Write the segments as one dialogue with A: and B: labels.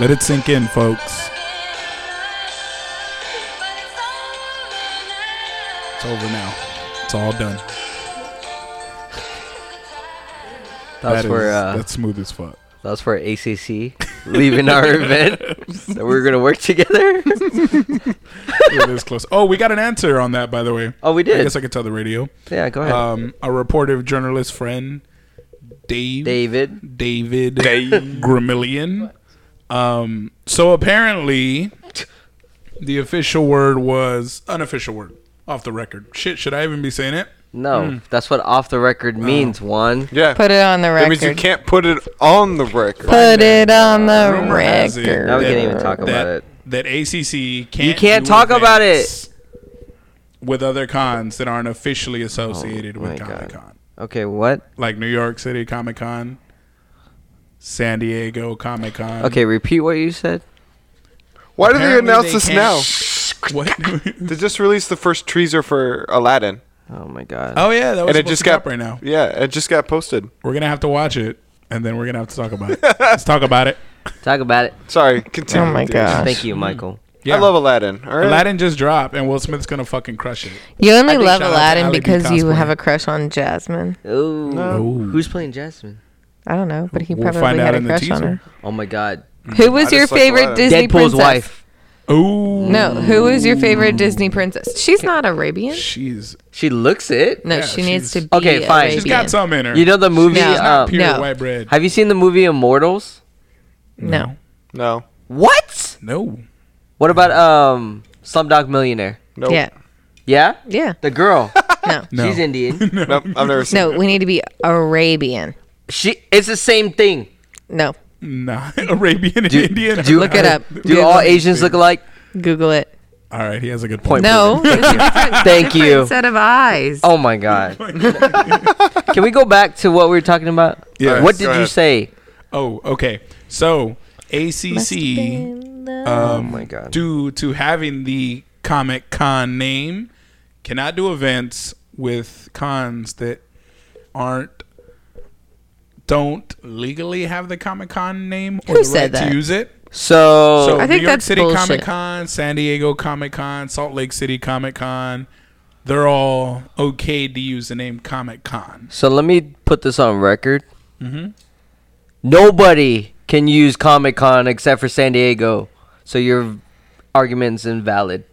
A: Let it sink in, folks. It's over now. It's all done.
B: That's
A: That
B: for
A: is-
B: uh,
A: that's smooth as fuck.
B: that's for ACC leaving our event that we're gonna work together.
A: Look at this close. Oh, we got an answer on that, by the way.
B: Oh,
A: I
B: we did.
A: guess I could tell the radio.
B: yeah, go ahead,
A: Um, a reporter, journalist friend, Dave,
B: David.
A: David Gramillion. Um, so apparently, the official word was unofficial word off the record. Shit, should I even be saying it?
B: No, that's what off the record means. Juan.
C: Yeah.
D: Put it on the
C: that means you
D: record.
C: can't put it on the record.
D: Put it on the
A: Rumor has it
D: record.
B: Now we can't
A: that-
B: even talk about
A: that,
B: it.
A: That ACC can't.
B: You can't
A: do
B: talk about
A: events With other cons that aren't officially associated
B: Oh my
A: with
B: God.
A: Comic Con.
B: Okay, what?
A: like New York City Comic Con, San Diego Comic Con.
B: Okay, repeat what you said.
C: Why do they
A: Apparently
C: announce
A: they
C: this
A: can't-
C: now?
A: What?
C: They just released the first teaser for Aladdin,
B: Oh my God.
A: oh yeah, that was
C: and it just got
A: got right now.
C: Yeah, it just got posted.
A: We're gonna have to watch it, and then we're gonna have to talk about it. Let's talk about it.
B: Talk about it.
C: Sorry, continue.
D: Oh my
C: dude.
D: gosh.
B: Thank you, Michael.
A: Yeah.
C: I love Aladdin. All right.
A: Aladdin just dropped, and Will Smith's gonna fucking crush it.
D: You
A: I
D: only
A: think
D: love
A: shout out to
D: Aladdin
A: Ally B
D: because you
A: cosplay.
D: have a crush on Jasmine.
B: Ooh.
A: Ooh.
B: Who's playing Jasmine?
D: I don't know, but he
A: We'll
D: probably
A: find out
D: had a
A: in the
D: crush on
A: teaser. Mm-hmm.
D: her.
B: Oh my God.
D: Who was
C: just
D: your
C: like
D: favorite
C: Aladdin.
D: Disney
B: Deadpool's
D: princess?
B: wife.
A: Ooh,
D: No, who was your favorite Disney princess? She's not Arabian.
A: she's
B: She looks it.
D: No,
A: Yeah,
D: she needs to
A: she's-
D: be
B: Okay, fine.
D: Arabian.
A: she's got some in her.
B: You know the movie.
D: She's
B: uh,
D: not
A: pure
D: No.
A: white bread.
B: have you seen the movie Immortals?
D: No.
C: No.
B: What?
A: No,
B: What about um Slumdog Millionaire?
C: Nope.
D: Yeah.
B: Yeah,
D: Yeah.
B: the girl.
D: No.
A: no.
B: She's Indian.
C: Nope. I've never seen.
D: No, we need to be Arabian.
B: she. It's the same thing.
D: No.
A: Nah, Arabian and
B: Do-
A: Indian.
B: do-
D: Look it up.
B: Do
D: Google
B: all
D: it.
B: Asians look alike?
D: Google it.
A: All right, he has a good point.
D: No. there's a different-
B: Thank you.
D: different Set of eyes.
B: Oh my god. Can we go back to what we were talking about?
A: Yes.
B: What did
C: Go
B: you
C: ahead.
B: say?
A: Oh, okay. So ACC.
B: oh my god.
A: um, due to having the Comic Con name, cannot do events with cons that aren't don't legally have the Comic Con name or
D: Who
A: the
D: said
A: right
D: that?
A: to use it.
B: so,
A: So
D: I
A: New
D: think
A: York
D: that's
A: City
D: bullshit.
A: Comic Con, San Diego Comic Con, Salt Lake City Comic Con, they're all okay to use the name Comic Con.
B: so let me put this on record.
C: Mm-hmm.
B: Nobody can use Comic Con except for San Diego. So your argument's invalid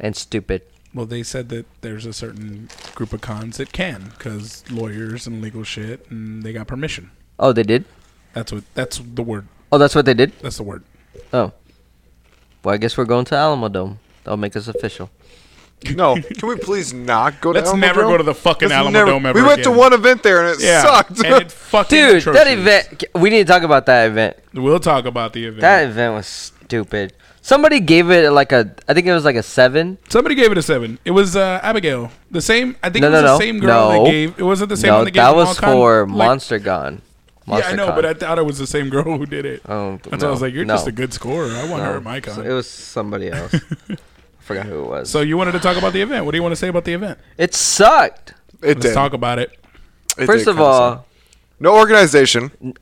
B: and stupid.
A: Well, they said that there's a certain group of cons that can because lawyers and legal shit, and they got permission.
B: Oh, they did.
A: That's what. That's the word.
B: Oh, that's what they did.
A: That's the word.
B: Oh. Well, I guess we're going to Alamo Dome. That'll make us official.
C: No. Can we please not go to
A: Let's
C: Alamo
A: never
C: Dome?
A: go to the fucking
C: Let's
A: Alamo
C: never-
A: Dome ever
C: We went
A: again.
C: to one event there and it sucked.
A: And it fucking
B: Dude,
A: atrocious.
B: that event. We need to talk about that event.
A: We'll talk about the event.
B: That event was stupid. Somebody gave it like a. I think it was like a seven.
A: Somebody gave it a seven. It was uh, Abigail. The same. I think
B: No,
A: it was
B: no,
A: the
B: no.
A: same girl
B: No.
A: that gave. It wasn't the same
B: no,
A: one that gave.
B: that
A: them all
B: was
A: con-
B: for
A: like-
B: Monster Gone.
A: Yeah, I
B: Monster
A: know, but I
B: Con.
A: thought it was the same girl who did it.
B: Oh,
A: That's why
B: no,
A: I was like, "You're
B: no,
A: just a good scorer. I want
B: no.
A: her at my con."
B: Oh. So it was somebody else. I forgot who it was.
A: so you wanted to talk about the event. What do you want to say about the event?
B: it sucked.
C: It
A: Let's
C: did.
A: talk about it.
C: It
B: First
C: did
B: of
C: kinda
B: all,
C: suck. no organization.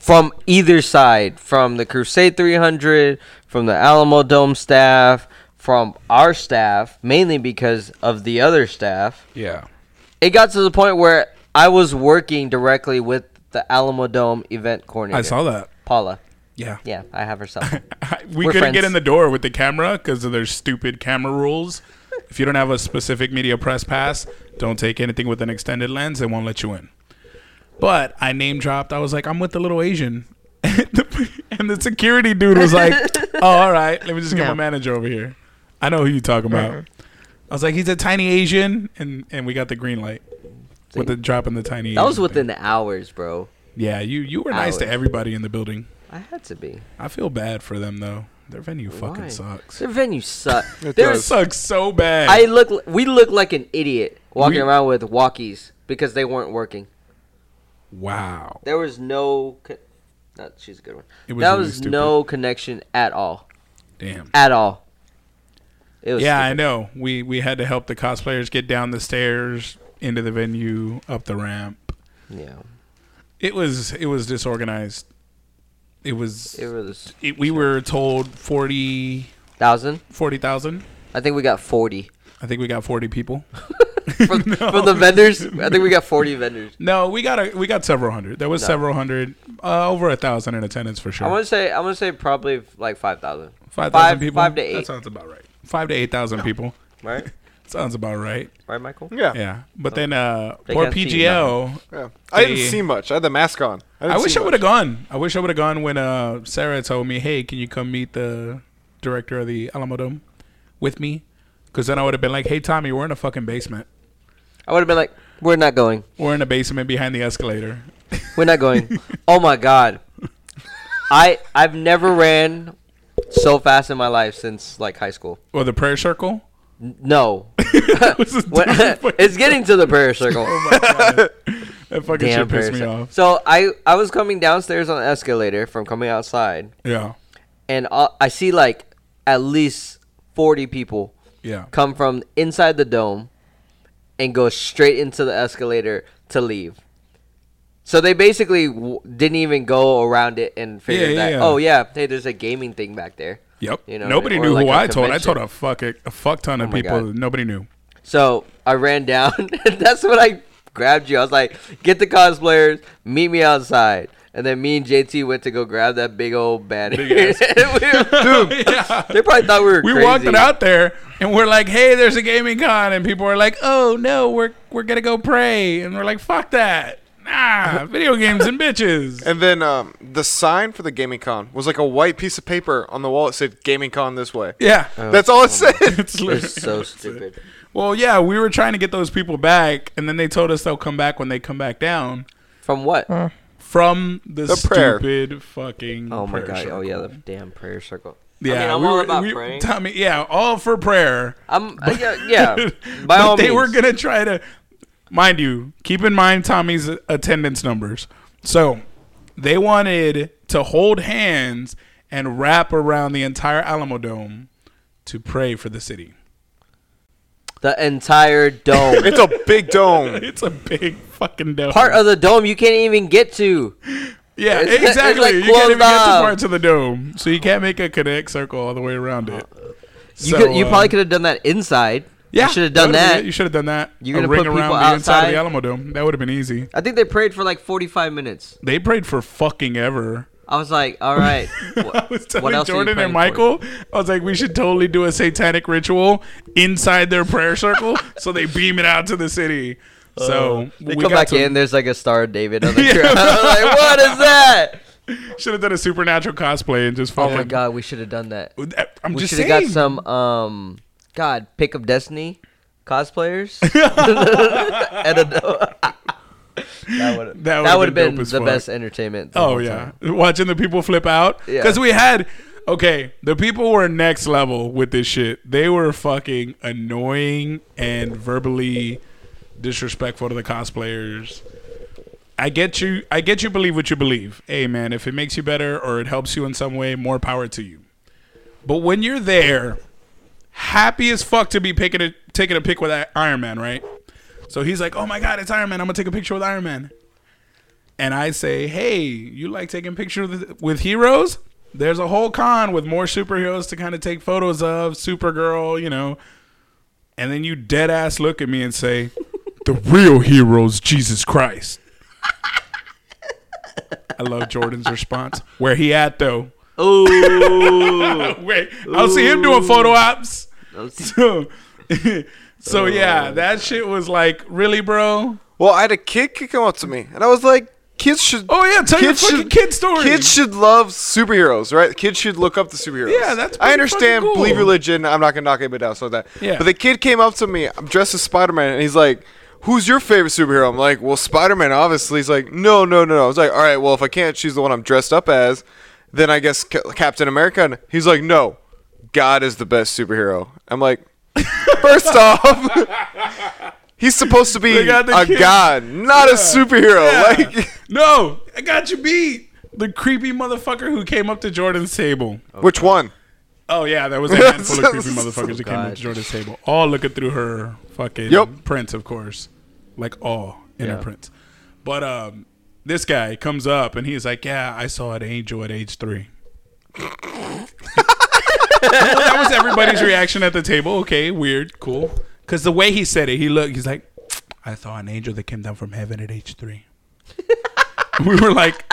B: from either side, from the Crusade 300, from the Alamo Dome staff, from our staff, mainly because of the other staff.
A: Yeah.
B: It got to the point where I was working directly with the Alamo Dome event coordinator.
A: I saw that.
B: Paula.
A: Yeah.
B: Yeah, I have her cell. phone.
A: we
B: We're
A: couldn't get
B: friends.
A: in the door with the camera because of their stupid camera rules. if you don't have a specific media press pass, don't take anything with an extended lens. They won't let you in. But I name dropped. I was like, I'm with the little Asian. and the- and the security dude was like, oh, all right, let me just get my
D: No.
A: manager over here. I know who you talking about.
B: Mm-hmm.
A: I was like, he's a tiny Asian. And, and we got the green light with the drop in the tiny
B: that was
A: Asian thing.
B: within hours, bro.
A: Yeah, you, you were nice to
B: hours.
A: everybody in the building.
B: I had to be.
A: I feel bad for them, though. Their venue fucking
B: Why?
A: sucks.
B: Their venue sucked.
A: It
B: There's
A: sucks so bad.
B: I look. We look like an idiot walking
A: We-
B: around with walkies because they weren't working.
A: wow.
B: There was no. Co- that, she's a good one.
A: It was
B: that
A: really
B: was
A: stupid.
B: no connection at all.
A: Damn.
B: At all. It was
A: Yeah, I
B: stupid.
A: know. We we had to help the cosplayers get down the stairs into the venue, up the ramp.
B: yeah.
A: It was it was disorganized. It was.
B: It was
A: It, we were told 40
B: thousand.
A: 40,000.
B: I think we got forty
A: I think we got 40 people.
B: from, from the vendors. I think we got forty vendors.
A: No, we got a we got several hundred. There was several hundred, uh, over a thousand in attendance for
B: I
A: sure.
B: want to say. I want to say probably like five thousand.
A: Five thousand people.
B: Five to
A: That
B: eight.
A: sounds about right. Five to eight thousand people.
B: Right.
A: Sounds about right.
B: Right, Michael.
C: Yeah. yeah.
A: Yeah, but then uh,
B: They
A: poor
B: can't see
A: PGL.
C: I
A: They-
C: didn't see much. I had the mask on. didn't
A: I wish
C: see
A: I
C: much.
A: would have gone. I wish I would have gone when uh, Sarah told me, "Hey, can you come meet the director of the Alamo Dome with me?" Because then I would have been like, "Hey, Tommy, we're in a fucking basement.
B: I would have been like, we're not going.
A: We're in a basement behind the escalator."
B: We're not going. oh my god. I I've never ran so fast in my life since like high school.
A: Or the prayer circle.
B: N- No.
A: That was a
B: When-
A: different fucking-
B: it's getting to the prayer circle.
A: that fucking
B: uh, Damn
A: shit
B: prayer
A: pissed me
B: circle.
A: off.
B: So I I was coming downstairs on the escalator from coming outside,
A: Yeah,
B: and I, I see like at least forty people
A: yeah.
B: come from inside the dome and go straight into the escalator to leave. So they basically w- didn't even go around it and figure
A: Yeah,
B: that.
A: yeah.
B: Oh yeah, hey, there's a gaming thing back there.
A: Yep.
B: You know,
A: Nobody
B: or
A: knew
B: like
A: who
B: a
A: I told. I
B: convention. Oh
A: told a fuck a fuck ton of
B: my
A: people.
B: God.
A: Nobody knew.
B: So I ran down. and That's when I grabbed you. I was like, "Get the cosplayers, meet me outside." And then me and JT went to go grab that big old banner.
A: Big
B: And we were-
A: yeah.
B: they probably thought we were
A: we
B: crazy.
A: walked it out there and we're like, hey, there's a gaming con, and people are like, oh no, we're we're gonna go pray, and we're like, fuck that, nah, video games and bitches.
C: And then um, the sign for the Gaming Con was like a white piece of paper on the wall. It said Gaming Con this way.
A: yeah,
C: That's all it said.
A: it's
B: Oh, They're
A: literally-
B: so stupid.
A: well, yeah, we were trying to get those people back, and then they told us they'll come back when they come back down
B: From what?
A: from the,
C: The prayer.
A: stupid fucking.
B: Oh my
A: prayer
B: god!
A: circle.
B: Oh yeah, the damn prayer circle.
A: yeah.
B: I mean, I'm
A: we
B: all
A: were-
B: about
A: we-
B: praying.
A: Tommy, yeah, all for prayer.
B: I'm uh, yeah, yeah. By
A: But
B: all
A: they
B: means,
A: were gonna try to, mind you, keep in mind Tommy's attendance numbers. So they wanted to hold hands and wrap around the entire Alamo Dome to pray for the city.
B: the entire dome,
C: it's a big dome.
A: It's a big fucking dome.
B: part of the dome you can't even get to.
A: yeah,
B: it's- it's
A: exactly.
B: like
A: you can't even
B: closed
A: get to
B: off.
A: parts of the dome, so you can't make a connect circle all the way around it.
B: You could, you probably could have done that inside.
A: uh, Yeah,
B: you should have done
A: would've been
B: that.
A: it. You should have done that.
B: You're
A: A
B: gonna
A: ring
B: put people
A: around the inside of
B: outside?
A: the Alamo Dome. That would have been easy.
B: I think they prayed for like 45 minutes.
A: They prayed for fucking ever.
B: I was like, all right. wh-
A: I was telling
B: else are you
A: Jordan and
B: praying for?
A: Michael, I was like, we should totally do a satanic ritual inside their prayer circle, so they beam it out to the city. So
B: Uh, They come back in. There's like a Star of David on the
A: Yeah.
B: ground. I was like, what is that?
A: Should have done a supernatural cosplay and just
B: Oh
A: fucking.
B: my god, we should have done that.
A: Oh, I'm
B: We
A: just
B: should
A: saying.
B: have got some um, God, pick of destiny cosplayers. and a, that
A: That
B: would that would
A: would've been Oh,
B: have been,
A: dope as
B: the
A: fuck.
B: best entertainment. the
A: Oh
B: whole
A: yeah,
B: time.
A: watching the people flip out
B: Yeah.
A: because we had okay. The people were next level with this shit. They were fucking annoying and verbally disrespectful to the cosplayers. I get you. I get you. Believe what you believe. Hey man, if it makes you better or it helps you in some way, more power to you. But when you're there, happy as fuck to be picking a taking a pic with I- Iron Man, right? So he's like, "Oh my god, it's Iron Man! I'm gonna take a picture with Iron Man." and I say, "Hey, you like taking pictures with- with heroes? There's a whole con with more superheroes to kind of take photos of, Supergirl, you know." And then you dead ass look at me and say, "The real heroes, Jesus Christ." I love Jordan's response. Where he at though? Oh, wait! I'll see him doing photo ops. So, so yeah,
C: Oh.
A: that shit was like, really, bro?
C: Well, I had a kid come up to me, and I was like, "Kids should."
A: Oh yeah, tell your fucking
C: should,
A: kid story.
C: Kids should love superheroes, right? Kids should look up to superheroes.
A: Yeah, that's
C: I
A: pretty
C: understand.
A: fucking cool.
C: Believe religion. I'm not gonna knock anybody down so that.
A: Yeah.
C: But the kid came up to me. I'm dressed as Spider-Man, and he's like. Who's your favorite superhero? I'm like, well, Spider-Man, obviously. He's like, no, no, no, no. I was like, all right, well, if I can't choose the one I'm dressed up as, then I guess Ca- Captain America. And he's like, no, God is the best superhero. I'm like, first off, he's supposed to be
A: They got the
C: a
A: kid.
C: god, not a superhero.
A: Yeah.
C: Like,
A: no, I got you beat. The creepy motherfucker who came up to Jordan's table.
C: which one?
A: Oh yeah, there was a handful of creepy motherfuckers who came up
B: God.
A: to Jordan's table, all looking through her fucking
C: Yep.
A: prints, of course, like all in her prints. But um, this guy comes up and he's like, "Yeah, I saw an angel at age three. Well, that was everybody's reaction at the table. Okay, weird, cool. Because the way he said it, he looked. He's like, "I saw an angel that came down from heaven at age three. we were like,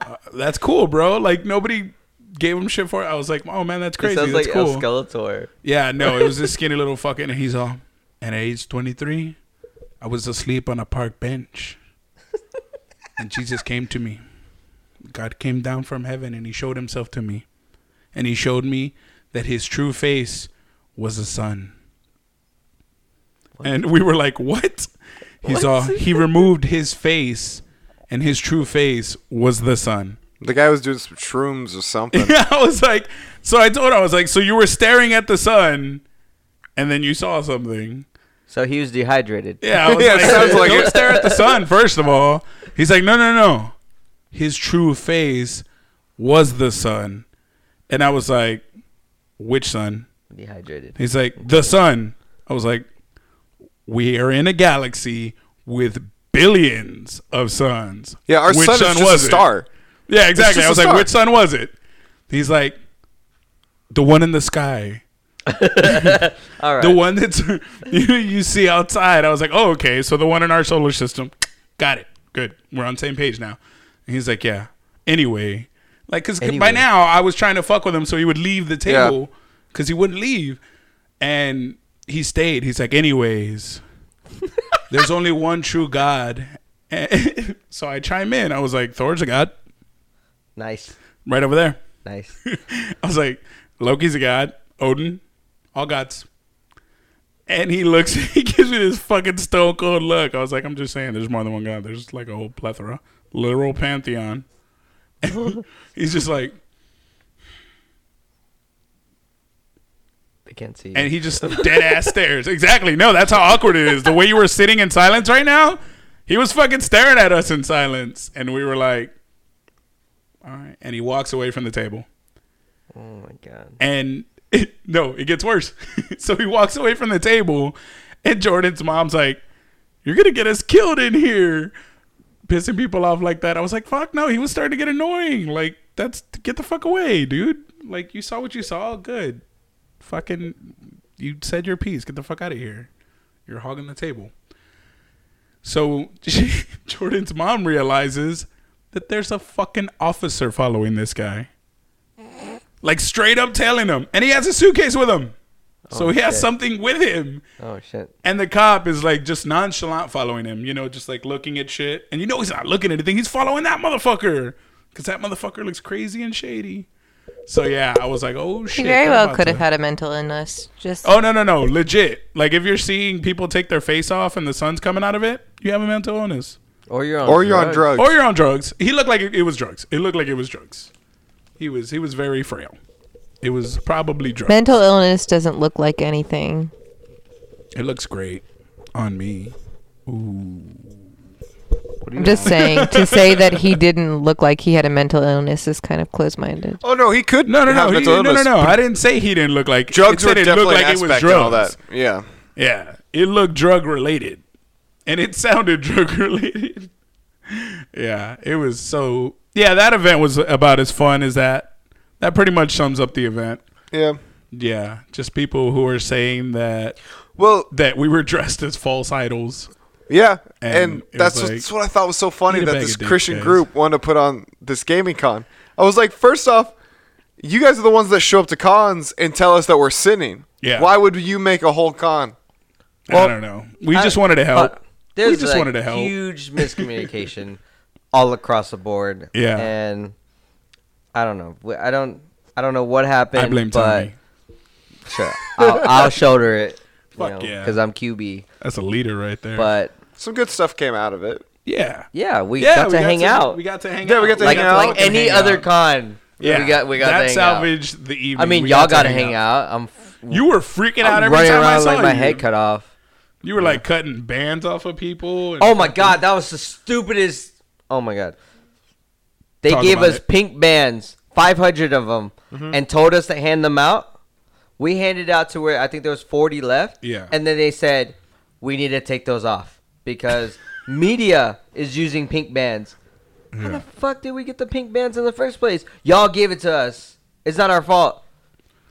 A: uh, "That's cool, bro." Like nobody gave him shit for it. I was like, "Oh man, that's
B: It
A: crazy.
B: sounds
A: that's
B: like
A: cool."
B: El Skeletor.
A: Yeah, no, it was this skinny little fucking. And he's all, and at age 23, I was asleep on a park bench. And Jesus came to me. God came down from heaven and he showed himself to me. And he showed me that his true face was a sun. And we were like, what? He's all, he removed his face and his true face was the sun.
C: The guy was doing some shrooms or something.
A: Yeah, I was like, so I told her, I was like, so you were staring at the sun, and then you saw something.
B: So he was dehydrated.
A: Yeah, I was
C: Yeah,
A: like,
C: sounds like
A: don't
C: it.
A: stare at the sun. First of all, he's like, no, no, no. His true face was the sun, and I was like, which sun?
B: Dehydrated.
A: He's like, the sun. I was like, we are in a galaxy with billions of suns.
C: Yeah, our sun is just a
A: it?
C: star.
A: Yeah, exactly.
C: just
A: I was
C: a
A: like,
C: star.
A: which sun was it? He's like, the one in the sky.
B: All right.
A: The one that's you, you see outside. I was like, oh, okay. So the one in our solar system. Got it. Good. We're on the same page now. And he's like, yeah. Anyway. Like, because
B: Anyway.
A: by now I was trying to fuck with him so he would leave the
C: Yeah.
A: table because he wouldn't leave. And he stayed. He's like, anyways, there's only one true God. And so I chime in. I was like, Thor's a God
B: nice.
A: right over there.
B: Nice.
A: I was like, Loki's a god, Odin, all gods. And he looks, he gives me this fucking stone cold look. I was like, I'm just saying, there's more than one god. There's like a whole plethora, literal pantheon. And he's just like,
B: They can't see.
A: and he just dead ass stares. Exactly. No, that's how awkward it is. The way you were sitting in silence right now, he was fucking staring at us in silence, and we were like, all right. And he walks away from the table.
B: oh my god.
A: And it, no, it gets worse. so he walks away from the table, and Jordan's mom's like, You're going to get us killed in here, pissing people off like that. I was like, Fuck no, he was starting to get annoying. Like, that's get the fuck away, dude. Like, you saw what you saw. Good. Fucking, you said your piece. Get the fuck out of here. You're hogging the table. So she, Jordan's mom realizes that there's a fucking officer following this guy like straight up tailing him, and he has a suitcase with him, so he has
B: shit.
A: something with him.
B: Oh shit.
A: And the cop is like just nonchalant following him, you know, just like looking at shit, and you know he's not looking at anything. He's following that motherfucker because that motherfucker looks crazy and shady. So yeah, I was like, oh
D: He
A: shit.
D: very
A: they're
D: well
A: about
D: could
A: to-
D: have had a mental illness. Just
A: Oh no no no! Legit. Like if you're seeing people take their face off and the sun's coming out of it, you have a mental illness,
B: Or you're on.
C: Or you're on drugs.
A: or you're on Oh, drugs. He looked like it, it was drugs. It looked like it was drugs. He was he was very frail. It was probably drugs.
D: mental illness doesn't look like anything.
A: It looks great on me. Ooh.
D: I'm just saying to say that he didn't look like he had a mental illness is kind of close-minded.
C: Oh no, he could.
A: No, no, no,
C: have
A: he-
C: mental
A: no, no,
C: illness,
A: no!
C: but
A: I didn't say he didn't look like
C: Drugs
A: it
C: were
A: said it looked
C: definitely like
A: like
C: an
A: it was
C: aspect
A: drugs.
C: and all that. Yeah.
A: Yeah, it looked drug related, and it sounded drug related. yeah, it was so. Yeah, that event was about as fun as that. That pretty much sums up the event.
C: Yeah.
A: Yeah, just people who are saying that
C: Well,
A: that we were dressed as false idols.
C: yeah,
A: And
C: and,
A: it
C: that's
A: was
C: what,
A: like,
C: that's what I thought was so funny
A: "Eat a
C: that
A: bag
C: this
A: of dicks,
C: Christian
A: guys."
C: group wanted to put on this gaming con. I was like, first off, you guys are the ones that show up to cons and tell us that we're sinning.
A: Yeah.
C: Why would you make a whole con?
A: I don't know. We just wanted to help.
B: There's
A: We just
B: like
A: wanted to help.
B: huge miscommunication all across the board.
A: Yeah.
B: And I don't know. We- I don't. I don't know what happened.
A: I blame
B: but
A: Tommy.
B: Sure. I'll, I'll shoulder it.
A: Fuck yeah.
B: Because I'm QB.
A: That's a leader right there.
B: But
C: Some good stuff came out of it.
A: yeah,
B: yeah, we
A: yeah,
B: got
A: we
B: to hang out.
A: We got to hang out.
C: Yeah, we got to
B: like
C: hang out.
B: like
A: and
B: any
A: hang
B: other
A: out.
B: con. We got. We got
A: that
B: to hang out.
A: salvaged the evening.
B: I mean,
A: We
B: y'all
A: to
B: got to hang out. I'm. f-
A: You were freaking out
B: I'm
A: every
B: running
A: time I
B: around
A: saw
B: like
A: you.
B: my head cut off.
A: You were like cutting bands off of people. and
B: Oh my
A: fucking-
B: god, that was the stupidest. Oh my god. They
A: Talk
B: gave
A: about
B: us
A: it. Mm-hmm.
B: pink bands, 500 of them, and told us to hand them out. We handed out to where I think there was 40 left.
A: Yeah.
B: And then they said, "We need to take those off because media is using pink bands." How the fuck did we get the pink bands in the first place? Y'all gave it to us. It's not our fault.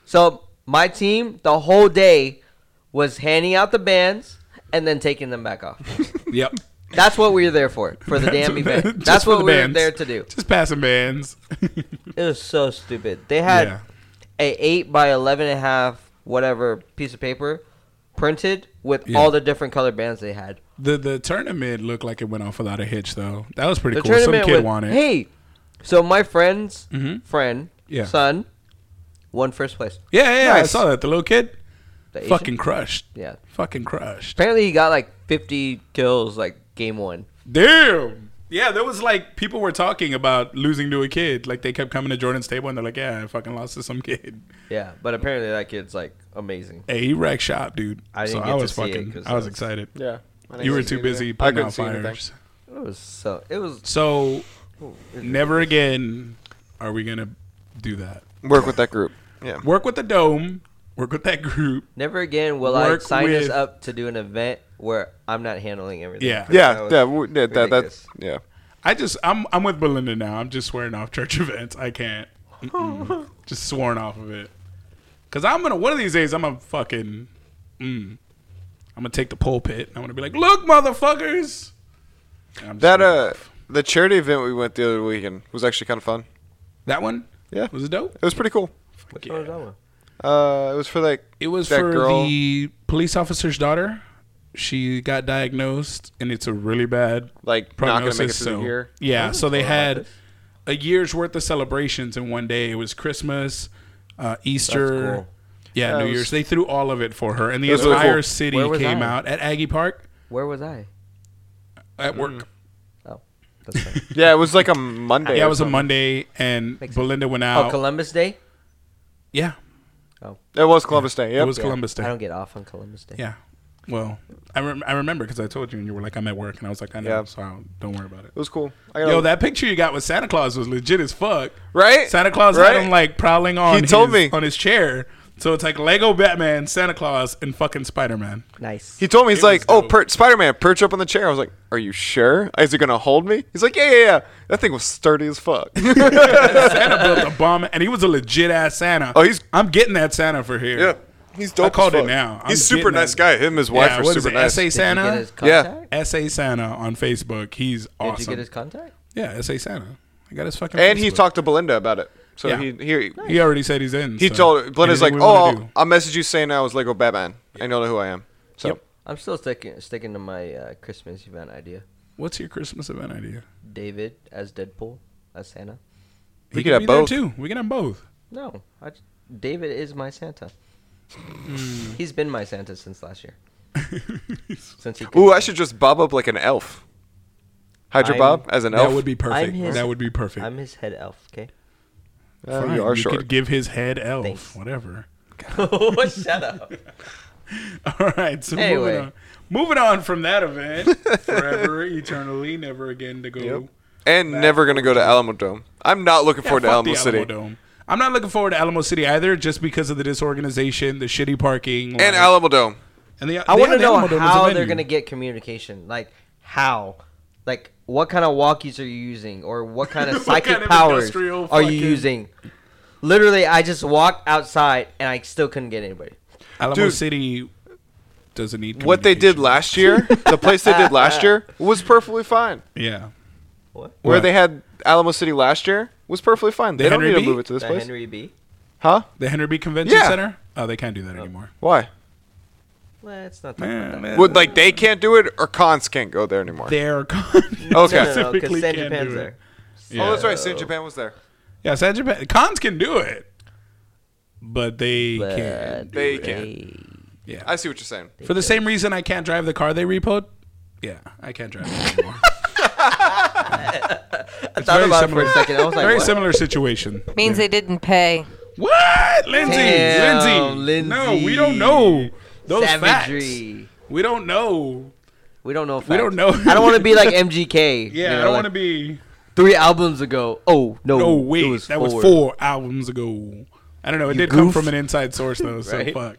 B: So my team, the whole day, was handing out the bands and then taking them back off.
A: Yep.
B: That's what we were there for, for the damn event.
A: Just
B: That's
A: for
B: what
A: the
B: we were
A: bands.
B: there to do.
A: Just passing bands.
B: It was so stupid. They had
A: Yeah.
B: a eight by eleven and a half whatever piece of paper printed with
A: Yeah.
B: all the different color bands they had.
A: The the tournament looked like it went off without a hitch though. That was pretty
B: The
A: cool. Some kid
B: was-
A: won it.
B: Hey, so my friend's
A: Mhm.
B: friend,
A: Yeah.
B: son, won first place.
A: Yeah, yeah, yeah, I
C: Nice.
A: saw that. The little kid
B: The Asian-
A: fucking crushed.
B: yeah.
A: Fucking crushed.
B: Apparently, he got like fifty kills, like game one.
A: Damn. Yeah, there was like people were talking about losing to a kid. Like they kept coming to Jordan's table and they're like, "Yeah, I fucking lost to some kid."
B: Yeah, but apparently that kid's like amazing.
A: Hey, he wrecked shop, dude.
B: I didn't
A: so
B: get
A: I
B: to
A: was
B: see it
A: fucking.
B: 'cause
A: I was
B: I was-
A: excited.
C: Yeah.
A: You were too busy
C: I
A: putting
C: couldn't
A: out
C: see anything.
A: fires.
B: It was so. It was
A: So, never again are we gonna do that.
C: Work with that group. Yeah.
A: Work with the dome. Work with that group.
B: never again will
A: Work
B: I sign us
A: with-
B: up to do an event where I'm not handling everything.
A: Yeah.
C: Yeah.
B: That
C: Yeah.
B: was
C: we- yeah that,
B: ridiculous.
C: that's yeah.
A: I just I'm I'm with Belinda now. I'm just swearing off church events. I can't. Mm-mm. just sworn off of it. Cause I'm gonna one of these days I'm gonna fucking. Mm, I'm gonna take the pulpit. And I'm gonna be like, look, motherfuckers. And I'm just
C: That
A: gonna-
C: uh, the charity event we went the other weekend was actually kind of fun.
A: that one.
C: Yeah.
A: was it dope?
C: It was pretty cool.
B: Which
A: Yeah.
B: one was that one?
C: Uh, it was for like
A: It was
C: that
A: for
C: girl.
A: the police officer's daughter. She got diagnosed, and it's a really bad
C: like not gonna make it
A: prognosis.
C: through
A: So
C: the year. Oh,
A: yeah, so they
B: about
A: had
B: this.
A: a year's worth of celebrations in one day. It was Christmas, uh, Easter,
B: cool.
A: yeah,
C: Yeah,
A: New
C: it was-
A: Year's. They threw all of it for her, and the
C: It was really
A: entire
C: cool.
A: city
B: Where was
A: came
B: I?
A: out at Aggie Park
B: Where was I?
A: at
C: Mm.
A: work.
B: Oh, that's fine.
C: Yeah, it was like a Monday.
A: Yeah,
C: or
A: it was a
C: something.
A: Monday, and
B: Makes sense.
A: Belinda went
B: oh,
A: out.
B: Columbus Day.
A: yeah,
C: It was Columbus Day. Yep.
A: it was Columbus
B: I
A: Day.
B: don't get off on Columbus Day.
A: Yeah, well, I rem- I remember because I told you, and you were like, "I'm at work," and I was like, "I know,"
C: Yeah.
A: so I don't, don't worry about it.
C: It was cool. I
A: Yo, that picture you got with Santa Claus was legit as fuck.
C: right?
A: Santa Claus
C: right?
A: had him like prowling on
C: He told
A: his,
C: me.
A: on his chair. So it's like Lego Batman, Santa Claus, and fucking Spider Man.
B: Nice.
C: He told me he's
A: It was
C: like, "Oh,
A: dope.
C: per- Spider-Man, perch up on the chair." I was like, "Are you sure? Is it gonna hold me?" He's like, "Yeah, yeah, yeah." That thing was sturdy as fuck.
A: Santa built a bomb, and he was a legit ass Santa.
C: Oh, he's-
A: I'm getting that Santa for here.
C: yeah, he's dope.
A: I called
C: as
A: it
C: fuck.
A: now. I'm
C: he's super
A: getting
C: nice
A: that-
C: guy. Him and his wife
A: Yeah,
C: are
A: what is
C: super
A: it?
C: nice.
A: SA
B: Did you get
A: Santa?
B: his
C: Yeah.
B: contact?
A: SA Santa on Facebook. He's awesome.
B: Did you get his contact?
A: yeah, SA Santa. I got his fucking.
C: and he
A: Facebook.
C: talked to Belinda about it. So
A: Yeah.
C: he he
A: He already said he's in.
C: he
A: so
C: told her. Belinda's like,
A: anything we
C: "Oh,
A: wanna
C: I'll,
A: do."
C: I'll message you saying I was Lego Batman. I know who I am." So
A: Yep.
B: I'm still sticking sticking to my uh, Christmas event idea.
A: "What's your Christmas event idea?"
B: David as Deadpool as Santa.
A: We
C: could have
A: be there
C: both.
A: too. We can have both.
B: No, I j- David is my Santa.
A: Hmm.
B: He's been my Santa since last year. since he
C: ooh, I should just bob up like an elf. Hydra
B: I'm-
C: Bob as an elf.
A: That would be perfect.
B: his-
A: that would be perfect.
B: I'm his head elf. Okay.
C: Uh,
A: Fine,
C: you are
A: you
C: short.
A: could give his head elf,
B: Thanks.
A: whatever.
B: Shut up.
A: All right, so
B: Anyway.
A: moving on. Moving on from that event, forever, eternally, never again to go.
C: Yep. and never gonna go to Alamo Dome. I'm not looking forward to
A: Fuck
C: Alamo
A: the
C: City.
A: Dome. I'm not looking forward to Alamo City either, just because of the disorganization, the shitty parking, like-
C: And Alamo Dome.
A: and the,
B: I
A: they
B: want to
A: had the
B: know
A: Alamo Dome as a
B: how they're
A: venue.
B: gonna get communication. Like how, like what kind of walkies are you using, or what kind of
A: What
B: psychic
A: kind of
B: powers
A: industrial
B: are you
A: fucking-
B: using? Literally, I just walked outside and I still couldn't get anybody.
A: Alamo
C: Dude.
A: City doesn't need
C: What they did last year, the place they did last year was perfectly fine.
A: communication.
B: What?
C: Where
A: What?
C: they had Alamo City last year was perfectly fine. They
A: The
C: don't
A: Henry
C: need
A: B?
C: to move it to this
B: The
C: place,
B: Henry B.
C: huh?
A: Yeah, the Henry B. Convention
C: Yeah.
A: Center. Oh, they can't do that anymore.
C: Why?
B: Let's not talk about
A: Man,
B: that.
A: man.
C: Would like they can't do it or cons can't go there anymore?
A: Their
C: Okay.
B: No, no, because
A: specifically
B: San
A: can't
B: Japan's
A: do it.
B: there.
A: Yeah.
C: Oh, that's right. San Japan was there.
A: Yeah, San Japan cons can do it, but they can't.
B: But
C: They can.
A: Yeah,
C: I see what you're saying.
A: For the same reason I can't drive the car they repoed. Yeah, I can't drive it anymore.
B: I thought
A: very
B: about it
A: similar.
B: for a second. I was like,
A: Very
B: what?
A: similar situation.
D: Means they didn't pay.
A: What? Lindsay,
B: Damn,
A: Lindsay.
B: Lindsay.
A: No, we don't know those facts.
B: Savagery.
A: We don't know.
B: We don't know. Facts.
A: don't know.
B: I don't want to be like MGK.
A: Yeah,
B: you know,
A: I don't
B: like
A: want to be.
B: Three albums ago. Oh no.
A: No, wait,
B: it was
A: that was
B: four.
A: four albums ago. I don't know. It did come from an inside source though, so
B: Right.
A: fuck.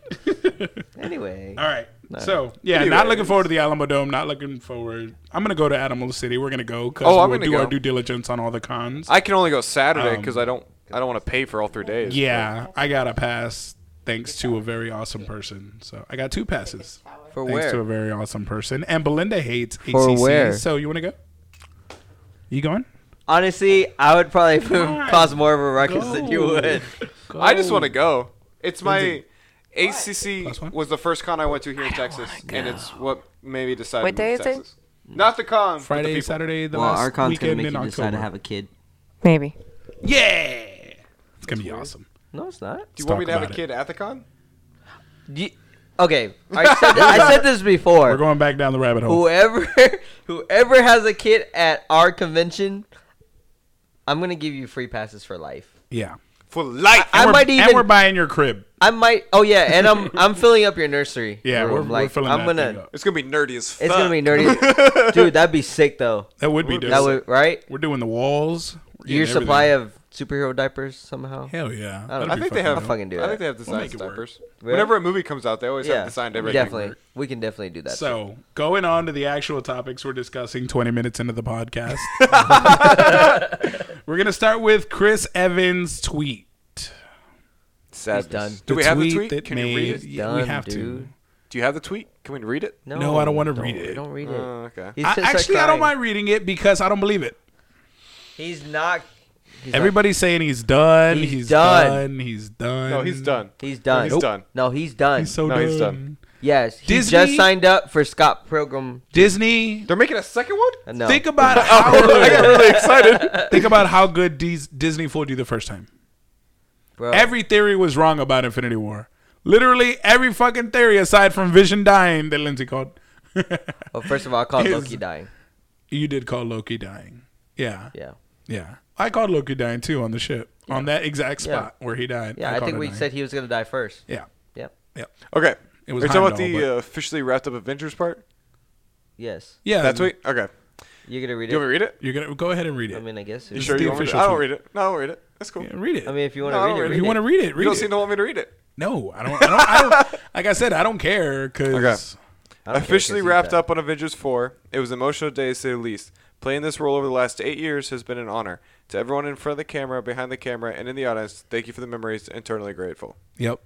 B: Anyway,
A: All right. So yeah, not looking forward to the Alamo Dome. Not looking forward. I'm gonna go to Animal City. We're gonna go because
C: Oh, I'm
A: we'll
C: gonna
A: do our
C: go.
A: due diligence on all the cons.
C: I can only go Saturday
A: Um,
C: because I don't I don't want to pay for all three days.
A: yeah, I got a pass thanks to a very awesome person. So I got two passes
B: for
A: thanks to a
B: where?
A: very awesome person. And Belinda hates
B: For
A: ACC.
B: where?
A: So you wanna go? You going?
B: Honestly, I would probably
A: God,
B: cause more of a ruckus than you
A: go.
B: would.
C: I just want to go. It's my
A: Lindsay.
C: ACC
A: Last one?
C: was the first con I went to here in Texas, and it's what maybe decided. to
D: What day
C: move
D: is
C: to
D: it?
C: Texas. Not the con. but the
A: Friday,
C: people.
A: Saturday, the
E: Well,
A: last
E: our con's gonna
A: weekend
E: make you
A: in
E: decide
A: October.
E: to have a kid.
D: Maybe.
A: yeah, it's gonna be awesome.
B: No, it's not.
C: Do
A: Let's
C: you want me
A: talk
C: to have a
A: about it.
C: kid at the con?
B: You- okay, I said, I said this
A: We're
B: before.
A: going back down the rabbit hole.
B: Whoever, whoever has a kid at our convention, I'm gonna give you free passes for life.
A: Yeah,
C: For life.
B: I-
A: And we're-
B: might
A: And
B: even-
A: we're buying your crib.
B: I might. Oh yeah, and I'm I'm filling up your nursery.
A: Yeah,
B: room.
A: we're, we're filling
B: I'm
A: that
B: gonna.
A: thing up.
C: it's gonna be nerdy as fuck.
B: It's gonna be nerdy, dude. That'd be sick though.
A: That would be dope.
B: That would right.
A: We're doing the walls. We're
B: Your
A: getting
B: supply
A: everything.
B: of superhero diapers somehow.
A: hell yeah.
B: I don't know.
C: I think they have.
B: I'll fucking do
C: I think
B: that.
C: they have designed
A: make it work.
C: diapers.
B: Really?
C: Whenever a movie comes out, they always
B: Yeah,
C: have designed everything.
B: definitely. We can definitely do that.
A: So going on to the actual topics we're discussing 20 minutes into the podcast. we're gonna start with Chris Evans' tweet.
C: Sadness.
B: done.
C: Do we have the tweet?
A: that
C: Can you read
A: made-
C: it?
A: yeah, we
B: Done,
A: have to.
B: dude.
C: Do you have the tweet? Can we read it?
B: no,
A: No, I don't wanna read it.
B: Don't read it.
C: Uh, okay.
B: He's
A: I,
B: just
A: actually, I don't
B: crying.
A: mind reading it because I don't believe it.
B: He's not. He's
A: Everybody's saying he's done. He's,
B: He's
A: done.
B: done.
A: He's done.
C: No, he's done.
B: Not, he's done.
C: He's done.
B: No, he's done.
A: He's so
C: No,
A: done.
C: he's done.
B: yes, he
A: Disney-
B: just signed up for Scott Pilgrim.
A: Disney.
C: They're making a second one.
B: Uh, No,
A: Think about how
C: I got really excited.
A: think about how good Dis- Disney fooled you the first time.
B: bro.
A: Every theory was wrong about Infinity War. Literally every fucking theory aside from Vision dying that Lindsay called.
B: Well, first of all, I called
A: Is-
B: Loki dying.
A: You did call Loki dying. Yeah. Yeah.
B: Yeah,
A: I called Loki dying too on the ship. On that exact spot where he died.
B: yeah. I,
A: called
B: think
A: it
B: we
A: dying.
B: said he was gonna die first.
A: Yeah.
B: Yeah.
A: Yeah.
C: Okay.
A: It was
C: Are you talking about
A: Heimdall,
C: the
A: but-
C: uh, officially wrapped up Avengers part?
B: Yes.
A: Yeah.
C: That tweet? Okay.
B: You're gonna read
C: Do you want me
B: it.
C: to read it?
A: You're gonna go ahead and read it.
B: I mean, I guess.
C: You
B: it's-
C: sure
A: the
C: you want me to?
A: official
C: I don't
A: tweet.
C: read it. No, I don't read it. That's cool.
A: Yeah, read it.
B: I mean, if you want to
C: No, I
B: read
C: don't
B: it,
C: really
A: if
B: read
A: you
B: it.
A: want to read it,
C: You
A: read
C: don't
A: it.
C: seem to want me to read it.
A: no, I don't I don't, I don't like I said, I don't care because
C: Okay.
B: I don't care,
C: Officially
B: 'cause he's
C: wrapped
B: done.
C: up on Avengers 4, it was an emotional day to say the least. Playing this role over the last eight years has been an honor. To everyone in front of the camera, behind the camera, and in the audience, thank you for the memories. Eternally grateful.
A: Yep.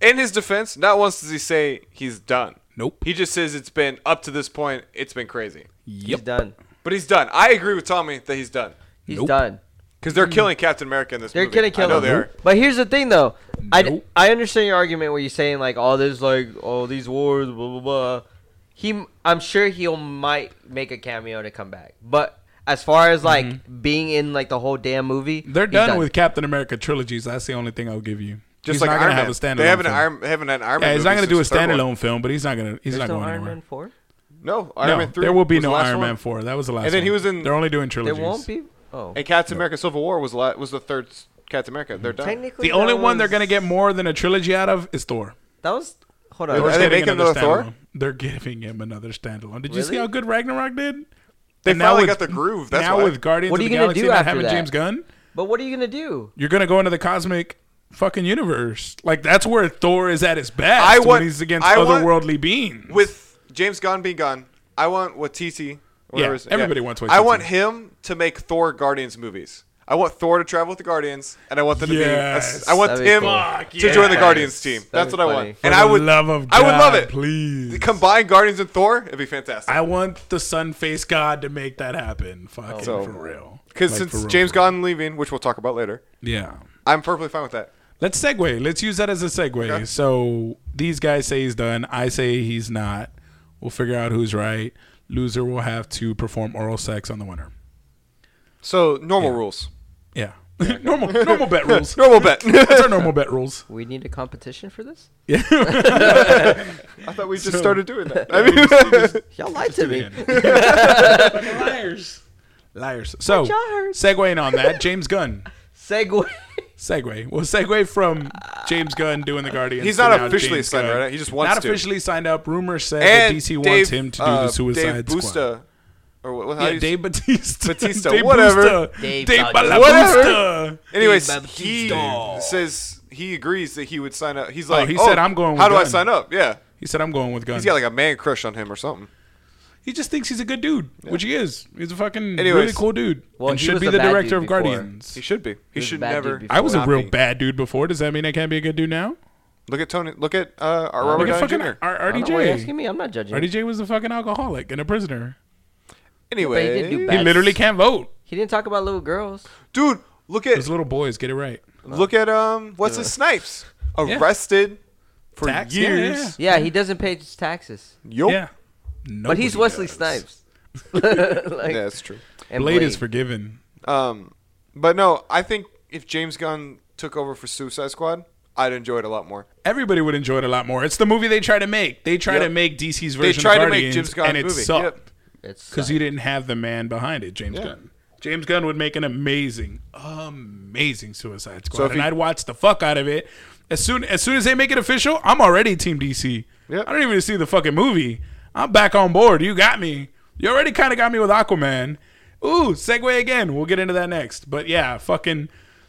C: In his defense, not once does he say he's done.
A: Nope.
C: He just says it's been up to this point. It's been crazy,
B: He's
A: Yep.
B: done.
C: but he's done. I agree with Tommy that he's done
B: He's
A: Nope.
B: done.
C: because
A: Mm.
C: they're killing Captain America in this.
B: They're
C: movie.
B: gonna kill
C: I know
B: him.
C: they are.
B: But here's the thing, though. I
A: Nope.
B: I understand your argument where you're saying like, oh, there's like, oh, these wars, blah blah blah. He, I'm sure he'll might make a cameo to come back. But as far as like being in like the whole damn movie,
A: Mm-hmm. They're
B: he's
A: done, with Captain America trilogies. That's the only thing I'll give you.
C: Just
A: he's
C: like
A: not
C: Iron
A: gonna
C: Man.
A: have a standalone.
C: They haven't
A: film.
C: Iron, haven't had Iron Man.
A: Yeah, he's not
C: movies
A: gonna do a
C: since the third one.
A: standalone film, but he's not gonna. He's
B: There's
A: not
B: no
A: going
B: Iron
A: anywhere. Oh,
B: Man four.
C: No, Iron
A: no,
C: Man three.
A: there will be
C: was the
A: no
C: last
A: Iron
C: one.
A: Man four. That was the last.
C: And then he
A: one.
C: was in-
A: They're only doing trilogies.
B: There won't be. Oh,
C: And Captain America: Civil War was la- was the third s- Captain America. They're done.
B: technically,
A: The only
B: that
A: one they're
B: was-
A: gonna get more than a trilogy out of is Thor.
B: That was. Hold
C: It
B: on.
A: Thor's
C: was- Are they
A: getting
C: making another Thor?
A: standalone. They're giving him another standalone. Did you see
B: Really?
A: how good Ragnarok did?
C: They
A: And
C: finally got the groove, that's
A: now
C: why.
A: with Guardians
B: What
A: of
B: are you
A: the
B: gonna
A: Galaxy
B: do
A: not
B: after
A: having
B: that?
A: James Gunn,
B: But what are you gonna do?
A: you're gonna go into the cosmic fucking universe. Like that's where Thor is at his best
C: I
A: when
C: want-
A: he's against
C: I want-
A: otherworldly beings.
C: With James Gunn being gone, I want Watiti.
A: Yeah,
C: whatever his-
A: everybody wants
C: I
A: Waititi.
C: want him to make Thor Guardians movies. I want Thor to travel with the Guardians, and I want them to be. a s-
A: Yes.
C: I want
B: That'd be
C: him
B: cool.
A: Fuck
C: to join the
A: yes.
C: Guardians team.
B: That'd
C: That's
B: be
C: what I
B: funny.
C: want,
B: For
C: and
A: For
C: I
A: the
C: would.
A: love of
C: I would love
A: God,
C: it.
A: Please
C: Combine Guardians and Thor, it'd be fantastic.
A: I want the sun face god to make that happen. Fucking
C: So-
A: for real.
C: Because
A: Like, for
C: since
A: real,
C: James
A: for real.
C: Gunn leaving, which we'll talk about later,
A: Yeah.
C: I'm perfectly fine with that.
A: Let's segue. Let's use that as a segue.
C: Okay.
A: So these guys say he's done. I say he's not. We'll figure out who's right. Loser will have to perform oral sex on the winner.
C: So normal rules,
A: Yeah. normal normal bet rules.
C: normal bet.
A: That's our normal bet rules.
B: We need a competition for this.
C: I thought we just
A: So-
C: started doing that. I mean,
B: Y'all lied to me.
A: Liars. Liars. So
B: Liars.
A: segueing on that, James Gunn.
B: Segway.
A: Segue. Well, segue from James Gunn doing the Guardians.
C: He's
A: to
C: not
A: now
C: officially
A: James
C: signed,
A: Gunn.
C: right? He just wants
A: not
C: to.
A: officially signed up. Rumors said that
C: and
A: DC
C: Dave,
A: wants him to do
C: uh,
A: the Suicide
C: Dave Busta
A: Squad.
C: or what? what how
A: Yeah,
C: do you-
A: Dave Batista.
C: Batista, whatever.
A: Dave,
B: Dave
A: Dave
B: Bautista.
A: Bautista.
C: Anyways,
B: Dave
C: he
B: Bautista.
C: says he agrees that he would sign up. He's
A: Oh,
C: like, "Oh,
A: he said, "I'm going
C: How
A: with
C: do I
A: Gunn."
C: sign up? Yeah,
A: He said, "I'm going with Gunn."
C: he's got like a man crush on him or something.
A: he just thinks he's a good dude, which he is. He's a fucking really
C: Anyways.
A: cool dude,
B: Well,
A: and
B: he
A: should
B: was
A: be
B: a
A: the
B: bad
A: director
B: dude
A: of
B: before.
A: Guardians.
C: He should be. He
B: was a
C: should
B: bad
C: never.
B: dude
A: I was a
C: not
A: real
C: be.
A: bad dude before. Does that mean I can't be a good dude now?
C: Look at Tony. Look at uh, our Robert
A: Look at
C: Downey
A: fucking
C: Jr.
A: R-
B: I don't know why you're
A: RDJ.
B: asking me. I'm not judging.
A: RDJ was a fucking alcoholic and a prisoner.
B: But he
C: Anyway,
B: did do
A: He
B: That's-
A: literally can't vote.
B: He didn't talk about little girls.
C: dude, look at
A: Those little boys get it right.
C: look at um, what's his Snipes
A: Yeah.
C: arrested for
A: Tax, yeah,
C: years.
A: yeah,
B: Yeah, he doesn't pay his taxes.
C: Yup.
A: Yeah,
B: But he's Wesley Snipes. like,
C: yeah, that's true.
B: and
A: Blade is
B: Blade.
A: forgiven.
C: Um, but no, I think if James Gunn took over for Suicide Squad, I'd enjoy it a lot more.
A: Everybody would enjoy it a lot more. It's the movie they try to make. They try
C: Yep.
A: to make DC's
C: They
A: version
C: tried
A: of
C: to make
A: Guardians,
C: James Gunn's
A: and it
C: movie.
A: sucked
B: It's
A: because you didn't have the man behind it, James
C: Yeah.
A: Gunn. James Gunn would make an amazing, amazing Suicide Squad,
C: So if
A: and
C: he-
A: I'd watch the fuck out of it. As soon as soon as they make it official, I'm already Team DC.
C: Yep.
A: I don't even see the fucking movie. I'm back on board. You got me. You already kind of got me with Aquaman. Ooh, segue again. We'll get into that next. But yeah, fucking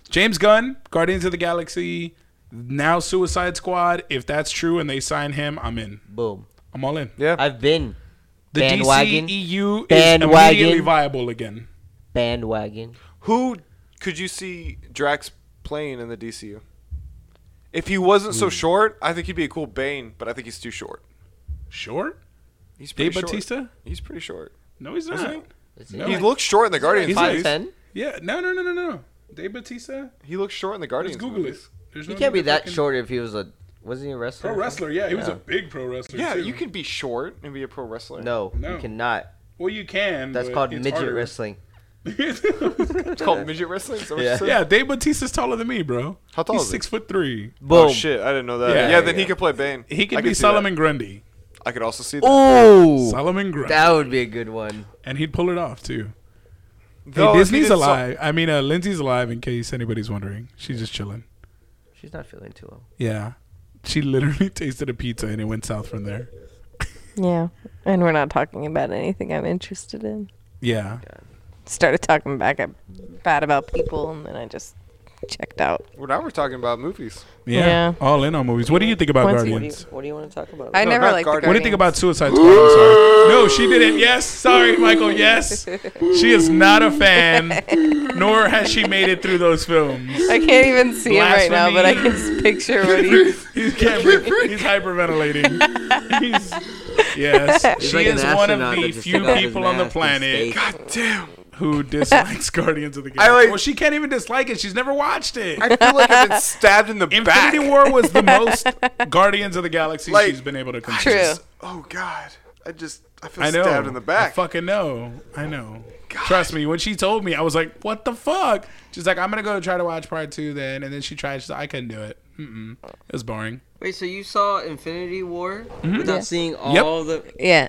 A: James Gunn, Guardians of the Galaxy, now Suicide Squad. If that's true and they sign him, I'm in.
B: boom.
A: I'm all in.
C: Yeah.
B: I've been
A: The E
B: bandwagon,
A: DC EU is
B: Bandwagon.
A: immediately viable again.
B: bandwagon.
C: Who could you see Drax playing in the DCU? If he wasn't
A: Hmm.
C: so short, I think he'd be a cool Bane, but I think he's too short.
A: Short?
C: He's pretty
A: Dave
C: short.
A: Batista?
C: He's pretty short.
A: No, he's not.
B: Is
A: No,
C: He
A: I-
C: looks short in the Guardians.
A: He's like-
B: Five
C: movies.
B: ten.
A: yeah, no, no, no, no, no. Dave Batista?
C: He looks short in the
A: Let's
C: Guardians.
A: Google it.
C: movies.
A: There's
B: He
A: no
B: can't be
A: need to
B: that
A: fucking-
B: short if he was a wasn't he a wrestler?
A: Pro
B: or
A: wrestler, yeah. He was
B: Yeah.
A: a big pro wrestler.
C: Yeah,
A: too.
C: you can be short and be a pro wrestler.
B: something? No,
A: No.
B: you cannot.
A: Well, you can.
B: That's
A: but
B: called
A: it's
B: midget
A: harder.
B: wrestling.
C: it's called midget wrestling. Is that what you
B: Yeah.
C: said?
A: yeah, Dave Batista's taller than me, bro.
C: How tall
A: He's
C: is he?
A: six foot three.
B: Boom.
C: Oh shit! I didn't know that.
A: Yeah.
C: Yeah, then he could play Bane.
A: He
C: I
A: could
C: could
A: be
C: see that.
A: Solomon Grundy.
C: I could also see that.
B: Ooh,
A: Solomon Grundy,
B: that would be a good one.
A: and he'd pull it off too. Hey,
C: Though, if he
A: Disney's
C: did Sol-
A: alive. I mean, uh, Lindsay's alive. In case anybody's wondering, she's just chilling.
B: She's not feeling too well.
A: Yeah, she literally tasted a pizza and it went south from there.
D: Yeah. And we're not talking about anything I'm interested in.
A: Yeah,
D: Started talking back ab- bad about people, and then I just checked out.
C: well, now we're talking about movies.
A: yeah.
D: Yeah.
A: All in on movies. What do you think about
D: Once-
B: What do you
A: Guardians?
B: What do you want to talk about?
D: I
C: No,
D: never
C: not
D: liked the
C: Guardians.
A: What do you think
D: Guardians.
A: about Suicide Squad? I'm sorry. No, she didn't. Yes, sorry, Michael. Yes, she is not a fan, nor has she made it through those films.
D: I can't even see him right now, but I can just picture what he.
A: He can't breathe. He's hyperventilating. He's, yes,
B: He's
A: she
B: like an
A: is one of
B: astronaut
A: the
B: that just
A: few
B: took off his
A: people on the
B: mask and
A: planet
B: stayed.
C: God damn!
A: who dislikes Guardians of the Galaxy.
C: like-
A: well, she can't even dislike it. She's never watched it.
C: I feel like I've been stabbed in the back.
A: Infinity War was the most Guardians of the Galaxy
C: Like-
A: she's been able to consume.
D: True.
C: Oh God! I just I feel
A: I know.
C: stabbed in the back.
A: I fucking know. I know. Trust me. When she told me, I was like, "What the fuck?" She's like, "I'm gonna go try to watch part two then," and then she tried. She's like, "I couldn't do it. Mm-mm. It was boring."
B: Wait, so you saw Infinity War
A: Mm-hmm.
B: without
D: Yeah.
B: seeing all the?
D: Yeah.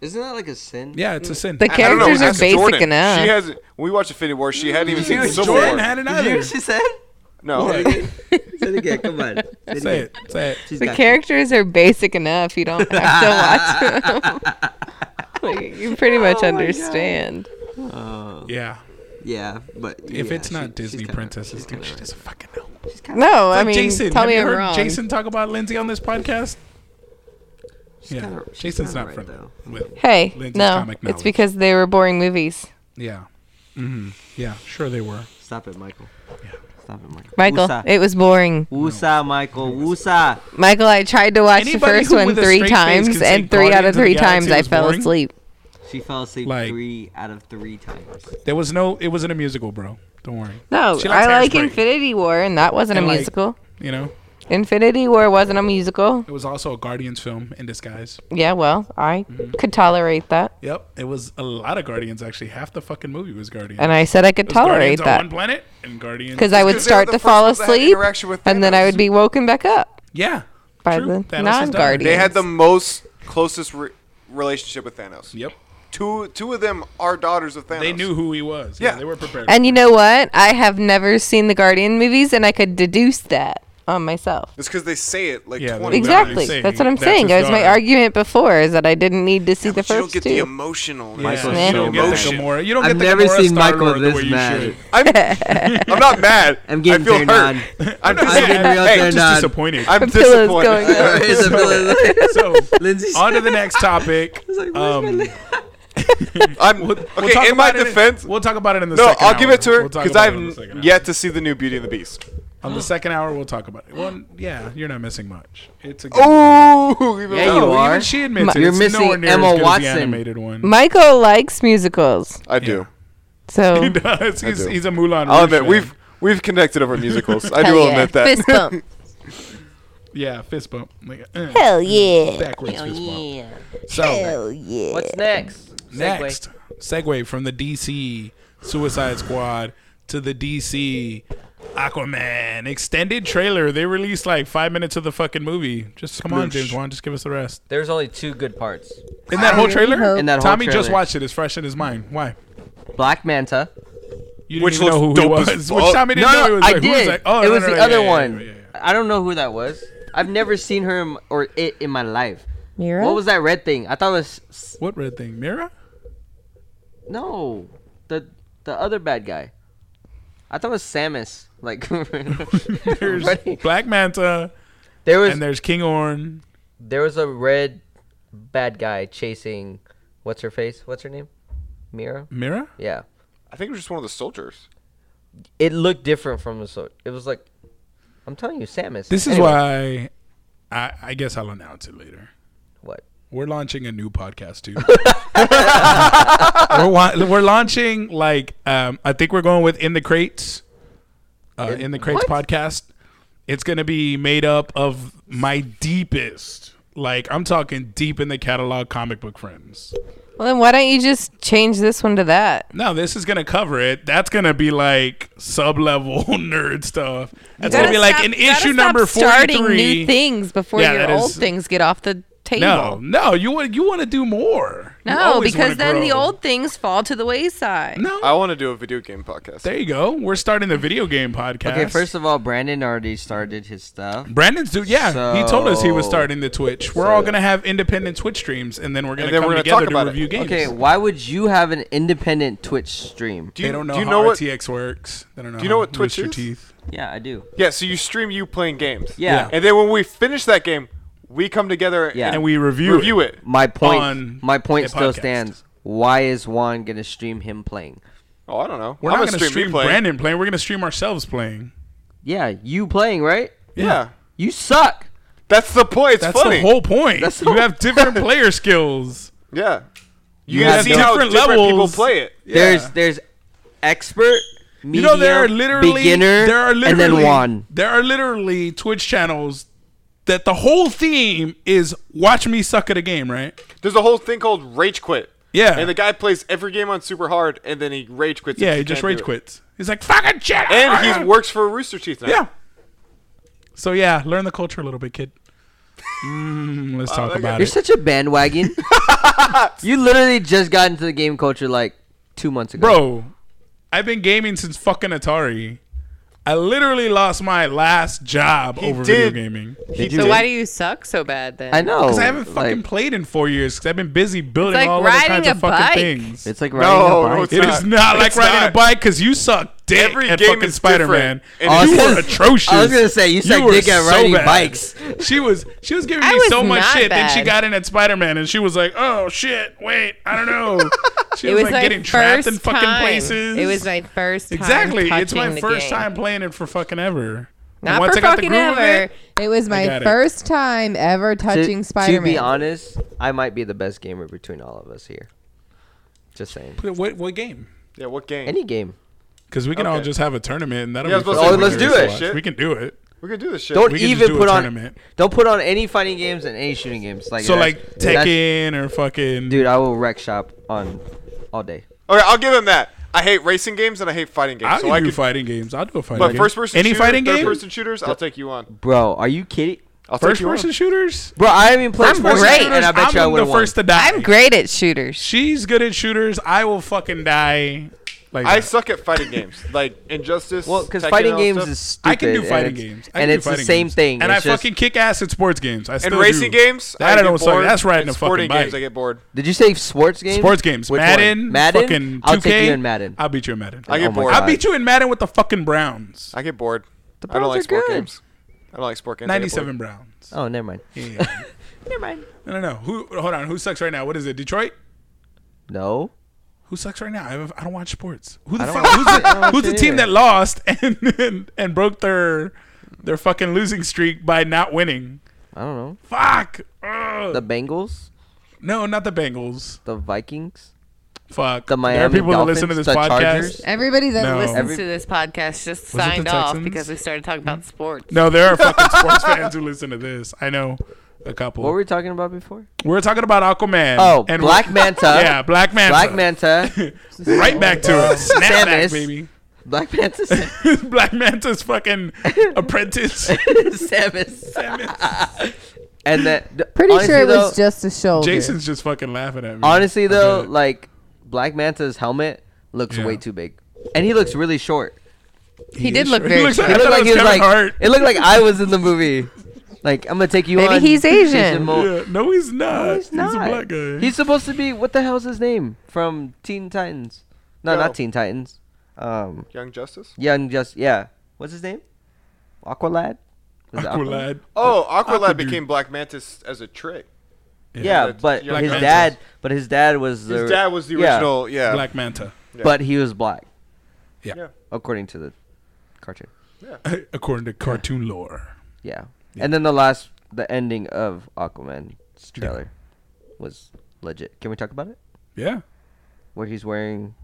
B: Isn't that like a sin?
A: Yeah, it's a sin.
D: The
C: I don't know,
D: characters are
C: ask
D: basic
C: Jordan.
D: enough.
C: She hasn't. When we watched Infinity War, she hadn't even seen
A: Dude,
C: Civil
A: Jordan
C: War.
A: had it
B: Did you hear
A: either.
B: what she said?
C: no.
B: Say it again. Come on.
A: Say it. Say it.
D: The characters are basic enough. You don't have to watch them. like, you pretty much
A: Oh
D: understand.
A: Yeah.
B: Yeah, but
A: If
B: yeah,
A: it's not
B: she-
A: Disney
B: she's kinda-
A: princesses, dude, she doesn't fucking know.
D: No, I
A: Like
D: mean,
A: Jason,
D: tell
A: have
D: me
A: you
D: I'm
A: heard
D: wrong.
A: Jason talk about Lindsay on this podcast? yeah,
B: kinda- she's
A: Jason's
B: kinda
A: not
B: right,
A: friendly.
B: though.
A: With,
D: hey,
A: Lindsay's
D: no,
A: comic knowledge.
D: it's because they were boring movies.
A: yeah. hmm Yeah, sure they were.
B: Stop it, Michael. Stop it, Michael.
D: Michael,
B: Woosa,
D: it was boring.
B: Woosa Michael. Woosa.
D: Michael, I tried to watch the
A: Anybody
D: first
A: who
D: one
A: with a
D: three
A: straight face
D: times,
A: can say
D: and three out
A: Guardians of
D: of
A: the
D: three
A: Galaxy
D: times I
A: was
D: fell
A: boring?
D: asleep.
B: She fell asleep
A: Like-
B: three out of three times.
A: There was no. It wasn't a musical, bro. Don't worry.
D: No,
A: She likes
D: I like
A: Hairspray.
D: Infinity War, and that wasn't
A: And,
D: a
A: like-
D: musical.
A: You know,
D: Infinity War wasn't a musical.
A: it was also a Guardians film in disguise.
D: Yeah, well, I
A: Mm-hmm.
D: could tolerate that,
A: Yep, it was a lot of Guardians. Actually, half the fucking movie was Guardians.
D: and I said I could
A: It was Guardians
D: tolerate
A: on one
D: that
A: planet and Guardians.
D: because I would
C: 'cause they were
D: start
C: the
D: to
C: first
D: fall
C: ones that had
D: asleep,
C: interaction with
D: and then I would
C: Thanos.
D: be woken back up
A: yeah.
D: by
A: True.
D: the
A: Thanos is done.
D: non-Guardians.
C: They had the most closest re- relationship with Thanos.
A: Yep.
C: Two two of them are daughters of Thanos.
A: They knew who he was.
C: Yeah.
A: they were prepared.
D: And you know what? I have never seen the Guardian movies, and I could deduce that. on myself.
C: It's because they say it like
A: Yeah,
C: 20
A: they-
C: times.
D: Exactly.
A: saying
D: That's what I'm
A: that's his
D: saying. That was my
A: daughter.
D: argument before is that I didn't need to see the
C: But you don't
D: first
C: get
D: two.
C: the emotional.
A: Michael,
D: Yeah.
A: you don't get the
C: emotion.
A: Gamora. You don't
B: I've
A: get the
B: never
A: Gamora
B: seen
A: Star
B: Michael
A: Lord the
B: this
A: way you
B: mad.
A: should.
C: I'm, I'm not mad.
B: I'm getting
C: I feel
B: turned
C: hurt.
B: on.
C: I'm just
B: I'm getting
C: saying,
B: real
C: hey,
A: I'm
B: turned
A: just
B: on.
A: disappointed.
C: I'm
D: The pillow's going
C: disappointed.
D: up.
B: Here's a villain.
A: so
B: Lindsay
A: on to the next topic. um,
C: I'm
A: we'll,
C: okay.
A: we'll talk
C: in my
A: about it
C: defense,
A: we'll talk about it in the
C: no,
A: second
C: I'll give
A: hour.
C: it to her
A: We'll talk
C: because
A: about it
C: I've
A: on the second hour.
C: yet to see the new Beauty and the Beast.
A: On the second hour, we'll talk about it. Well, yeah, you're not missing much. It's a good
C: Ooh, even
B: Yeah,
C: though-
B: you are.
A: Even she admits it.
B: You're
A: It's
B: missing
A: nowhere near
B: Emma
A: as good
B: Watson.
A: As the animated one.
D: Michael likes musicals,
C: I do.
A: he
D: so
A: does. He's,
C: do.
A: he's a Moulin
C: I'll
A: Rouge
C: admit
A: fan.
C: we've we've connected over musicals. I
D: Hell
C: do
D: yeah.
C: admit that.
D: Fist bump.
A: yeah, fist bump. Like, eh,
D: Hell yeah.
A: backwards fist bump. So
D: Hell yeah.
B: What's next?
A: next segue from the DC Suicide Squad to the DC Aquaman extended trailer. They released like five minutes of the fucking movie. Just come on,
C: Sploosh.
A: James Wan, just give us the rest.
B: There's only two good parts.
A: In that whole
D: really
A: trailer,
D: hope-
B: In that whole
A: Tommy just
B: trailer.
A: watched it. It's fresh in his mind. Why?
B: Black Manta.
A: You
C: Which
A: didn't even know who
C: looks
A: he
C: dope
A: was.
C: as
A: Which
C: fuck.
A: Tommy didn't
B: No,
A: know. He was
B: I
A: like, who
B: did.
A: was that? Oh,
B: it
A: no,
B: was
A: no,
B: the
A: no,
B: other
A: yeah, yeah,
B: one.
A: yeah, yeah, yeah.
B: I don't know who that was. I've never seen her in- or it in my life.
D: Mira?
B: What was that red thing? I thought it was s-
A: What red thing? Mira?
B: no, the the other bad guy. I thought it was Samus. Like
A: There's
B: Right.
A: Black Manta
B: there was
A: and there's King Orn.
B: there was a red bad guy chasing what's her face? What's her name? Mira.
A: Mira?
B: Yeah.
C: I think it was just one of the soldiers.
B: It looked different from the so it was like I'm telling you Samus.
A: This is why
B: Anyway,
A: I, I guess I'll announce it later.
B: what
A: We're launching a new podcast too. we're, wa- we're launching like um, I think we're going with in the crates, uh, in, the crates
B: what?
A: podcast. It's gonna be made up of my deepest, like I'm talking deep in the catalog comic book friends.
D: Well, then why don't you just change this one to that?
A: No, this is gonna cover it. That's gonna be like sub level nerd stuff. That's gonna
D: Gotta
A: be like
D: stop-
A: in
D: gotta
A: issue
D: stop
A: number forty
D: Starting
A: three.
D: new things before
A: Yeah,
D: your
A: that
D: old
A: is-
D: things get off the table.
A: No, no, you want you want to do more. You
D: No,
A: always wanna
D: because then the
A: grow.
D: old things fall to the wayside.
A: No,
C: I want to do a video game podcast.
A: there you go. We're starting the video game podcast.
B: Okay, first of all, Brandon already started his stuff.
A: Brandon's dude. Yeah, he told us he was
B: So-
A: starting the Twitch. We're all gonna have independent Twitch streams, and then we're gonna
C: then
A: come
C: we're gonna
A: together
C: talk about
A: to
C: it.
A: review games.
B: Okay, why would you have an independent Twitch stream?
C: do
A: They don't know
C: do you
A: how
C: know what?
A: RTX works. They don't know.
C: do you know
A: how
C: what Twitch
A: Rooster
C: is?
A: Teeth.
B: Yeah, I do.
C: Yeah, so you stream you playing games.
B: Yeah.
C: And then when we finish that game, we come together
B: Yeah.
A: And we
C: and
A: review
C: review it.
B: My
A: On
B: point. My
A: a
B: point still
A: podcast.
B: stands. Why is Juan gonna stream him playing?
C: Oh, I don't know.
A: We're
C: I'm
A: not
C: a
A: gonna
C: stream,
A: stream
C: me playing.
A: Brandon playing. We're gonna stream ourselves playing.
B: Yeah, you playing right?
C: Yeah.
B: You suck.
C: That's the point. It's
A: That's
C: funny.
A: the whole point.
B: That's the
A: you
B: whole-
A: have different player skills.
C: yeah. You,
B: You
C: can
B: have
C: see how
A: different
C: different people
A: levels.
C: play it.
B: There's there's expert.
A: You
B: Medium,
A: know there are literally
B: beginner
A: there are literally
B: and then Juan.
A: there are literally Twitch channels that the whole theme is watch me suck at a game, right?
C: There's a whole thing called rage quit.
A: Yeah.
C: And the guy plays every game on super hard, and then he rage quits. if
A: Yeah, he just
C: can't do
A: rage
C: it.
A: quits. He's like fucking shit.
C: And he works for Rooster Teeth now.
A: Yeah. So yeah, learn the culture a little bit, kid. Mm,
C: Oh,
A: let's talk about
B: You're
A: it.
B: such a bandwagon. you literally just got into the game culture like two months ago.
A: Bro, I've been gaming since fucking Atari. I literally lost my last job
C: He
A: over
C: did.
A: video gaming.
C: He
D: So
C: did.
D: why do you suck so bad then?
B: I know.
A: Because I haven't
B: like-
A: fucking played in four years. Because I've been busy building
D: Oh, like
A: all other
D: riding
A: kinds of
D: a
A: fucking
D: bike.
A: things.
B: It's like
C: No,
B: riding a
C: no,
B: bike.
C: it's
A: It is not like
C: It's
A: riding
C: not.
A: a bike because you suck dick
C: Every
A: at
C: game
A: fucking
C: is
A: Spider Man.
C: different. And
A: you
B: it's-
A: were atrocious.
B: I was gonna say, you suck
A: were
B: dick at riding bikes.
A: She was she was giving
D: I
A: me
D: was
A: so much
D: not
A: shit. Then she
D: bad.
A: got in at Spider Man and she was like, "Oh shit, wait, I don't know." She
D: It
A: was, like
D: was my
A: getting trapped in
D: first
A: fucking
D: time.
A: places.
D: It was my first time.
A: exactly. It's
D: touching
A: my
D: the
A: first
D: game.
A: time playing it for fucking ever. And
D: Not for fucking
A: of
D: ever.
A: it-
E: It was
A: got
E: my
A: it.
E: first time ever
B: To-
E: touching
B: To be
E: Spider-Man.
B: honest, I might be the best gamer between all of us here. Just saying.
A: what what game?
C: Yeah, what game?
B: Any game.
A: Because we can all
C: Okay.
A: just have a tournament and that'll
C: Yeah, I
A: be.
C: was
A: Fucking
C: about
B: to say, let's
A: hilarious to
B: do it,
A: watch.
C: shit.
A: We can do it.
C: We're going to do this shit.
B: Don't
A: We can just
B: even
A: do a
B: put on.
A: tournament.
B: Don't put on any fighting games and any shooting games. Like
A: So
B: that's-
A: like
B: that's-
A: Tekken or fucking
B: dude, I will wreck shop on all day.
C: Okay, I'll give him that. I hate racing games and I hate fighting games.
A: I'll
C: so
A: do
C: I could,
A: fighting games. I'll do a fighting
C: but
A: game.
C: first person
A: Any
C: shooter,
A: fighting
C: third
A: game?
C: person shooters, I'll take you on.
B: Bro, are you kidding?
C: I'll
A: First
C: take you
A: person
C: on.
A: shooters?
B: Bro, I haven't even played
D: I'm
B: sports
D: great.
B: yet, and I bet
A: I'm
B: you I
A: the
B: would have won.
A: first to die.
D: I'm great at shooters.
A: She's good at shooters. I will fucking die. Like
C: I
A: that.
C: suck at fighting games. Like Injustice.
B: Well, because
C: Tekken,
B: fighting
C: all that
B: games
C: stuff.
B: is stupid.
A: I can do
B: and
A: fighting
B: it's-
A: games. I
B: and
A: can do
B: it's the
A: fighting
B: same
A: games.
B: thing.
A: And
B: it's
A: I
B: just-
A: fucking kick ass at sports games. I still
C: And racing
A: do.
C: games.
A: That I,
C: get
A: don't suck.
C: bored.
A: That's right in
C: And
A: the fucking
C: sporting
A: bike.
C: games. I get bored.
B: Did you say sports games?
A: Sports games.
C: Which one?
A: Madden.
B: Madden?
A: Fucking 2K.
B: I'll take you in Madden.
A: I'll beat you in Madden.
C: I get
B: Oh my
C: bored.
B: God.
A: I'll beat you in Madden with the fucking Browns.
C: I get bored.
D: The
C: I don't
D: Browns
C: like
D: are
C: sport
D: good.
C: games. I don't like sport games. I get bored.
A: 97 Browns.
B: Oh, never mind.
A: Yeah. Never mind. I don't know. Who? Hold on. Who sucks right now? What is it? Detroit.
B: No.
A: Who sucks right now? I, haven't- I don't watch sports. Who the
B: don't
A: fuck?
B: watch
A: Who's,
B: it. I
A: the,
B: don't
A: who's the
B: care.
A: team that lost and, and and broke their their fucking losing streak by not winning?
B: I don't know.
A: Fuck. Ugh.
B: The Bengals,
A: no, not the Bengals.
B: the Vikings,
A: Fuck.
B: The
A: there are
B: Miami
A: people that listen to
B: Dolphins,
A: this
B: the
A: podcast.
B: Chargers.
E: Everybody that
A: No.
E: listens
A: Every-
E: to this podcast just
A: Was it the
E: signed off
A: Texans?
E: because we started talking about sports.
A: No, there are fucking sports fans who listen to this. I know a couple.
B: What were we talking about before?
A: we are talking about Aquaman.
B: Oh,
A: and
B: Black Manta.
A: Yeah, Black Manta.
B: Black Manta. Oh,
A: Right back to it. Snap back,
B: Samus.
A: baby.
B: Black Manta. Sam-
A: Black Manta's fucking apprentice.
B: Samus. And that. th-
E: Pretty
B: honestly,
E: sure it was
B: though-
E: just a shoulder.
A: Jason's just fucking laughing at me.
B: Honestly,
A: I
B: though,
A: bet.
B: like Black Manta's helmet looks
A: Uh-huh. Yeah.
B: way too big, and he looks really short.
E: He did
A: is
E: look
A: short.
E: very
A: looks
E: short.
B: He
A: I
B: looked
A: thought
B: like
A: it
B: he was
A: Kevin
B: like.
A: Hart.
B: It looked like I was in the movie. Like I'm gonna take you
D: Maybe
B: on.
D: he's Asian.
B: Mo-
A: Yeah, no, he's not. he's a
D: not.
A: black guy.
B: He's supposed to be what the hell's his name from Teen Titans? No,
C: Yo.
B: not Teen Titans. Um,
C: Young Justice.
B: Young Just yeah. What's his name? Aqualad. Was it
A: Aqualad.
C: Oh, Aqualad
A: Aquadude.
C: became Black Mantis as a trick.
B: Yeah,
C: Yeah,
B: but
C: Young
B: his
A: Justice.
B: dad. But his dad was the.
C: His dad was the
B: yeah,
C: original. Yeah.
A: Black Manta.
B: But he was black,
A: Yeah.
B: according to the cartoon.
A: According to cartoon lore.
B: Yeah. And then the last, the ending of Aquaman's trailer was legit. Can we talk about it?
A: Yeah.
B: Where he's wearing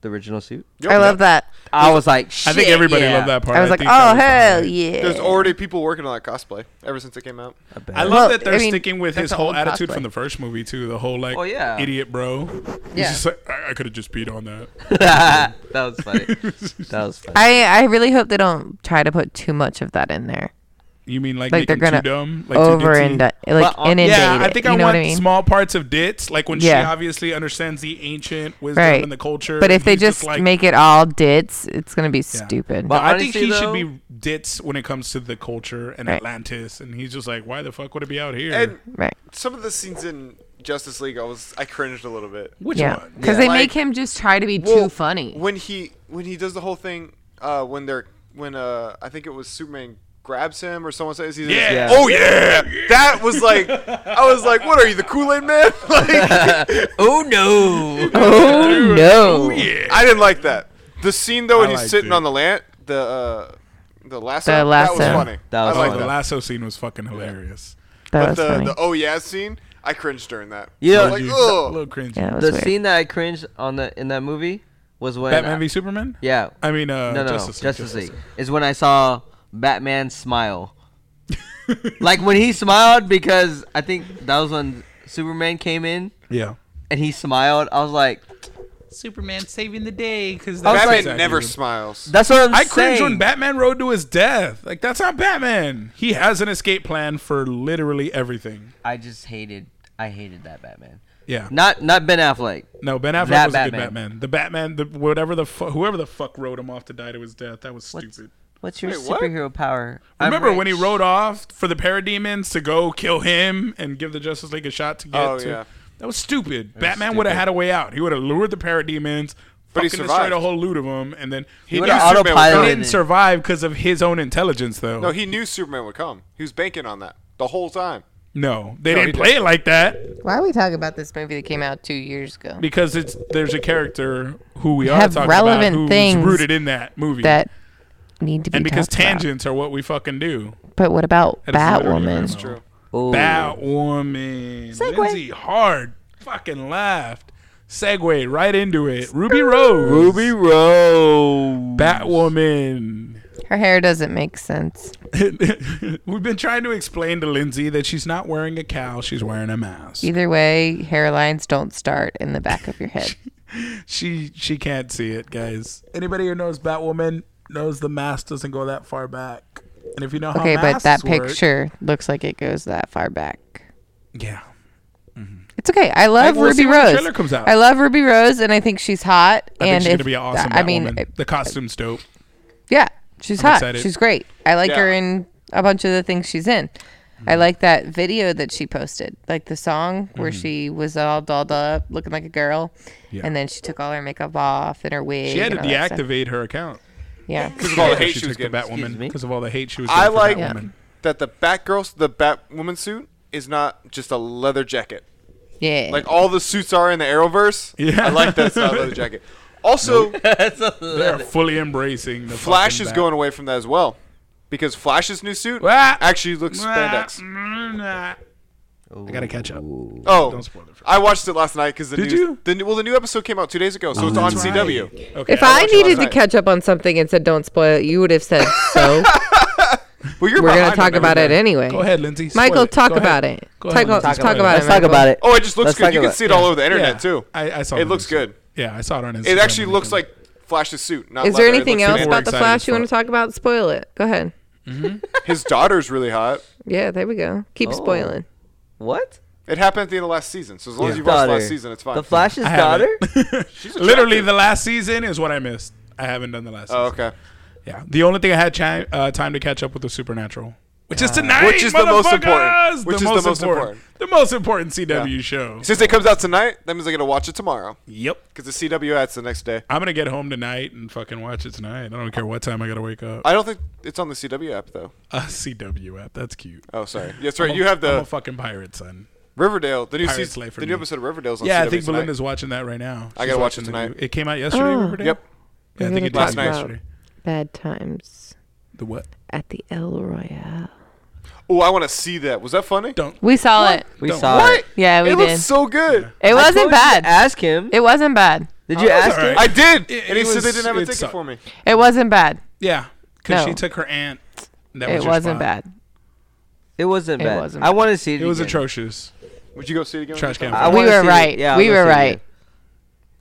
B: the original suit.
C: Yup.
E: I love that.
B: I was like, shit.
A: I think everybody
B: yeah.
A: loved that part.
D: I was like,
A: think that
D: oh
A: the
D: hell
A: highlight.
D: yeah.
C: There's already people working on that cosplay ever since it came out.
B: I bet.
A: I love
D: Well,
A: that they're
D: I mean,
A: sticking with
D: that's
A: his
D: an
A: whole
D: old
A: attitude
D: cosplay.
A: from the first movie too. The whole like,
B: Oh, yeah.
A: idiot bro. He's
D: Yeah.
A: just like, I, I could have just beat on that.
B: that was funny. That was funny.
D: I I really hope they don't try to put too much of that in there.
A: You mean like,
D: Like they're
A: making
D: gonna
A: too dumb? Like too
D: Over
A: ditzy?
D: and like
B: Well, uh,
D: inundate
A: Yeah, I
D: it,
A: think
D: you
A: I
D: know
A: want
D: what I mean?
A: small parts of dits, like when she
D: Yeah.
A: obviously understands the ancient wisdom
D: Right.
A: and the culture.
D: But
A: and
D: if they
A: he's
D: just,
A: like-
D: make it all dits, it's gonna be stupid.
A: No,
B: But
A: I think
B: honestly,
A: he
B: though-
A: should be dits when it comes to the culture and
D: Right.
A: Atlantis, and he's just like, why the fuck would it be out here?
C: And
D: right.
C: some of the scenes in Justice League, I was I cringed a little bit.
A: Which
D: Yeah.
A: one?
D: Because
C: Yeah.
D: they
C: Like-
D: make him just try to be
C: Well,
D: too funny.
C: when he when he does the whole thing uh, when they're when uh, I think it was Superman grabs him or someone says he's in his-
A: Yeah.
C: oh yeah that was like I was like what are you the Kool Aid man like
B: Oh no!
D: Oh no.
A: Yeah.
C: I didn't like that the scene though when
A: I
C: he's
A: liked
C: sitting
A: it.
C: on the land the uh, the lasso
D: The lasso.
C: that was funny
B: That was
C: I liked
A: Oh, the
B: funny.
C: that
A: lasso scene was fucking hilarious.
D: That
C: but
D: was
C: the,
D: funny.
C: the oh yeah scene I cringed during that
B: Yeah.
C: I was like
A: Dude, a
C: oh
A: little cringy.
D: yeah, that was
B: the
D: weird.
B: scene that I cringed on the in that movie was when
A: Batman v Superman.
B: yeah
A: I mean, uh,
B: no no
A: Justice League.
B: no Justice League is when I saw Batman smile like when he smiled because I think that was when Superman came in
A: Yeah.
B: and he smiled I was like
F: Superman saving the day because
B: I was
C: Batman
B: like-
C: never
A: Exactly.
C: smiles
B: that's what I'm
A: I
B: saying
A: cringe when Batman rode to his death. Like that's not Batman. He has an escape plan for literally everything.
B: I just hated I hated that Batman
A: Yeah.
B: not not Ben Affleck
A: No, Ben Affleck
B: That
A: was a good
B: Batman.
A: Batman. The Batman, the whatever the fu- whoever the fuck rode him off to die to his death. That was
B: What's-
A: stupid.
B: what's your
C: Wait, what?
B: superhero power I'm
A: Remember when he
B: rich.
A: rode off for the parademons to go kill him and give the Justice League a shot to get
C: Oh,
A: to?
C: yeah.
A: That was stupid. Batman would have had a way out. He would have lured the parademons,
C: But he
A: fucking destroyed
C: survived.
A: a whole loot of them, and then he,
C: knew
B: would've
C: Superman would come.
B: autopiloted
A: he didn't survive because of his own intelligence, though.
C: no he knew Superman would come he was banking on that the whole time
A: No, they
C: No, he
A: didn't play it like that
D: Why are we talking about this movie that came out two years ago?
A: because it's there's a character who we are
D: Have
A: talking
D: relevant
A: about
D: things
A: who's rooted in that movie.
D: That need to be
A: and because
D: talked about.
A: tangents are what we fucking do.
D: But what about
A: That is literally
D: Batwoman?
A: what
C: it's true
B: Ooh.
A: Batwoman. Lindsay hard fucking laughed. Segway right into it. Ruby Rose. Ruby
B: Oh.
A: Rose. Batwoman.
D: Her hair doesn't make sense.
A: We've been trying to explain to Lindsay that she's not wearing a cowl, she's wearing a mask.
D: Either way, hairlines don't start in the back of your head.
A: She she can't see it, guys. Anybody who knows Batwoman knows the mask doesn't go that far back. And if you know how
D: Okay, but
A: masks
D: that
A: work-
D: picture looks like it goes that far back.
A: Yeah. Mhm.
D: It's okay. I love
A: we'll see
D: Ruby
A: when the
D: Rose.
A: trailer comes out.
D: I love Ruby Rose, and I think she's hot.
A: I think
D: and
A: she's
D: if-
A: gonna be an awesome.
D: I mean,
A: Batwoman.
D: it-
A: the costume's dope.
D: yeah, she's
A: I'm
D: hot.
A: excited.
D: She's great. I like
C: Yeah.
D: her in a bunch of the things she's in.
A: Mm-hmm.
D: I like that video that she posted, like the song where she was all dolled up, looking like a girl,
A: Yeah.
D: and then she took all her makeup off and her wig.
A: She had to
D: and all that stuff.
A: deactivate her account
D: Yeah,
C: Because of all the
A: because
C: hate she was
A: took
C: getting.
A: the
B: Excuse
A: Batwoman.
B: me?
A: Because of all the hate she was.
C: I
A: getting for
C: like
A: Batwoman.
C: that the Batgirl, the Batwoman suit is not just a leather jacket.
D: yeah.
C: Like all the suits are in the Arrowverse.
A: Yeah.
C: I like that it's not a leather jacket. Also,
B: That's a
A: They're fully embracing the
C: Flash
A: fucking
C: is
A: Bat.
C: going away from that as well. Because Flash's new suit
A: Ah.
C: actually looks
A: Ah,
C: spandex.
A: mm, ah. I gotta catch up.
C: Oh,
A: Don't spoil it for
C: I watched it last night because the
A: Did
C: new,
A: you? Oh,
C: The, new- well, the new episode came out two days ago, so it's on CW.
A: Okay.
D: if I
C: watched it last
D: needed to
C: night.
D: catch up on something and said don't spoil it, you would have said so.
C: Well, you're
D: We're gonna
C: behind on
D: talk about it
C: everything.
D: anyway.
A: Go ahead, Lindsay. Spoil
D: Michael,
A: it.
D: talk
A: Go
D: about
A: ahead.
D: it.
A: Go
D: Talk
A: ahead,
D: about-
A: Lindsay.
D: talk
A: Go ahead.
D: about
B: Let's talk
D: Michael.
B: about it.
C: Oh, it just looks
B: Let's
C: good.
B: talk
C: You can
B: about-
C: see it all over the internet
A: Yeah.
C: too.
A: I, I saw
C: It looks
A: Instagram.
C: good.
A: Yeah, I saw it on Instagram.
C: It actually looks
A: Everything.
C: like Flash's suit. Not
D: Is
C: leather.
D: there
C: It
D: anything
C: looks
D: else
C: good.
A: more
D: about the
A: excited
D: Flash
A: as
D: you want to
A: fuck.
D: talk about? Spoil it. Go ahead.
C: His daughter's really hot.
D: Yeah, there we go. Keep
B: Oh.
D: spoiling.
B: What?
C: It happened at the end of last season, so as long as you've watched
B: Daughter.
C: last season, it's fine.
B: The Flash's
A: I have
B: daughter?
A: it. Literally, the last season is what I missed. I haven't done the last.
C: Oh,
A: season.
C: okay.
A: Yeah, the only thing I had chi- uh, time to catch up with was Supernatural, which is tonight,
C: Ah. Which is the most important.
A: motherfuckers!
C: Which is the most
A: the most important CW show.
C: Since it comes out tonight, that means I gotta watch it tomorrow
A: Yep,
C: because the CW ad's the next day.
A: I'm gonna get home tonight and fucking watch it tonight. I don't care what time I gotta wake up.
C: I don't think it's on the CW app though.
A: A CW app, that's cute.
C: Oh, sorry. That's right.
A: I'm a-
C: You have the
A: I'm a fucking pirate, son.
C: Riverdale, the new
A: pirate
C: season,
A: slave for
C: the new
A: me.
C: episode of Riverdale's on CW.
A: Yeah, I think
C: Oh, tonight.
A: Belinda's watching that right now.
C: I
A: She's
C: gotta watch it
A: watching the
C: tonight.
A: new- It came out yesterday.
D: Oh.
A: Riverdale?
C: Yep.
A: Yeah, I think it did
C: Last
A: last
C: night.
A: yesterday.
D: Bad times
A: The what?
D: at the El Royale.
C: Oh, I want to see that. Was that funny?
A: Don't.
D: We saw it.
B: We
A: Don't-
B: saw
C: What?
B: it.
D: Yeah, we
C: It
D: did.
C: looks so good.
D: it
B: I
D: wasn't
B: told you to
D: bad.
B: Ask him.
D: It wasn't bad.
B: Did you
A: that was
B: ask him?
A: alright.
C: I did,
A: It-
C: and he
A: it
C: said they
A: was-
C: didn't have a
A: it
C: ticket
A: sucked.
C: for me.
D: It wasn't bad.
A: Yeah, because she
D: No.
A: took her aunt. That was
D: It
A: your
D: wasn't
A: spot.
D: bad.
B: It wasn't
D: It
B: bad.
D: wasn't
B: I
D: bad.
B: want to see it.
A: It was
B: again.
A: atrocious.
C: Would you go see it again?
A: Trash can.
B: I
D: we
B: wanna
D: were
B: see it-
D: right.
B: yeah, I
D: we
B: wanna
D: were
B: see it
D: right.
B: again.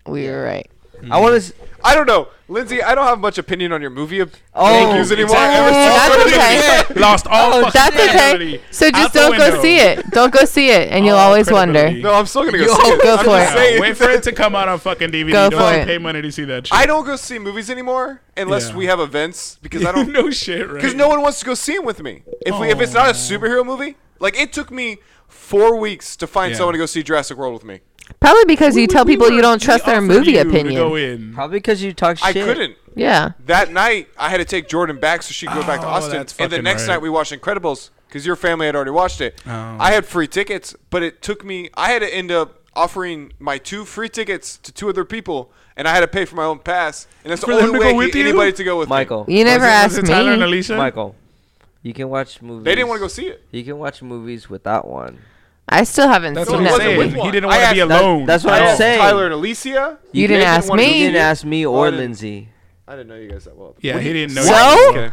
D: We were right.
B: I want to.
C: I don't know, Lindsay. I don't have much opinion on your movie ab-
B: Oh,
C: reviews anymore.
A: exactly.
C: Ever since
D: That's
C: Riverdale
D: okay.
C: began.
A: Lost all.
B: Oh,
A: fucking
D: That's
A: credibility.
D: okay. So
A: Out
D: just
A: the
D: don't go
A: window.
D: see it. Don't go see it, and you'll
A: All
D: always
A: credibility.
D: wonder.
C: No, I'm still gonna go
D: Yo,
C: see it.
D: go
C: I'm
D: for
C: just
D: it.
A: No,
C: saying.
A: wait for it to come out on fucking DVD.
D: Go
A: don't
D: for
A: even
D: it.
A: pay money to see that shit.
C: I don't go see movies anymore unless
A: Yeah.
C: we have events because I don't.
A: no Oh. shit, right?
C: Because no one wants to go see it with me. If we, if it's not a superhero movie, like it took me four weeks to find
A: Yeah.
C: someone to go see Jurassic World with me.
D: Probably because you
A: We-
D: tell
A: we
D: people
A: were-
D: you don't trust
A: we
D: their
A: offered
D: movie
A: you to Go
D: opinion.
A: in.
B: Probably because you talk shit.
C: I couldn't.
D: Yeah.
C: That night, I had to take Jordan back so she'd go back to
A: Oh,
C: Austin.
A: that's
C: And the
A: fucking
C: next
A: right.
C: night, we watched Incredibles because your family had already watched it.
A: Oh.
C: I had free tickets, but it took me. I had to end up offering my two free tickets to two other people, and I had to pay for my own pass. And that's
A: For
C: the
A: them
C: only
A: to
C: way
A: go
C: I
A: with
C: could get
A: you?
C: anybody to go with me.
B: Michael.
D: You never
A: Was it-
D: asked
A: was it Tyler and
D: me.
A: Alicia?
B: Michael. You can watch movies.
C: They didn't want to go see it.
B: You can watch movies without one.
D: I still haven't
A: That's
C: No,
D: seen
A: what
C: it
A: I'm
C: wasn't with
A: saying.
D: it.
C: one.
A: He didn't
C: I
A: want to be
C: asked- that-
A: alone.
B: that's what
A: at
B: I'm
A: all.
B: saying.
C: Tyler and Alicia.
D: You didn't
C: guys
D: ask
C: wanna go
D: me.
C: see
B: You didn't
C: it?
B: ask me
C: I
B: or
C: didn't-
B: Lindsay.
C: I didn't know you guys that well.
A: Yeah, he didn't know.
D: So?
A: you.
C: Okay.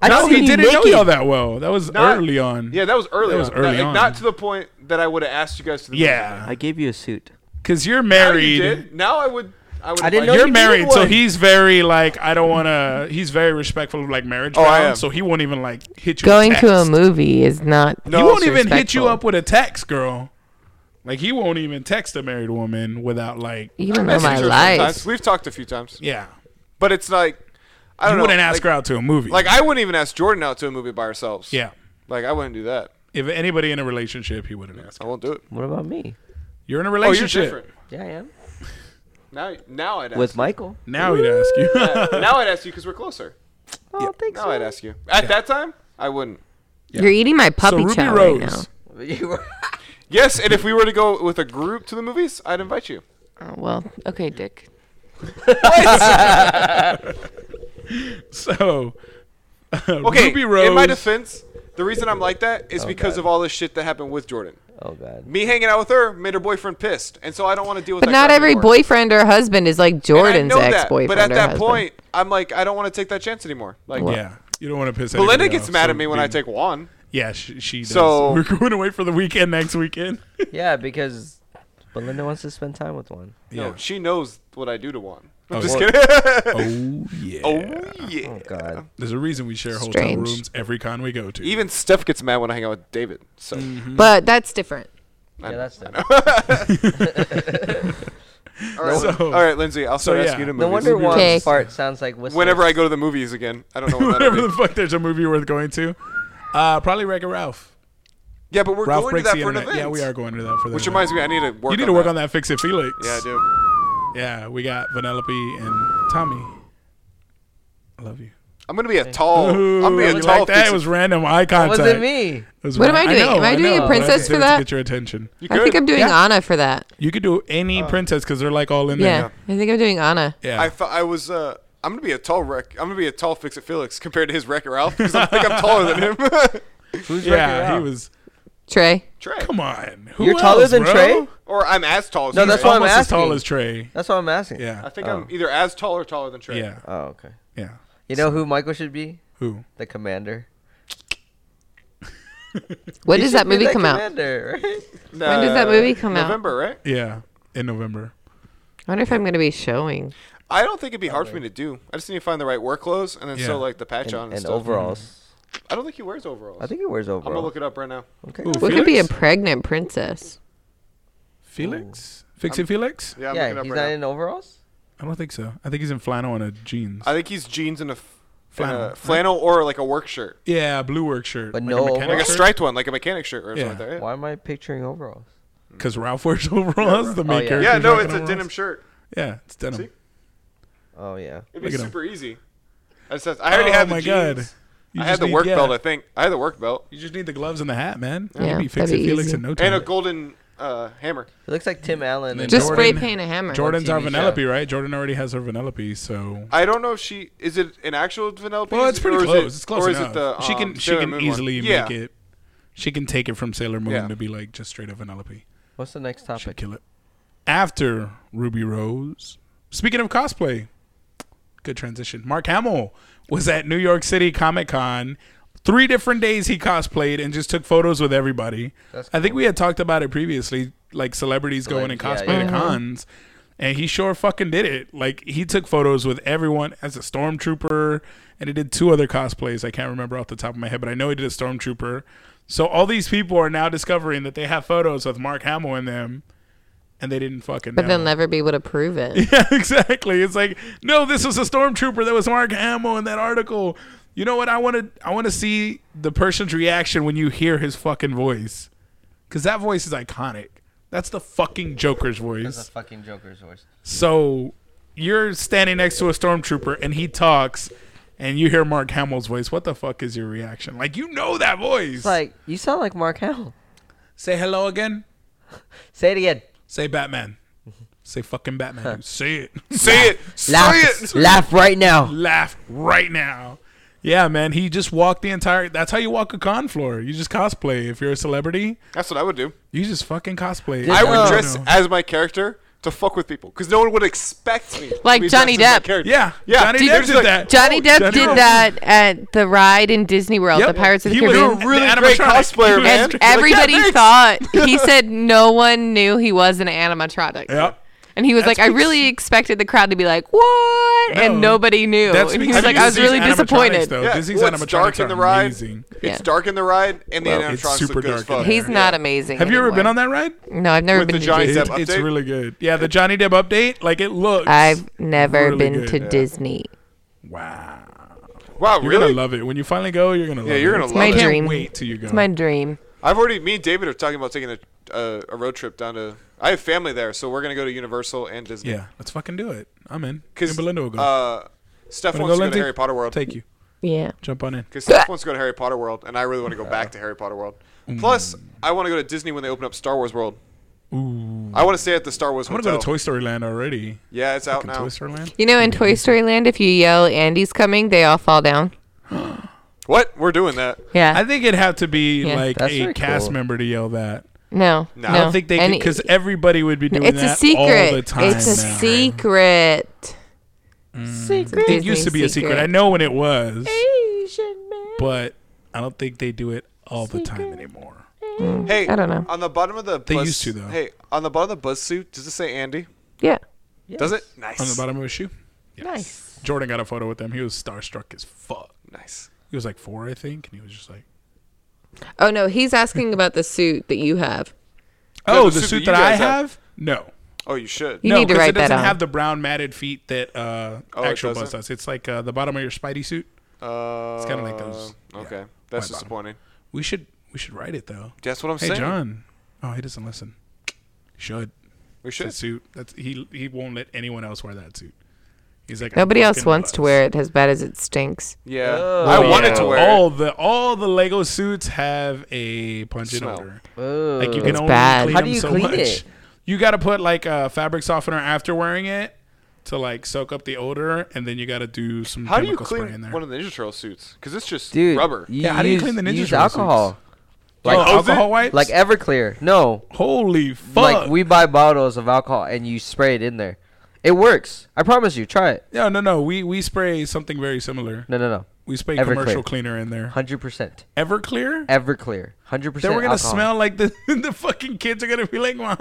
B: I
A: No,
B: seen
A: he
B: you
A: didn't know
B: naked.
A: y'all that well. That was
C: Not-
A: early on.
C: Yeah, that was early.
A: That was
C: on.
A: early
C: like,
A: on.
C: Not to the point that I would have asked you guys to. The
A: yeah,
B: I gave you a suit.
A: because you're
C: Now
A: married.
C: you did. Now I would. I, would
B: I didn't
C: invite
B: know
A: You're
B: you
A: married,
B: needed
A: so
B: one.
A: he's very like I don't want to. He's very respectful of like marriage.
C: Oh, I
A: vows,
C: am.
A: So he won't even like hit you.
D: Going
A: with
D: to a
A: text.
D: movie is not.
C: No,
A: he won't
D: it's
A: even hit you
D: respectful.
A: up with a text, girl. Like he won't even text a married woman without like
D: You don't know
C: Messaged
D: my
C: her
D: life.
C: sometimes. We've talked a few times,
A: yeah.
C: but it's like I
A: You
C: don't know.
A: wouldn't ask
C: like,
A: her out to a movie.
C: Like I wouldn't even ask Jordan out to a movie by ourselves.
A: yeah.
C: Like I wouldn't do that.
A: If anybody in a relationship, he wouldn't ask.
C: I won't do it.
B: What about me?
A: You're in a
C: Oh, you're
A: relationship.
C: different.
B: Yeah, I am.
C: Now, now I'd ask.
B: With Michael.
A: now he'd ask you.
C: Yeah, now I'd ask you because we're closer.
B: I don't think
C: Now I'd ask you. At that time, I wouldn't.
D: You're eating my
A: so
D: puppy
A: Ruby
D: chow
A: Rose.
D: right now.
B: so. You were-
C: Yes, and if we were to go with a group to the movies, I'd invite you.
D: Oh, well, okay, Dick.
A: So uh,
C: Okay.
A: Ruby Rose.
C: In my defense, the reason I'm like that
D: Oh,
C: is because of all this shit that happened with Jordan.
B: oh God.
C: Me hanging out with her made her boyfriend pissed, and so I don't want to deal with. that
D: But not
C: crap
D: every
C: anymore.
D: boyfriend or husband is like
C: And I
D: Jordan's
C: know that,
D: ex boyfriend.
C: But at
D: or
C: that
D: husband.
C: point, I'm like, I don't want to take that chance anymore. Like,
A: yeah, you don't want to piss.
C: Belinda
A: anybody
C: gets
A: off,
C: mad
A: so
C: at me when I
A: being-
C: take Juan.
A: Yeah, she, she does.
C: So-
A: we're going away for the weekend next weekend.
B: Yeah, because Belinda wants to spend time with one.
A: yeah.
C: No, she knows what I do to Juan. I'm
A: Oh,
C: just
A: what?
C: kidding.
A: Oh yeah.
C: oh yeah.
B: Oh God.
A: There's a reason we share hotel
D: Strange.
A: rooms every con we go to. Mm-hmm.
D: Hmm.
C: Even Steph gets mad when I hang out with David. So
D: But that's different.
B: Yeah, that's it.
C: All right,
A: So-
C: all right, Lindsay. I'll
A: so
C: start
A: yeah.
C: asking you to
A: No
B: No
C: movies.
B: wonder one
D: Okay.
B: part sounds like whistles.
C: Whenever I go to the movies again, I don't know. What
A: Whatever
C: that'll
A: the
C: be.
A: fuck, there's a movie worth going to. Uh, probably Wreck-It Ralph.
C: Yeah, but we're
A: Ralph
C: going to
A: breaks
C: that
A: the
C: for an
A: internet.
C: event.
A: Yeah, we are going to that for the.
C: Which reminds me, I need to work.
A: you need
C: on
A: to work
C: that.
A: on that Fix It Felix.
C: Yeah, I do.
A: Yeah, we got Vanellope and Tommy. I love you.
C: I'm gonna be a tall. Oh, I'm
A: Ooh,
C: gonna be a
A: you
C: tall.
A: like that?
C: fix-
A: It was random eye contact.
B: was it me?
A: It was
D: What am
A: ra-
D: I doing? Am I doing a
A: but
D: princess
A: just
D: for
A: did it
D: that?
A: To get your attention.
C: You
D: I think
C: could.
D: I'm doing
A: Yeah.
D: Anna for that.
A: You could do any princess because they're like all in
D: Yeah,
A: there.
D: I think I'm doing Anna.
A: Yeah.
C: Uh, I thought I was. Uh, I'm gonna be a tall wreck. I'm gonna be a tall fix it Felix compared to his wreck Ralph because I think I'm taller than him.
B: Who's Wreck-It
A: yeah,
B: Ralph?
A: he was.
D: Trey.
C: Trey.
A: Come on. Who
B: You're taller
A: else,
B: than
A: bro?
B: Trey?
C: Or I'm as tall as
B: No,
C: him.
B: that's why I'm
A: Almost as tall
B: asking.
A: as Trey.
B: That's what I'm asking.
C: I
A: Yeah.
C: think I'm either as tall or taller than Trey.
A: Oh. Yeah.
B: Oh, okay.
A: Yeah.
B: You know who Michael should be?
A: Who?
B: The commander.
D: When
B: He
D: does
B: should
D: that
B: be
D: movie
B: the
D: come out?
B: commander, right?
D: When does that movie come out?
C: November, right?
A: Yeah. In November.
D: I wonder if I'm going to be showing.
C: I don't think it'd be hard for me to do. I just need to find the right work clothes and then
A: Yeah.
C: sew like the patch
B: And,
C: on and,
B: and
C: stuff.
B: overalls.
C: I don't think he wears overalls.
B: I think he wears
C: Mm-hmm. I'm gonna
B: overalls.
C: look it up right now.
B: Okay.
A: Ooh,
D: What could be a
A: Felix?
D: pregnant princess?
A: Felix? Fix it, Felix?
C: Yeah, I'm
B: yeah,
C: looking it up
B: he's
C: right
B: not
C: now.
B: in overalls.
A: I don't think so. I think he's in flannel and a jeans.
C: I think he's jeans and a f- flannel,
A: Flannel,
C: and a flannel or like a work shirt,
A: yeah, blue work shirt.
B: But
A: like
B: no
A: a
B: overalls?
A: mechanic
C: like a
A: shirt.
C: striped one, like a mechanic shirt or
A: Yeah.
C: something like that.
B: Why am I picturing overalls?
A: Because Ralph wears overalls,
D: Oh,
A: the main
B: yeah.
A: character.
C: Yeah, no, it's a denim shirt.
A: Yeah, it's denim.
C: See?
B: Oh yeah.
C: It'd be
A: Look at him.
C: super easy. I, just, I already
A: Oh
C: had the
A: my
C: jeans.
A: God. You
C: I
A: just
C: had the
A: need-
C: work
A: yeah.
C: belt. I think I had the work belt
A: You just need the gloves and the hat, man.
D: Yeah,
A: You'd be
D: that'd
A: fixing
D: be
A: Felix
D: easy.
A: in no time.
C: and a golden uh, hammer.
B: He looks like Tim Allen.
A: And
B: in-
D: Just spray
A: Jordan-
D: paint a hammer.
A: Jordan's our
B: on TV show.
A: Vanellope, right? Jordan already has her Vanellope, so
C: I don't know if she is it an actual Vanellope.
A: well, it's
C: or
A: pretty
C: is it-
A: close. it's close
C: or
A: enough.
C: Is it the,
A: she
C: um,
A: can she
C: Sailor
A: can
C: Moon one?
A: easily
C: Yeah.
A: make it. She can take it from Sailor Moon
C: Yeah.
A: to be like just straight up Vanellope.
B: What's the next
A: Should
B: topic?
A: kill it. After Ruby Rose. Speaking of cosplay, good transition. Mark Hamill was at New York City Comic Con. Three different days he cosplayed and just took photos with everybody.
B: That's
A: I think we had talked about it previously, like celebrities going and
B: Celebrities,
A: cosplay
B: yeah,
A: to cons. And he sure fucking did it. Like he took photos with everyone as a stormtrooper, and he did two other cosplays. I can't remember off the top of my head, but I know he did a stormtrooper. So all these people are now discovering that they have photos with Mark Hamill in them, and they didn't fucking.
D: But
A: know.
D: they'll never be able to prove it.
A: Yeah, exactly. It's like, no, this was a stormtrooper. That was Mark Hamill in that article. You know what? I want to I want to see the person's reaction when you hear his fucking voice, because that voice is iconic. That's the fucking Joker's
B: The
A: voice.
B: fucking Joker's voice.
A: So you're standing next to a stormtrooper and he talks, and you hear Mark Hamill's voice. What the fuck is your reaction? Like you know that voice.
B: It's like you sound like Mark Hamill.
A: say hello again.
B: Say it again.
A: Say Batman. Say fucking Batman. Say it.
C: Say it.
B: Mm-hmm. Laugh,
C: Say it.
B: laugh right now.
A: laugh right now. Yeah, man. He just walked the entire. That's how you walk a con floor. You just cosplay. If you're a celebrity,
C: That's what I would do.
A: you just fucking cosplay.
C: I would
B: No.
C: dress
A: No.
C: as my character to fuck with people because no one would expect me. to
D: Like
C: be dressed
D: Johnny
C: as my
D: Depp.
C: character.
A: Yeah,
C: yeah.
A: Johnny
C: They're
A: Depp
C: just
A: did
C: like,
A: that.
D: Johnny
A: Oh,
D: Depp
A: Johnny
D: did
A: Depp.
D: that at the ride in Disney World,
A: Yep.
D: the Pirates of the
A: He was-
D: Caribbean.
A: the
C: Really great
A: animatronic.
C: cosplayer,
A: He was-
C: man.
D: And
C: Like, yeah,
D: everybody
C: thanks.
D: thought he said no one knew he was an animatronic.
A: Yep.
D: And he was
A: That
D: like, I
A: speaks-
D: really expected the crowd to be like, what? And
A: No.
D: nobody knew.
A: That
D: And he
A: speaks
D: was
A: to
D: like, I was
A: Disney's
D: really
A: animatronics,
D: disappointed.
A: though.
C: Yeah,
A: Oh, Disney's
C: well, it's
A: animatronics
C: dark in
A: are
C: the ride.
A: amazing.
D: Yeah.
C: It's dark in the ride, and the
A: it's
C: animatronics
A: super
C: look good
A: dark
C: as
A: in
C: fuck.
A: there.
D: He's not amazing.
A: Have you ever been
D: anymore.
A: on that ride?
D: No, I've never
C: With
D: been
C: the
D: to
C: Johnny
D: Disney.
C: Depp
A: It's
C: update?
A: really good. Yeah, the Johnny Depp update, like it looks.
D: I've never
A: really
D: been
A: good.
D: to
A: Yeah.
D: Disney.
A: wow.
C: Wow,
A: You're
C: really?
A: gonna love it when you finally go. You're gonna. Love
C: yeah, you're
A: it.
C: gonna love
D: my
A: I
C: it.
A: can't
D: dream.
A: wait till you go.
D: It's my dream.
C: I've already. Me and David are talking about taking a uh, a road trip down to. I have family there, so we're gonna go to Universal and Disney.
A: yeah, let's fucking do it. I'm in.
C: because
A: And Belinda will go.
C: Uh, Steph
A: Wanna
C: wants to go to
A: Lindsay?
C: Harry Potter World.
A: Take you.
D: Yeah.
A: Jump on in.
C: Because Steph wants to go to Harry Potter World, and I really want to go back to Harry Potter World.
A: Mm.
C: Plus, I want to go to Disney when they open up Star Wars World.
A: Ooh.
C: I want to stay at the Star Wars
A: I'm gonna
C: Hotel.
A: go to Toy Story Land already.
C: yeah, it's out
A: Fucking
C: now.
A: Toy Story Land.
D: You know, in Toy Story Land, if you yell Andy's coming, they all fall down.
C: What? We're doing that.
D: Yeah.
A: I think it'd have to be
D: Yeah.
A: like
B: That's
A: a
B: very
A: cast
B: cool.
A: member to yell that.
D: no.
C: No.
D: No.
C: I
A: I don't think they could
D: And
A: because everybody would be doing
D: it's
A: that
D: a secret.
A: all the time.
D: it's a
A: now.
D: secret.
B: Secret.
A: Mm. It used to be a secret. I know when it was, but I don't think they do it all the time anymore.
C: Hey,
D: I don't know.
C: On the bottom of the
A: They
C: buzz,
A: used to, though.
C: Hey, on the bottom of the buzz suit, does it say Andy?
D: Yeah.
C: Does it? Nice.
A: On the bottom of his shoe.
D: Nice.
A: Jordan got a photo with them. He was starstruck as fuck.
C: Nice.
A: He was like four, I think, and he was just like,
D: Oh no, he's asking about the suit that you have.
A: Oh, the,
C: the suit
A: suit
C: that
A: that
C: you
A: I
C: guys have.
A: have? No.
C: Oh, you should.
D: You
A: no,
D: need to
A: 'cause
D: write
A: it doesn't
D: that
A: have
D: out.
A: the brown matted feet that uh,
C: Oh, it
A: actual
C: doesn't?
A: Buzz does. It's like uh, the bottom of your Spidey suit.
C: Uh, it's
A: kinda like those-
C: Okay,
A: yeah,
C: that's
A: white
C: disappointing.
A: We should we should write it though.
C: That's what I'm
A: Hey
C: saying.
A: John. Oh, he doesn't listen. Should
C: We
A: that
C: should.
A: suit? That's he. He won't let anyone else wear that suit. He's like
D: Nobody else wants to wear it as bad as it stinks.
C: Yeah,
B: Oh,
C: I
A: yeah.
C: wanted to wear. it.
A: all the all the Lego suits have a pungent
C: Smell.
A: odor.
B: Ooh.
A: Like you can
D: It's
A: only
D: bad.
A: clean
D: How
A: them
B: do you
A: so
B: clean
A: much.
B: it?
A: You got to put like a fabric softener after wearing it to like soak up the odor, and then you got to do some
C: How do you
A: chemical spray in
C: clean
A: there.
C: one of the Ninja Turtle suits? Because it's just
B: Dude,
C: rubber.
B: You
A: Yeah, how do you
B: use-
A: clean the Ninja
B: use
A: Turtle
B: alcohol?
A: like
C: Oh, is it?
A: alcohol wipes?
B: Like Everclear. No.
A: holy fuck!
B: Like we buy bottles of alcohol and you spray it in there. It works. I promise you. Try it.
A: no, no, no. We we spray something very similar.
B: No, no, no.
A: We spray
B: Everclear.
A: commercial cleaner in there.
B: 100%.
A: Everclear.
B: Everclear. 100%
A: Then we're gonna
B: alcohol.
A: smell like the the fucking kids are gonna be like, "Mom,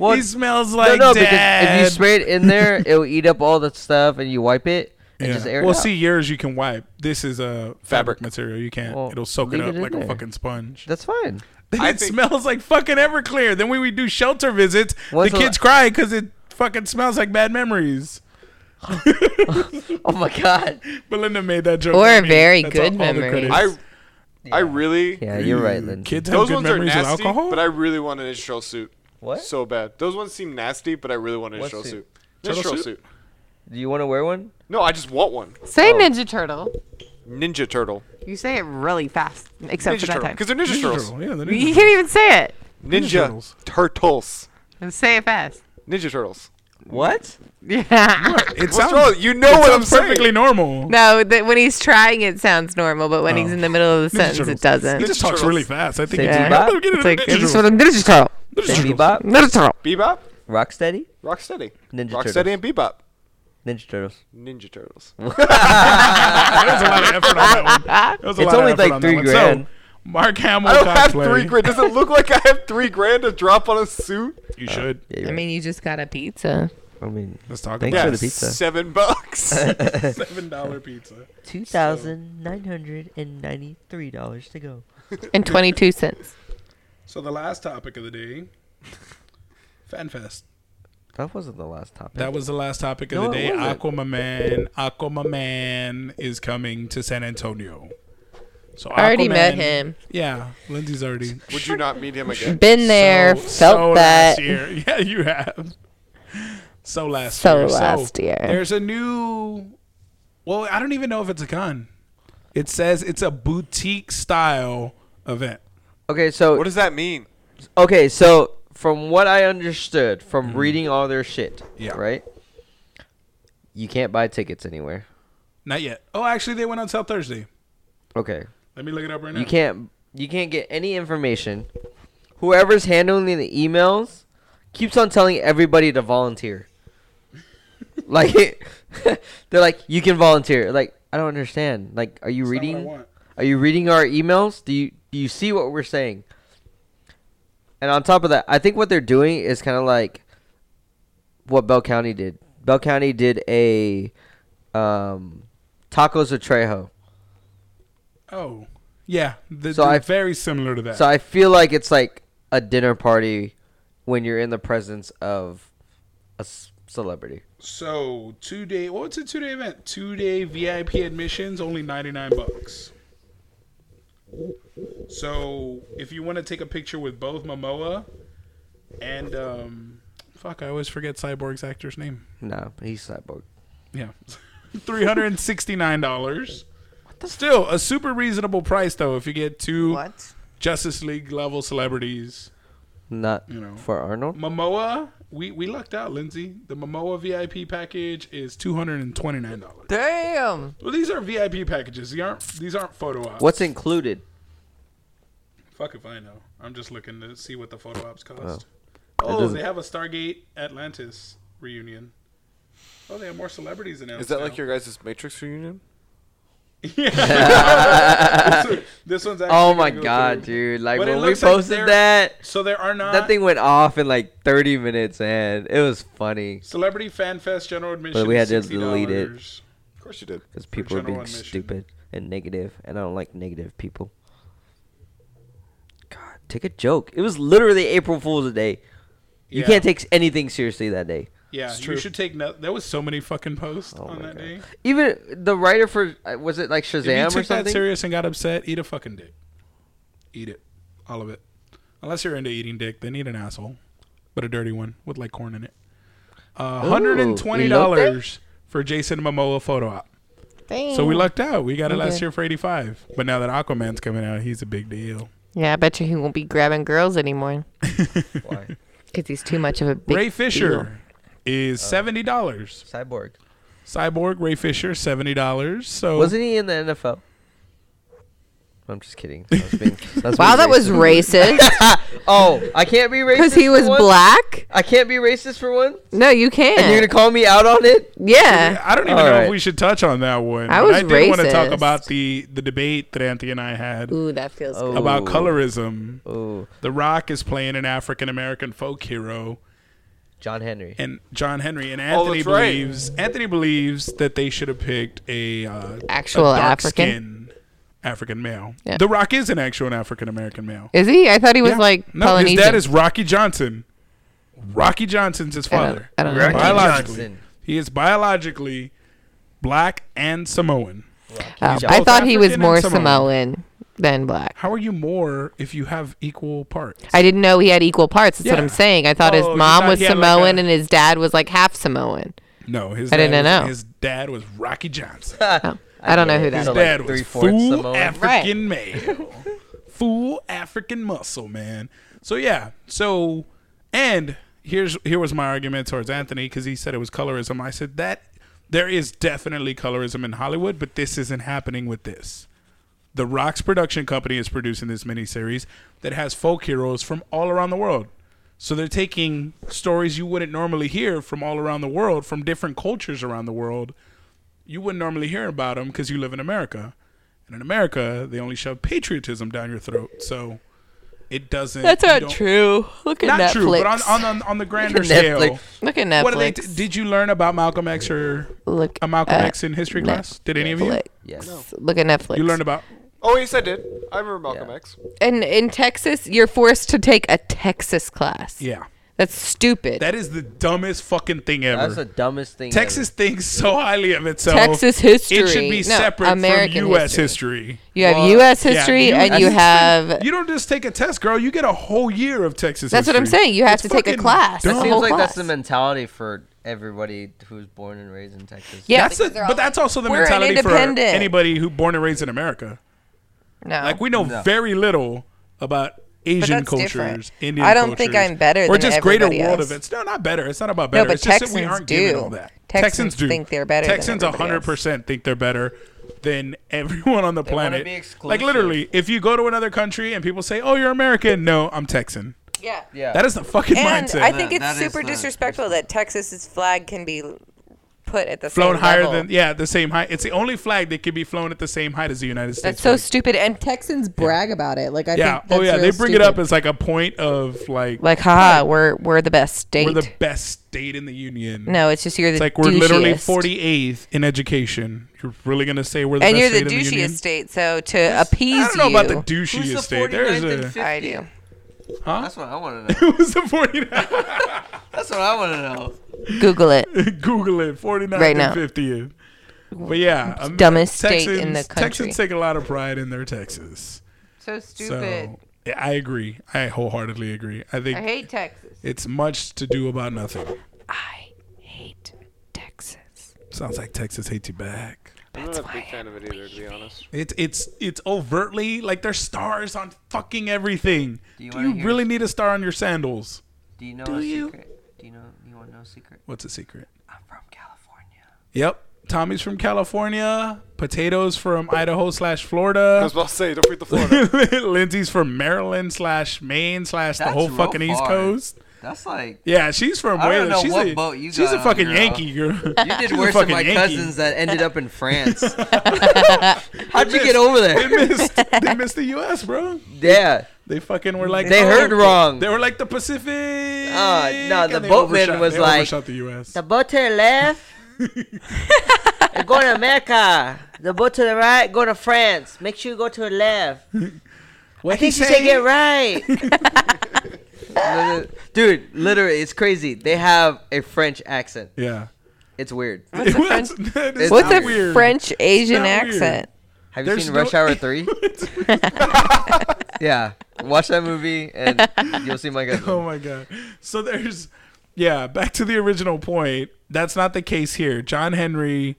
B: Well,
A: he smells like
B: no, no,
A: dad."
B: because if you spray it in there, it'll eat up all the stuff, and you wipe it and just air it
A: well,
B: out.
A: see, yours you can wipe. This is a fabric
C: Fabric.
A: material. You can't.
B: Well,
A: It'll soak it
B: leave
A: up
B: it in
A: like a
B: there.
A: fucking sponge.
B: that's fine.
A: Then
C: I
A: it
C: think-
A: smells like fucking Everclear. Then when we do shelter visits,
B: When's
A: the
B: the la-
A: kids cry because it fucking smells like bad memories.
B: Oh my god.
A: Belinda made that joke.
D: Or
A: not me.
D: very
A: That's
D: good
A: all- all the
D: memories.
A: credits.
C: I, I really.
B: Yeah, you're right, Lindsay.
A: Mm, Kids have
C: Those
A: good
C: ones are
A: memories of
C: nasty,
A: alcohol.
C: but I really want a Ninja Turtle suit.
B: What?
C: So bad. Those ones seem nasty, but I really want a Ninja
B: What
C: Turtle
B: suit?
C: suit. Ninja
A: Turtle
C: Turtle
A: suit?
C: suit.
B: Do you want to wear one?
C: No, I just want one.
D: Say
A: Oh.
D: Ninja Turtle.
C: Ninja Turtle.
E: You say it really fast, except
C: Ninja
E: for that
C: Turtle.
E: time.
C: Because they're Ninja,
A: Ninja
C: Turtles.
A: Turtle, yeah, the
E: You
A: Ninja
E: can't even say it.
C: Ninja
A: Turtles.
C: Turtles.
E: And say it fast.
C: Ninja Turtles.
B: What?
E: Yeah.
A: Turtle. It
C: What's wrong? You know what I'm
A: sounds perfectly
C: saying.
A: normal.
D: No, that when he's trying, it sounds normal, but when
A: Oh.
D: he's in the middle of the sentence,
A: Turtles.
D: it doesn't.
A: He just talks
C: Turtles.
A: really fast. I think
D: Say
A: he's
B: Bebop.
A: like, "Get it,
D: It's like,
A: Ninja
D: it's just
A: Turtle."
D: what a Ninja Turtle.
B: Say
A: Ninja Turtle.
B: Bebop,
D: Ninja Turtle.
C: Bebop,
B: Rocksteady,
C: Rocksteady.
B: Ninja
C: Rocksteady
B: Turtles.
C: and Bebop.
B: Ninja Turtles.
C: Ninja Turtles.
A: That was a lot of effort on that one. That was a
B: It's
A: lot of
B: only
A: effort
B: like
A: on that
B: three
A: one.
B: grand.
A: So, Mark Hamill
C: I don't have
A: cosplay.
C: three grand. Does it look like I have three grand to drop on a suit?
A: You should.
B: Yeah, you're
D: I
B: right.
D: mean, you just got a pizza.
B: I mean,
A: Let's talk
B: Thanks
A: about
B: for
A: it.
B: the pizza.
C: Seven bucks.
A: seven dollar pizza.
B: two thousand nine hundred and ninety-three dollars to go.
D: And 22 cents.
A: So the last topic of the day, FanFest.
B: That wasn't the last topic.
A: That was the last topic of
B: No,
A: the
B: it
A: day.
B: wasn't.
A: Aquaman, Aquaman is coming to San Antonio. So
D: I already
A: Aquaman-
D: met him.
A: Yeah, Lindsay's already
C: Would you not meet him again?
D: Been there,
A: So-
D: felt
A: so
D: that.
A: Last year. Yeah, you have. So last
D: So
A: year.
D: last year.
A: There's a new. Well, I don't even know if it's a con. It says it's a boutique style event.
B: okay, so
C: What does that mean?
B: okay, so from what I understood from reading all their shit,
A: Yeah.
B: right? You can't buy tickets anywhere.
A: Not yet. Oh, actually, they went on sale Thursday.
B: Okay,
A: Let me look it up right now.
B: You can't you can't get any information. Whoever's handling the emails keeps on telling everybody to volunteer. like they're like you can volunteer. Like I don't understand. Like are you
A: It's not what I
B: reading
A: want.
B: are you reading our emails? Do you do you see what we're saying? And on top of that, I think what they're doing is kind of like what Bell County did. Bell County did a um, tacos with Trejo.
A: Oh, yeah. The,
B: So
A: they're
B: I-
A: very similar to that.
B: So I feel like it's like a dinner party when you're in the presence of a s- celebrity.
A: So two day. Well, it's a two day event. Two day VIP admissions, only ninety nine bucks. So if you want to take a picture with both Momoa and um, fuck, I always forget Cyborg's actor's name.
B: No, he's cyborg.
A: Yeah, three hundred and sixty nine dollars. Still a super reasonable price though. If you get two Justice League level celebrities,
B: Not
A: You know.
B: for Arnold.
A: Momoa, we we lucked out, Lindsay. The Momoa VIP package is two hundred and twenty nine dollars.
D: Damn.
A: Well, these are VIP packages. These aren't these aren't photo ops.
B: What's included?
A: Fuck if I know. I'm just looking to see what the photo ops cost.
B: Well,
A: Oh,
B: doesn't-
A: they have a Stargate Atlantis reunion. Oh, they have more celebrities announced.
C: Is that
A: now.
C: like your guys' Matrix reunion?
A: Yeah. this, one- this one's actually.
B: Oh my
A: gonna go
B: god,
A: through.
B: dude! Like
A: But it
B: when we
A: looks like
B: posted
A: they're-
B: that,
A: So there are not
B: that thing went off in like 30 minutes, and it was funny
A: celebrity fan fest general admission.
B: we had
A: is
B: to
A: $60.
B: delete it.
C: Of course you did.
B: because people were
A: general
B: being
A: admission.
B: stupid and negative, and I don't like negative people. God, take a joke. It was literally April Fool's Day. You
A: Yeah.
B: can't take anything seriously that day.
A: Yeah, you should take note. There was so many fucking posts
B: Oh
A: on that day.
B: Even the writer for uh, was it like
A: If you
B: Shazam or
A: took that
B: something?
A: serious and got upset, eat a fucking dick. Eat it, all of it. Unless you're into eating dick, then eat an asshole, but a dirty one with like corn in it. Uh,
B: Ooh,
A: Hundred and twenty dollars for Jason Momoa photo op. So we lucked out. We got it last
D: did.
A: year for eighty five. But now that Aquaman's coming out, he's a big deal.
D: Yeah, I bet you he won't be grabbing girls anymore
B: Why? Uh.
D: because he's too much of a big
A: Ray Fisher is seventy dollars.
B: Cyborg.
A: Cyborg Ray Fisher seventy dollars. So
B: Wasn't he in the NFL? I'm just kidding. I was being- I was
D: Wow,
B: being
D: that was
B: racist.
D: racist
B: oh, I can't be racist
D: because he
B: for
D: was
B: one?
D: black.
B: I can't be racist for one.
D: No, you can't.
B: And you're gonna call me out on it?
D: yeah.
A: I don't even
B: All
A: know if
B: right.
A: we should touch on that one.
D: I
A: but
D: was
A: I did want to talk
D: racist.
A: about the the debate that Anthony and I had
D: Ooh, that feels
B: Oh.
D: good.
A: about
B: Ooh.
A: colorism.
B: Oh,
A: The Rock is playing an African American folk hero,
B: John Henry.
A: and John Henry and
C: Oh,
A: Anthony
C: that's right.
A: believes Anthony believes that they should have picked a uh,
D: Actual African?
A: African African male.
D: Yeah.
A: The Rock is an actual African American male.
D: Is he? I thought he was
A: Yeah.
D: like
A: no,
D: Polynesian.
A: his dad is Rocky Johnson. Rocky Johnson's his
D: I don't-
A: father.
D: I don't know.
B: Rocky
A: biologically,
B: Johnson.
A: he is biologically black and Samoan.
D: Oh,
B: He's
D: I
A: both
D: thought he was
A: African and
D: more
A: Samoan.
D: Samoan. than black.
A: How are you more if you have equal parts?
D: I didn't know he had equal parts. That's what
A: Yeah.
D: I'm saying. I thought
A: Oh, you
D: his mom
A: thought
D: was
A: he had
D: Samoan
A: like a-
D: and his dad was like half Samoan.
A: No, his
D: I
A: dad
D: didn't
A: was,
D: know.
A: His dad was Rocky Johnson.
D: Oh, I don't know who
B: He's
D: that
A: His
D: is.
B: So, like,
A: dad was
B: three-fourths
A: full
B: Samoan.
A: African male, full African muscle man. So yeah, so and here's here was my argument towards Anthony because he said it was colorism. I said that there is definitely colorism in Hollywood, but this isn't happening with this. The Rock's production company is producing this miniseries that has folk heroes from all around the world. So they're taking stories you wouldn't normally hear from all around the world, from different cultures around the world. You wouldn't normally hear about them because you live in America. And in America, they only shove patriotism down your throat. So it doesn't. you don't-
D: true. Look
A: Not true, but on, on, on, on the grander scale.
B: Netflix.
D: Look at Netflix.
A: What are they t- did you learn about Malcolm X or
D: Look
A: a Malcolm
D: at
A: X in history class? Did any of you?
D: Netflix.
B: Yes.
D: Look at Netflix.
A: You learned about
C: Oh yes, I did. I remember Malcolm
B: Yeah.
C: X.
D: and in Texas, you're forced to take a Texas class.
A: yeah.
D: That's stupid.
A: That is the dumbest fucking thing ever.
B: That's the dumbest thing.
A: Texas thinks so highly of itself.
D: Texas history.
A: It should be
D: No,
A: separate
D: American
A: from U.S.
D: history.
A: history.
D: you have
B: Well,
D: U.S.
A: yeah,
D: history
A: you-
D: and
A: that's
D: you
A: the thing.
D: have.
A: You don't just take a test, girl. You get a whole year of Texas.
D: That's what I'm
A: history.
D: saying. You have
A: It's
D: to take a
A: fucking
D: class.
A: dumb.
B: Ever.
D: That's the
B: Seems
D: whole
B: like that's the
D: class.
B: mentality for everybody who's born and raised in Texas.
D: Yeah,
A: That's
D: because
A: the-
D: they're all
A: but that's also the
D: we're
A: mentality for
D: independent.
A: anybody who born and raised in America.
D: no.
A: Like we know
B: No.
A: very little about Asian
D: that's
A: cultures,
D: different.
A: Indian
D: I don't think
A: cultures,
D: I'm better
A: or
D: than
A: just greater
D: everybody
A: world
D: else.
A: events. No, not better. It's not about
D: No,
A: better.
D: but
A: it's just that we
D: Texans
A: aren't given
D: do.
A: all that.
D: Texans
A: do
D: think they're better than
A: Texans
D: everybody
A: hundred percent think they're better than everyone on the
B: wanna
A: planet.
B: be
A: like
B: exclusive.
A: literally, if you go to another country and people say, "Oh, you're American," no, I'm Texan.
D: yeah.
B: Yeah.
A: That is the fucking
D: And
A: mindset.
D: I think
B: That-
D: it's
B: that is
D: super
B: the-
D: disrespectful that Texas's flag can be put at the
A: flown
D: same
A: higher
D: level.
A: than yeah, the same height. It's the only flag that can be flown at the same height as the United States.
D: That's so
A: flag.
D: stupid. And Texans brag about it. Like I
A: yeah.
D: think. That's
A: Oh yeah,
D: real
A: they bring it up
D: stupid.
A: as like a point of like
D: like, haha, we're we're the best state.
A: we're the best state in the union.
D: no, it's just you're the
A: It's like we're literally
D: douchiest.
A: 48th in education. You're really gonna say we're the
D: and
A: best
D: you're the
A: state in the
D: douchiest
A: union?
D: state. So to appease
A: I don't know
D: you,
A: about the
B: Who's
A: douchiest
B: the
A: state.
B: 49th
A: There's
B: and
A: a
B: 50th?
D: I do.
B: That's what I want to know.
A: who's the 49th?
B: That's what I want to know.
D: Google it.
A: Google it. 49th
D: Right now.
A: and 50th. But yeah, um,
D: Dumbest state in the
A: Texans-
D: country.
A: Texans take a lot of pride in their Texas.
D: So stupid.
A: So yeah, I agree. I wholeheartedly agree. I think
D: I hate Texas.
A: it's much to do about nothing.
D: I hate Texas.
A: Sounds like Texas hates you back.
C: I'm not a big fan of it either, to be honest.
A: It's it's it's overtly like there's stars on fucking everything. Do
B: Do you
A: you,
B: wanna hear-
A: really need a star on your sandals?
B: Do you know a secret? Do you know? You want to know a secret?
A: What's a secret?
B: I'm from California.
A: Yep. Tommy's from California. Potatoes from Idaho slash Florida.
C: I was about to say, don't forget the Florida.
A: Lindsay's from Maryland slash Maine slash the
B: That's
A: whole
B: real
A: fucking East
B: far.
A: Coast.
B: That's like
A: Yeah, she's from
B: I
A: way.
B: don't know
A: she's
B: what
A: a,
B: boat you
A: she's
B: got
A: a
B: on,
A: fucking
B: girl.
A: Yankee girl.
B: you did
A: She's a
B: worse than
A: fucking
B: my
A: Yankee.
B: cousins that ended up in France. How'd you get over
A: They
B: there?
A: missed. they missed the U.S., bro.
B: Yeah.
A: They fucking were like
B: They
A: oh,
B: heard wrong.
A: They were like the Pacific.
B: Uh, no, the
A: and they
B: boatman
A: overshot-
B: was
A: they
B: like,
A: overshot the U.S.
B: The boat to the left, go to America. The boat to the right, go to France. Make sure you go to the left.
A: What
B: I think you take it right. Dude, literally, it's crazy. They have a French accent.
A: Yeah.
B: It's weird.
A: What's
D: a French-
A: French,
D: What's
B: not
D: a French
A: not
D: Asian
A: weird.
D: accent?
B: Have you
A: There's
B: seen
A: no-
B: Rush Hour 3? yeah. Watch that movie and you'll see my cousin.
A: Oh my god. So there's yeah, back to the original point. That's not the case here. John Henry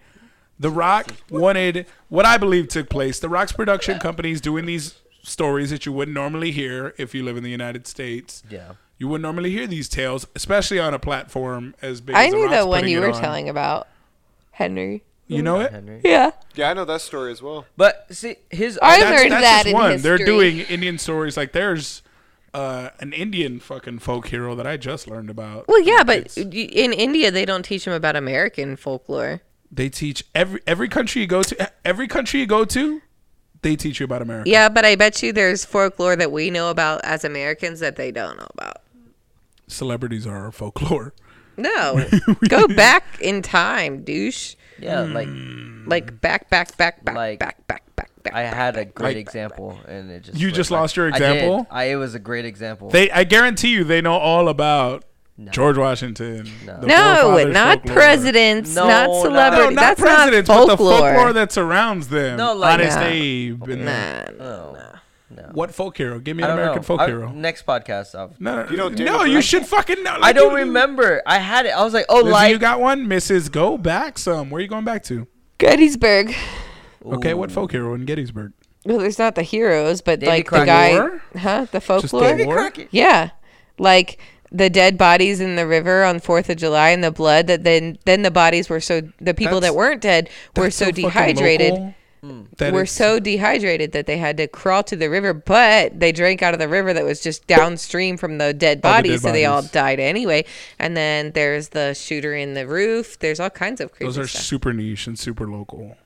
A: The Rock wanted what I believe took place. The Rock's production company's doing these stories that you wouldn't normally hear if you live in the United States.
B: Yeah.
A: You wouldn't normally hear these tales, especially on a platform as big
D: I
A: as The
D: knew
A: Rock's
D: the one
A: putting
D: you
A: it
D: were
A: on.
D: telling about, Henry.
A: You know it?
B: Henry.
D: Yeah,
C: Yeah, I know that story as well.
B: But see, his
D: I
A: That's,
D: learned
A: that's
D: that
A: just
D: in
A: one.
D: history.
A: They're doing Indian stories like there's uh, an Indian fucking folk hero that I just learned about.
D: Well, yeah, but
A: It's-
D: y in India they don't teach them about American folklore.
A: they teach every every country you go to every country you go to they teach you about america
D: Yeah, but I bet you there's folklore that we know about as Americans that they don't know about.
A: celebrities are our folklore
D: No, go back in time, douche.
B: Yeah, like
A: Hmm. Mm-hmm.
D: Like back, back, back, back,
B: Like,
D: back, back, back, back.
B: I had a great
A: Like-
B: example and it just
A: You
B: went
A: just
B: by.
A: lost your
B: I did.
A: example?
B: I, it was a great example.
A: they i guarantee you they know all about george washington the
D: no,
A: forefathers'
D: not
A: folklore.
D: presidents,
B: No,
D: not
B: no,
A: no,
D: celebrities.
A: not
D: That's
A: presidents
D: not
A: but the
D: folklore.
A: folklore that surrounds them
B: No, like-
A: honest
D: Nah.
A: abe and
D: Nah.
B: oh,
A: what folk hero give me
B: I
A: an
B: don't
A: american
B: know.
A: folk
B: I-
A: hero
B: Next podcast. I'll,
A: no, no,
C: You know
A: no,
C: Daniel
A: you
C: Bryan?
A: should fucking know.
B: I
A: Like,
B: don't
A: you-
B: remember. I had it. I was like, oh,
A: Lizzie, you
B: like
A: got one, Mrs. Go back some. Where are you going back to?
D: Gettysburg.
A: Okay, what folk hero in Gettysburg?
D: Well, there's not the heroes, but
B: Davy
D: like
B: Crockett.
D: the guy,
A: War?
D: huh? The
A: Just
D: folklore.
A: the war.
D: Yeah, like the dead bodies in the river on Fourth of July and the blood that then then the bodies were so the people
A: That's-
D: that weren't dead were
A: That's
D: so
A: fucking
D: dehydrated
A: local
B: Hmm.
A: that
D: were
A: it's-
D: so dehydrated that they had to crawl to the river, but they drank out of the river that was just downstream from the dead
A: All the dead
D: bodies, so they all
A: bodies.
D: died anyway. And then there's the shooter in the roof. There's all kinds of creepy
A: Those are
D: stuff.
A: super niche and super local.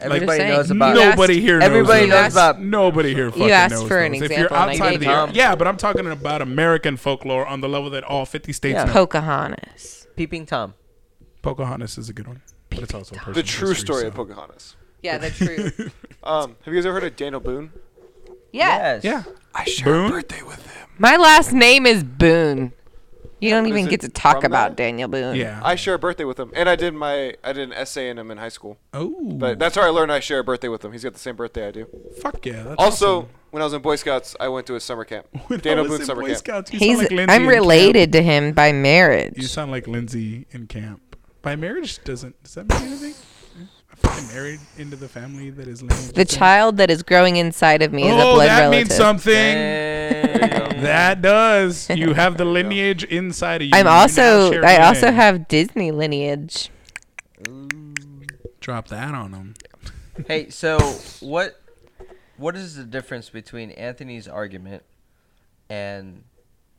B: everybody
D: saying.
B: knows about.
D: No,
A: nobody
D: asked-
A: here. Knows
B: everybody
A: those.
B: knows about-
A: Nobody here. Fucking
D: asked
A: knows
D: for an
A: those. If
D: example,
A: you're
D: and
A: outside
D: I
A: of
D: gave
A: the
D: you
A: area,
B: one.
A: yeah, but I'm talking about American folklore on the level that all 50 states
B: Yeah.
A: know.
D: Pocahontas.
B: Peeping Tom.
A: Pocahontas is a good one, but it's also a
C: The
A: personal
C: true
A: history,
C: story of
A: so-
C: Pocahontas.
D: Yeah, the true.
C: Um, have you guys ever heard of Daniel Boone?
D: yeah.
B: Yes.
A: Yeah,
C: I shared
A: Boone?
C: birthday with him.
D: My last name is Boone. You don't
C: is
D: even
C: it
D: get to talk
C: from
D: about
C: that?
D: Daniel Boone.
A: yeah.
C: I share a birthday with him, and I did my I did an essay in him in high school.
A: oh,
C: But that's how I learned I share a birthday with him. He's got the same birthday I do.
A: fuck yeah. That's
C: Also,
A: awesome.
C: when I was in Boy Scouts, I went to a summer camp.
A: When I
C: Daniel
A: was
C: Boone
A: in
C: summer
A: Boy
C: camp.
A: Scouts, you sound
D: He's
A: like Lindsay in
D: I'm
A: camp.
D: related to him by
A: You
D: marriage.
A: sound like Lindsay in camp. By marriage doesn't does that mean anything? I fucking married into the family that is Lindsay.
D: The child that is growing inside of me is a
A: Oh,
D: blood
A: that
D: relative.
A: means something.
B: There you go.
A: That does. You have the lineage inside of you.
D: I'm
A: You now
D: also
A: share
D: I
A: DNA.
D: also have Disney lineage.
A: drop that on them.
B: hey, so what? What is the difference between Anthony's argument and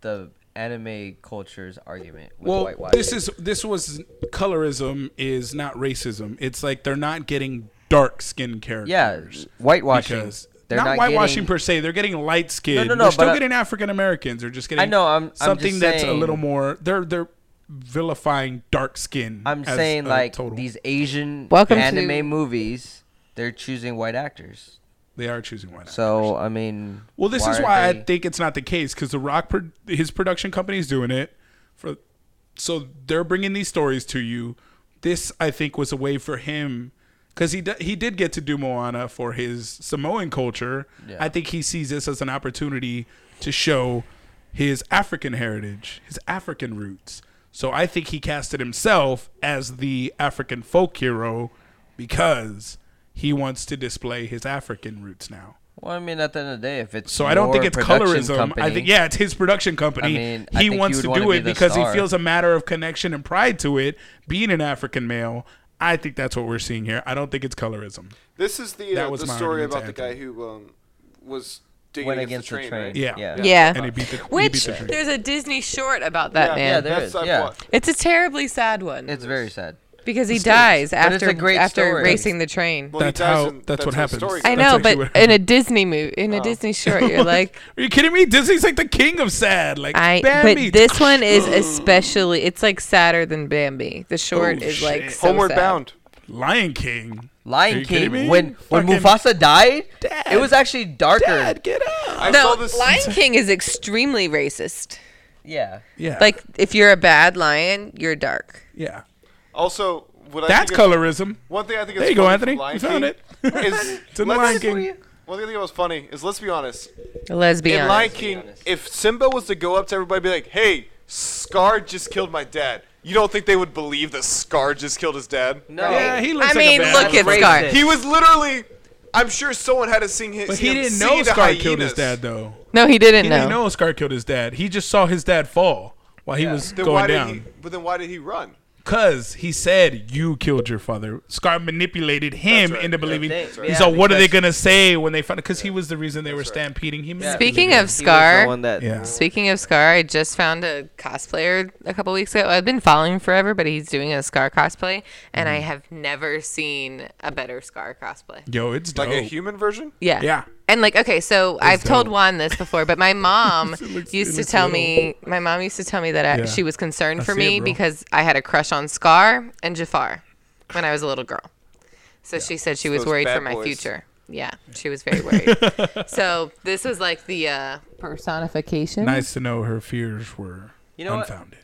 B: the anime culture's argument with
A: Well,
B: whitewash?
A: this is this was colorism is not racism. It's like they're not getting dark skinned
B: yeah,
A: characters.
B: whitewashing.
A: Because
B: They're
A: not,
B: not
A: whitewashing
B: getting-
A: per se. They're getting light skinned.
B: No, no, no,
A: We're still
B: but, uh,
A: getting African Americans. They're just getting.
B: I know, I'm- I'm just
A: something that's a
B: saying-
A: little more. They're they're vilifying dark skin.
B: I'm
A: as
B: saying
A: a
B: like
A: total.
B: these Asian
D: Welcome to-
B: anime movies, they're choosing white actors.
A: they are choosing white.
B: So I mean,
A: Well, this is
B: aren't
A: why I
B: they-
A: think it's not the case because The Rock, pro- his production company's doing it for, so they're bringing these stories to you. This I think was a way for him because he d- he did get to do Moana for his Samoan culture.
B: Yeah.
A: I think he sees this as an opportunity to show his African heritage, his African roots. So I think he casted himself as the African folk hero because he wants to display his African roots now.
B: Well, I mean, at the end of the day, if it's
A: So I don't think
B: your
A: it's
B: production
A: colorism. I
B: company-
A: think yeah, it's his production company.
B: I mean, I
A: he
B: think
A: wants
B: you
A: to
B: would
A: do
B: wanna
A: it
B: be the
A: because
B: star.
A: he feels a matter of connection and pride to it, being an African male. I think that's what we're seeing here. I don't think it's colorism.
C: This is the
A: That
C: uh,
A: was
C: the
A: my
C: story
A: argument to
C: about the guy who um, was digging
B: Went
C: against, the train. right?
A: Yeah.
B: Yeah.
D: Yeah.
A: And he beat the he beat
D: Which
A: the train.
D: there's a Disney short about that
B: yeah,
D: man.
B: there
C: that's-
B: is,
C: I've
B: yeah.
C: watched-
D: it's a terribly sad one
B: It's very sad.
D: because he dies
B: But
D: after
B: it's a great
D: after
B: story.
D: racing the train.
C: Well, he
A: That's
C: dies
A: how-
C: in-
A: that's what
C: how the
A: happens.
C: story
D: I
A: that's
C: goes.
D: know,
A: actually
D: but
A: what-
D: in a Disney movie, in a Disney short, you're like,
A: Are you kidding me? Disney's like the king of sad. Like
D: I.
A: Bambi.
D: But this one is especially. It's like sadder than Bambi. The short
A: Oh,
D: is like
A: shit.
D: so
C: Homeward
D: sad.
C: Bound.
A: Lion King. Are
B: Lion
A: you kidding
B: King.
A: me?
B: When when
A: Fucking-
B: Mufasa died,
A: Dad.
B: it was actually darker.
A: Dad, get up.
C: I saw
D: No,
C: this.
D: Lion King is extremely racist.
B: Yeah.
A: Yeah.
D: Like, if you're a bad lion, you're dark.
A: yeah.
C: Also, what I
A: That's
C: think is-
A: colorism.
C: One thing I think
A: There
C: is
A: you go,
C: funny
A: Anthony.
C: with Lion
A: You found
C: King
A: it.
C: is-
A: It's in the
C: let's-
A: Lion King.
C: One thing I think that was funny is let's be honest.
D: Let's be
C: In Lion
D: honest.
C: King, if Simba was to go up to everybody and be like, "Hey, Scar just killed my dad," you don't think they would believe that Scar just killed his dad?
B: No.
A: Yeah, he looks
D: I
A: like
D: mean,
A: a bad
D: look
B: That's
D: at
B: racist.
D: Scar.
C: He was literally. I'm sure someone had to sing his.
A: But he didn't know Scar killed his dad, though.
D: No, he didn't
A: He
D: know.
A: didn't know Scar killed his dad. He just saw his dad fall while he was
C: Then
A: going
C: why Did he,
A: down.
C: but then why did he run?
A: Because he said, You killed your father. Scar manipulated him
C: That's right.
A: into believing.
B: That's right.
A: He
B: Yeah,
A: said, What are they
B: because-
A: going to say when they find Because he was the reason they were stampeding him.
D: Speaking of
B: He was the
D: Scar,
B: one that.
A: Yeah.
D: Speaking of Scar, I just found a cosplayer a couple weeks ago. I've been following him forever, but he's doing a Scar cosplay, and
A: Mm-hmm.
D: I have never seen a better Scar cosplay.
A: Yo, it's dope.
C: Like a human version?
D: Yeah.
A: Yeah.
D: And like, okay, so I've told
A: dope.
D: Juan this before, but my mom
A: It looks- it
D: used to
A: looks
D: tell
A: little.
D: me, my mom used to tell me that I,
A: Yeah.
D: she was concerned
A: I
D: for
A: see
D: me
A: it, bro.
D: because I had a crush on Scar and Jafar when I was a little girl. So she said she was
C: those
D: worried
C: bad
D: for my
C: boys.
D: future. Yeah, she was very worried. so this was like the uh, personification.
A: Nice to know her fears were
B: You know what?
A: unfounded.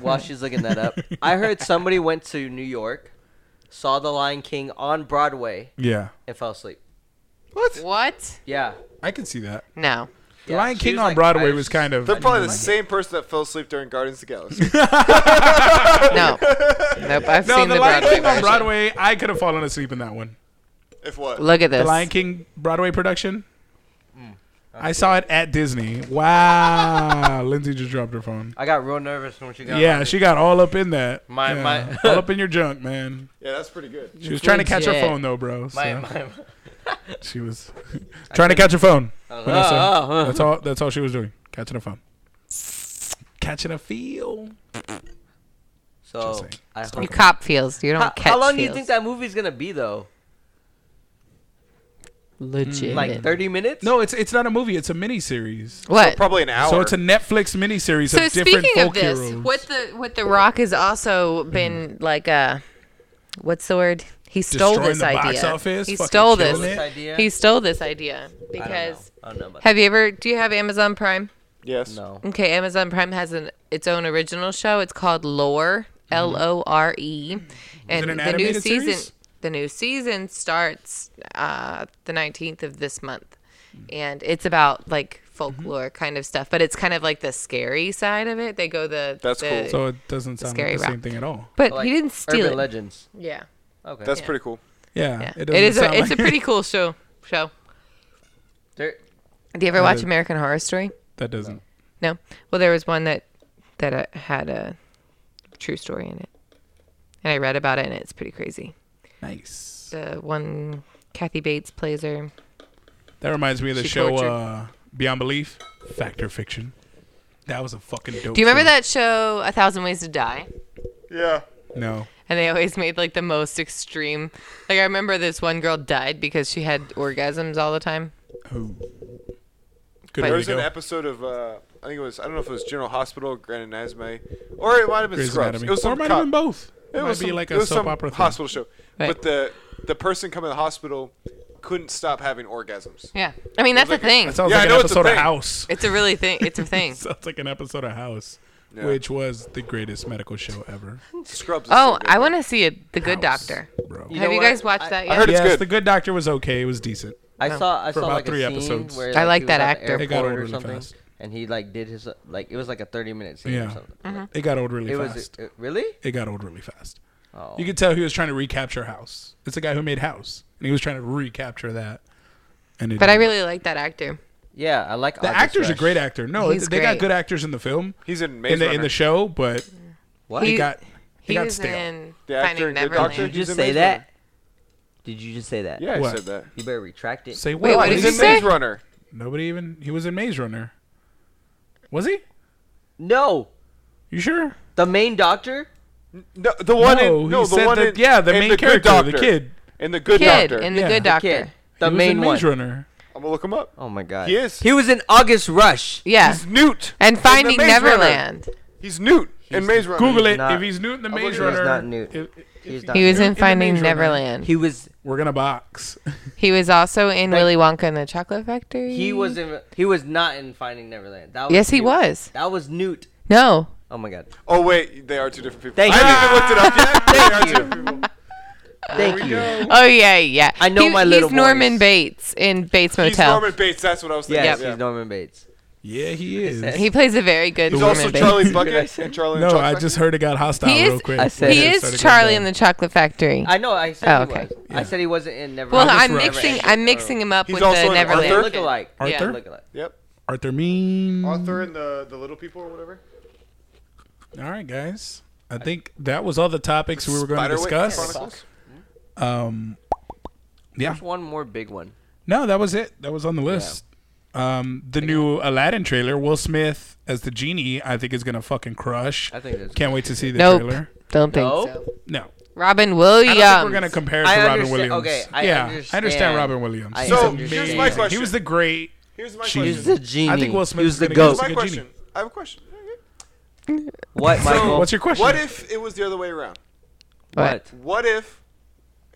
B: While she's looking that up, I heard somebody went to New York, saw The Lion King on Broadway,
A: Yeah.
B: and fell asleep.
D: What?
B: Yeah.
A: I can see that.
D: No.
A: The
B: Yeah,
A: Lion
B: she
A: King
B: was
A: on
B: like,
A: Broadway
B: I
A: was
B: just-
A: kind of.
C: They're probably the same person that fell asleep during Guardians of the Galaxy.
D: No. nope. I've
A: No,
D: seen
A: the,
D: the,
A: Lion
D: Broadway
A: King on
D: version.
A: Broadway, I could have fallen asleep in that one.
C: if what?
D: Look at this.
A: The Lion King Broadway production.
B: Mm,
A: I saw it at Disney. Wow. Lindsay just dropped her phone.
B: I got real nervous when she got.
A: Yeah, she got all up in that.
B: My-
A: Yeah,
B: my-
A: all up in your junk, man.
C: Yeah, that's pretty good.
A: She was trying to catch her
D: Legit.
A: phone though, bro. So
B: My, my,
A: she was trying to catch her phone. Vanessa.
D: Uh-huh,
B: oh, oh.
A: That's all. That's all she was doing. Catching her phone. Catching a feel. Just
B: so
A: saying.
B: I
D: You
B: hope.
D: cop feels. You don't
B: How,
D: catch
B: how long do you
D: feels.
B: think that movie's gonna be though?
D: Legit.
B: Like thirty minutes?
A: No, it's it's not a movie. It's a mini series.
D: what?
C: Probably an hour.
A: So it's a Netflix miniseries
D: So
A: of different
D: speaking
A: folk
D: of this,
A: heroes. Mm-hmm.
D: what the what the Rock has also been like uh what's the word? He stole
A: Destroying
D: this
A: the box
D: idea.
A: office,
D: he
A: fucking
D: stole
A: killing
D: this.
A: it.
B: Idea?
D: He stole this idea
B: I don't know.
D: because
B: I don't know about
D: have you ever do you have Amazon Prime?
C: yes.
B: No.
D: Okay, Amazon Prime has an its own original show. It's called Lore, L O R E, and
A: Mm-hmm. an
D: the new
A: animated
D: season.
A: series?
D: The new season starts uh, the nineteenth of this month,
A: Mm-hmm.
D: and it's about like folklore kind of stuff, but it's kind of like the scary side of it. They go the
C: That's
D: the-
C: cool.
A: So it doesn't sound
D: Scary
A: like the same
D: Rock.
A: thing at all.
D: but
B: Like
D: he didn't steal
B: Urban
D: it.
B: Legends.
D: Yeah,
B: Okay.
C: That's pretty cool.
A: Yeah,
D: yeah.
A: it
D: it
A: doesn't
D: is. A,
A: sound
D: it's
A: like-
D: a pretty cool show. Show.
B: There-
D: Do you ever
A: That
D: watch
A: is-
D: American Horror Story?
A: that doesn't.
D: No. Well, there was one that that uh, had a true story in it, and I read about it, and it's pretty crazy.
A: Nice.
D: The one Kathy Bates plays her.
A: That reminds me of the
D: She
A: show
D: tortured.
A: uh, Beyond Belief, Fact or Fiction. That was a fucking dope.
D: Do you remember
A: show.
D: that show, A Thousand Ways to Die?
C: Yeah.
A: No.
D: And they always made like the most extreme. Like I remember this one girl died because she had orgasms all the time.
A: Who? Good
D: But-
A: way
C: There's
A: to
C: an
A: go.
C: episode of uh, I think it was I don't know if it was General Hospital, Grand Anatomy, or it might have been
A: Grey's
C: Scrubs.
A: Anatomy.
C: It was
A: or
C: some
A: it might
C: cop-
A: have been both. It, might
C: was
A: be
C: some-
A: like
C: it
A: a
C: was
A: soap
C: some
A: opera thing.
C: hospital show.
D: Right.
C: But the the person coming to the hospital couldn't stop having orgasms.
D: Yeah. I mean that's a
C: like a-
D: thing.
A: That sounds
C: Yeah,
A: like
C: I
A: an
C: know it's a
A: episode of
C: thing.
A: House.
D: It's a really thing. It's a thing.
A: sounds like an episode of House,
C: Yeah.
A: which was the greatest medical show ever.
C: Scrubs. is
D: Oh,
C: so good.
D: I want to see it. The Good
A: House,
D: Doctor.
A: bro.
D: have
B: know
D: you
B: what?
D: guys watched
B: I-
D: that
B: I
D: yet?
C: heard it's
A: yes,
C: good.
A: the Good Doctor was okay. It was decent.
B: I saw I
A: For
B: saw
A: about
B: like
A: three
B: a scene
A: episodes.
B: where
A: I
B: like, he
D: like
B: was
D: that
B: on the
D: actor.
A: It got
B: airport
A: old
B: or
A: really
B: something,
A: fast.
B: and he like did his uh, like it was like a thirty minute scene or
A: Yeah,
B: something.
D: Mm-hmm.
A: it got old really
B: It
A: fast.
B: was it, really.
A: it got old really fast.
B: Oh.
A: You could tell he was trying to recapture House. It's the guy who made House, and he was trying to recapture that. And it
D: But I
A: didn't.
D: really like that actor.
B: yeah, I like
A: the
B: August
A: actor's a
B: Rush.
A: great actor. No,
D: He's
A: they got
D: great.
A: good actors in the film,
C: He's in Maze
A: in the in
C: Runner.
A: the show, but
B: What?
A: it
D: He-
A: got it
D: He
A: got
D: was
A: stale.
D: in
C: The actor
D: Finding
C: in Good Doctor?
B: Did you
C: He's
D: Neverland.
B: just
C: in
B: say
C: Maze
B: that? Did you just say that?
C: yeah,
A: What?
C: he said that.
B: You better retract it.
A: Say
D: Wait,
A: what
D: what
A: did
C: He's
D: he
A: you
C: in
A: say?
D: say?
C: Maze Runner.
A: Nobody even he was in Maze Runner. Was he?
B: No,
A: You sure?
B: the main doctor.
C: No, the one
A: No,
C: in
A: he
C: no, the
A: said
C: one
A: that-
C: in
A: yeah, the
C: in
A: main
C: the Good
A: character, the
C: Doctor.
A: kid.
C: in the good
D: Kid
C: doctor.
D: in the
A: Yeah.
D: Good
A: The
D: Doctor.
B: Kid, the
A: He was
B: main
A: in
B: one.
A: Maze Runner.
C: I'm gonna look him up.
B: Oh my god.
C: He is.
B: He was in August Rush.
D: Yeah.
C: He's Newt.
D: And
C: in the
D: Finding
C: Maze Runner.
D: Neverland.
C: He's Newt in Maze Runner.
A: Google it.
B: not-
A: if he's Newt in the
C: looking
A: Maze
C: at it.
A: Runner,
C: He's
B: not Newt.
A: if- if
B: He's
A: he-
B: not
D: He was
A: Newt
D: in
A: the
D: Finding
A: Maze Runner.
D: Neverland.
B: He was
A: We're gonna box.
D: He was also in Willy Wonka and the Chocolate Factory.
B: he was in he was not in Finding Neverland. That was
D: Yes, he
B: Newt.
D: was.
B: That was Newt.
D: No.
B: Oh my god.
C: Oh wait, they are two different people.
B: Thank
C: I
B: you.
C: haven't even looked it up yet. They are two people.
B: Thank you.
D: Oh yeah, yeah.
B: I know my little
D: He's Norman
B: boys.
D: Bates in Bates Motel.
C: He's Norman Bates. That's what I was thinking.
B: Yes,
C: Yeah.
B: he's Norman Bates.
A: Yeah, he is.
D: He plays a very good
C: He's
D: Norman
C: also
D: Bates.
C: Charlie
B: Did I
C: Bucket
B: say-
C: and Charlie. and
A: No,
C: Chocolate
A: I
C: Factory.
A: just heard it got hostile
D: He
A: real
D: is.
A: quick.
B: I said-
D: he
B: Yeah,
D: is Charlie in the Chocolate Factory.
B: I know. I said
D: Oh,
B: he
D: okay.
B: was. I said he wasn't in Neverland.
D: well, I'm
A: just read-
D: mixing. I'm mixing him up
C: He's
D: with
C: also
D: the
C: in
D: Neverland.
C: Arthur?
B: Look alike.
D: Yeah.
A: Arthur?
B: Look alike.
C: Yep.
A: Arthur Mean.
C: Arthur and the the little people or whatever.
A: All right, guys. I think that was all the topics we were going to
C: Spiderwick
A: discuss.
C: Chronicles.
A: Um, yeah.
B: There's one more big one.
A: No, that was it. That was on the list. Um, the new Aladdin trailer, Will Smith as the genie, I think is gonna fucking crush.
B: I think it is.
A: Can't wait to see the
D: Nope.
A: trailer.
D: Don't think
B: No?
D: so.
A: No,
D: Robin
A: I
D: Williams.
A: don't
B: um,
A: think we're gonna compare it to
B: I
A: Robin
B: understand-
A: Williams.
B: okay, I
A: yeah, I understand
B: understand.
A: Robin Williams.
B: I
A: He's
C: So,
B: understand.
C: here's my
A: amazing.
C: question.
A: He was the great.
C: Here's my
A: She-
C: question.
B: He's the genie.
A: I think Will Smith
B: He's
A: is
B: the
A: gonna give
B: goat.
A: us
C: Here's my
A: He's a genie.
C: question. I have a question.
B: What, Michael?
A: What's your question?
C: What if it was the other way around?
B: What?
C: What if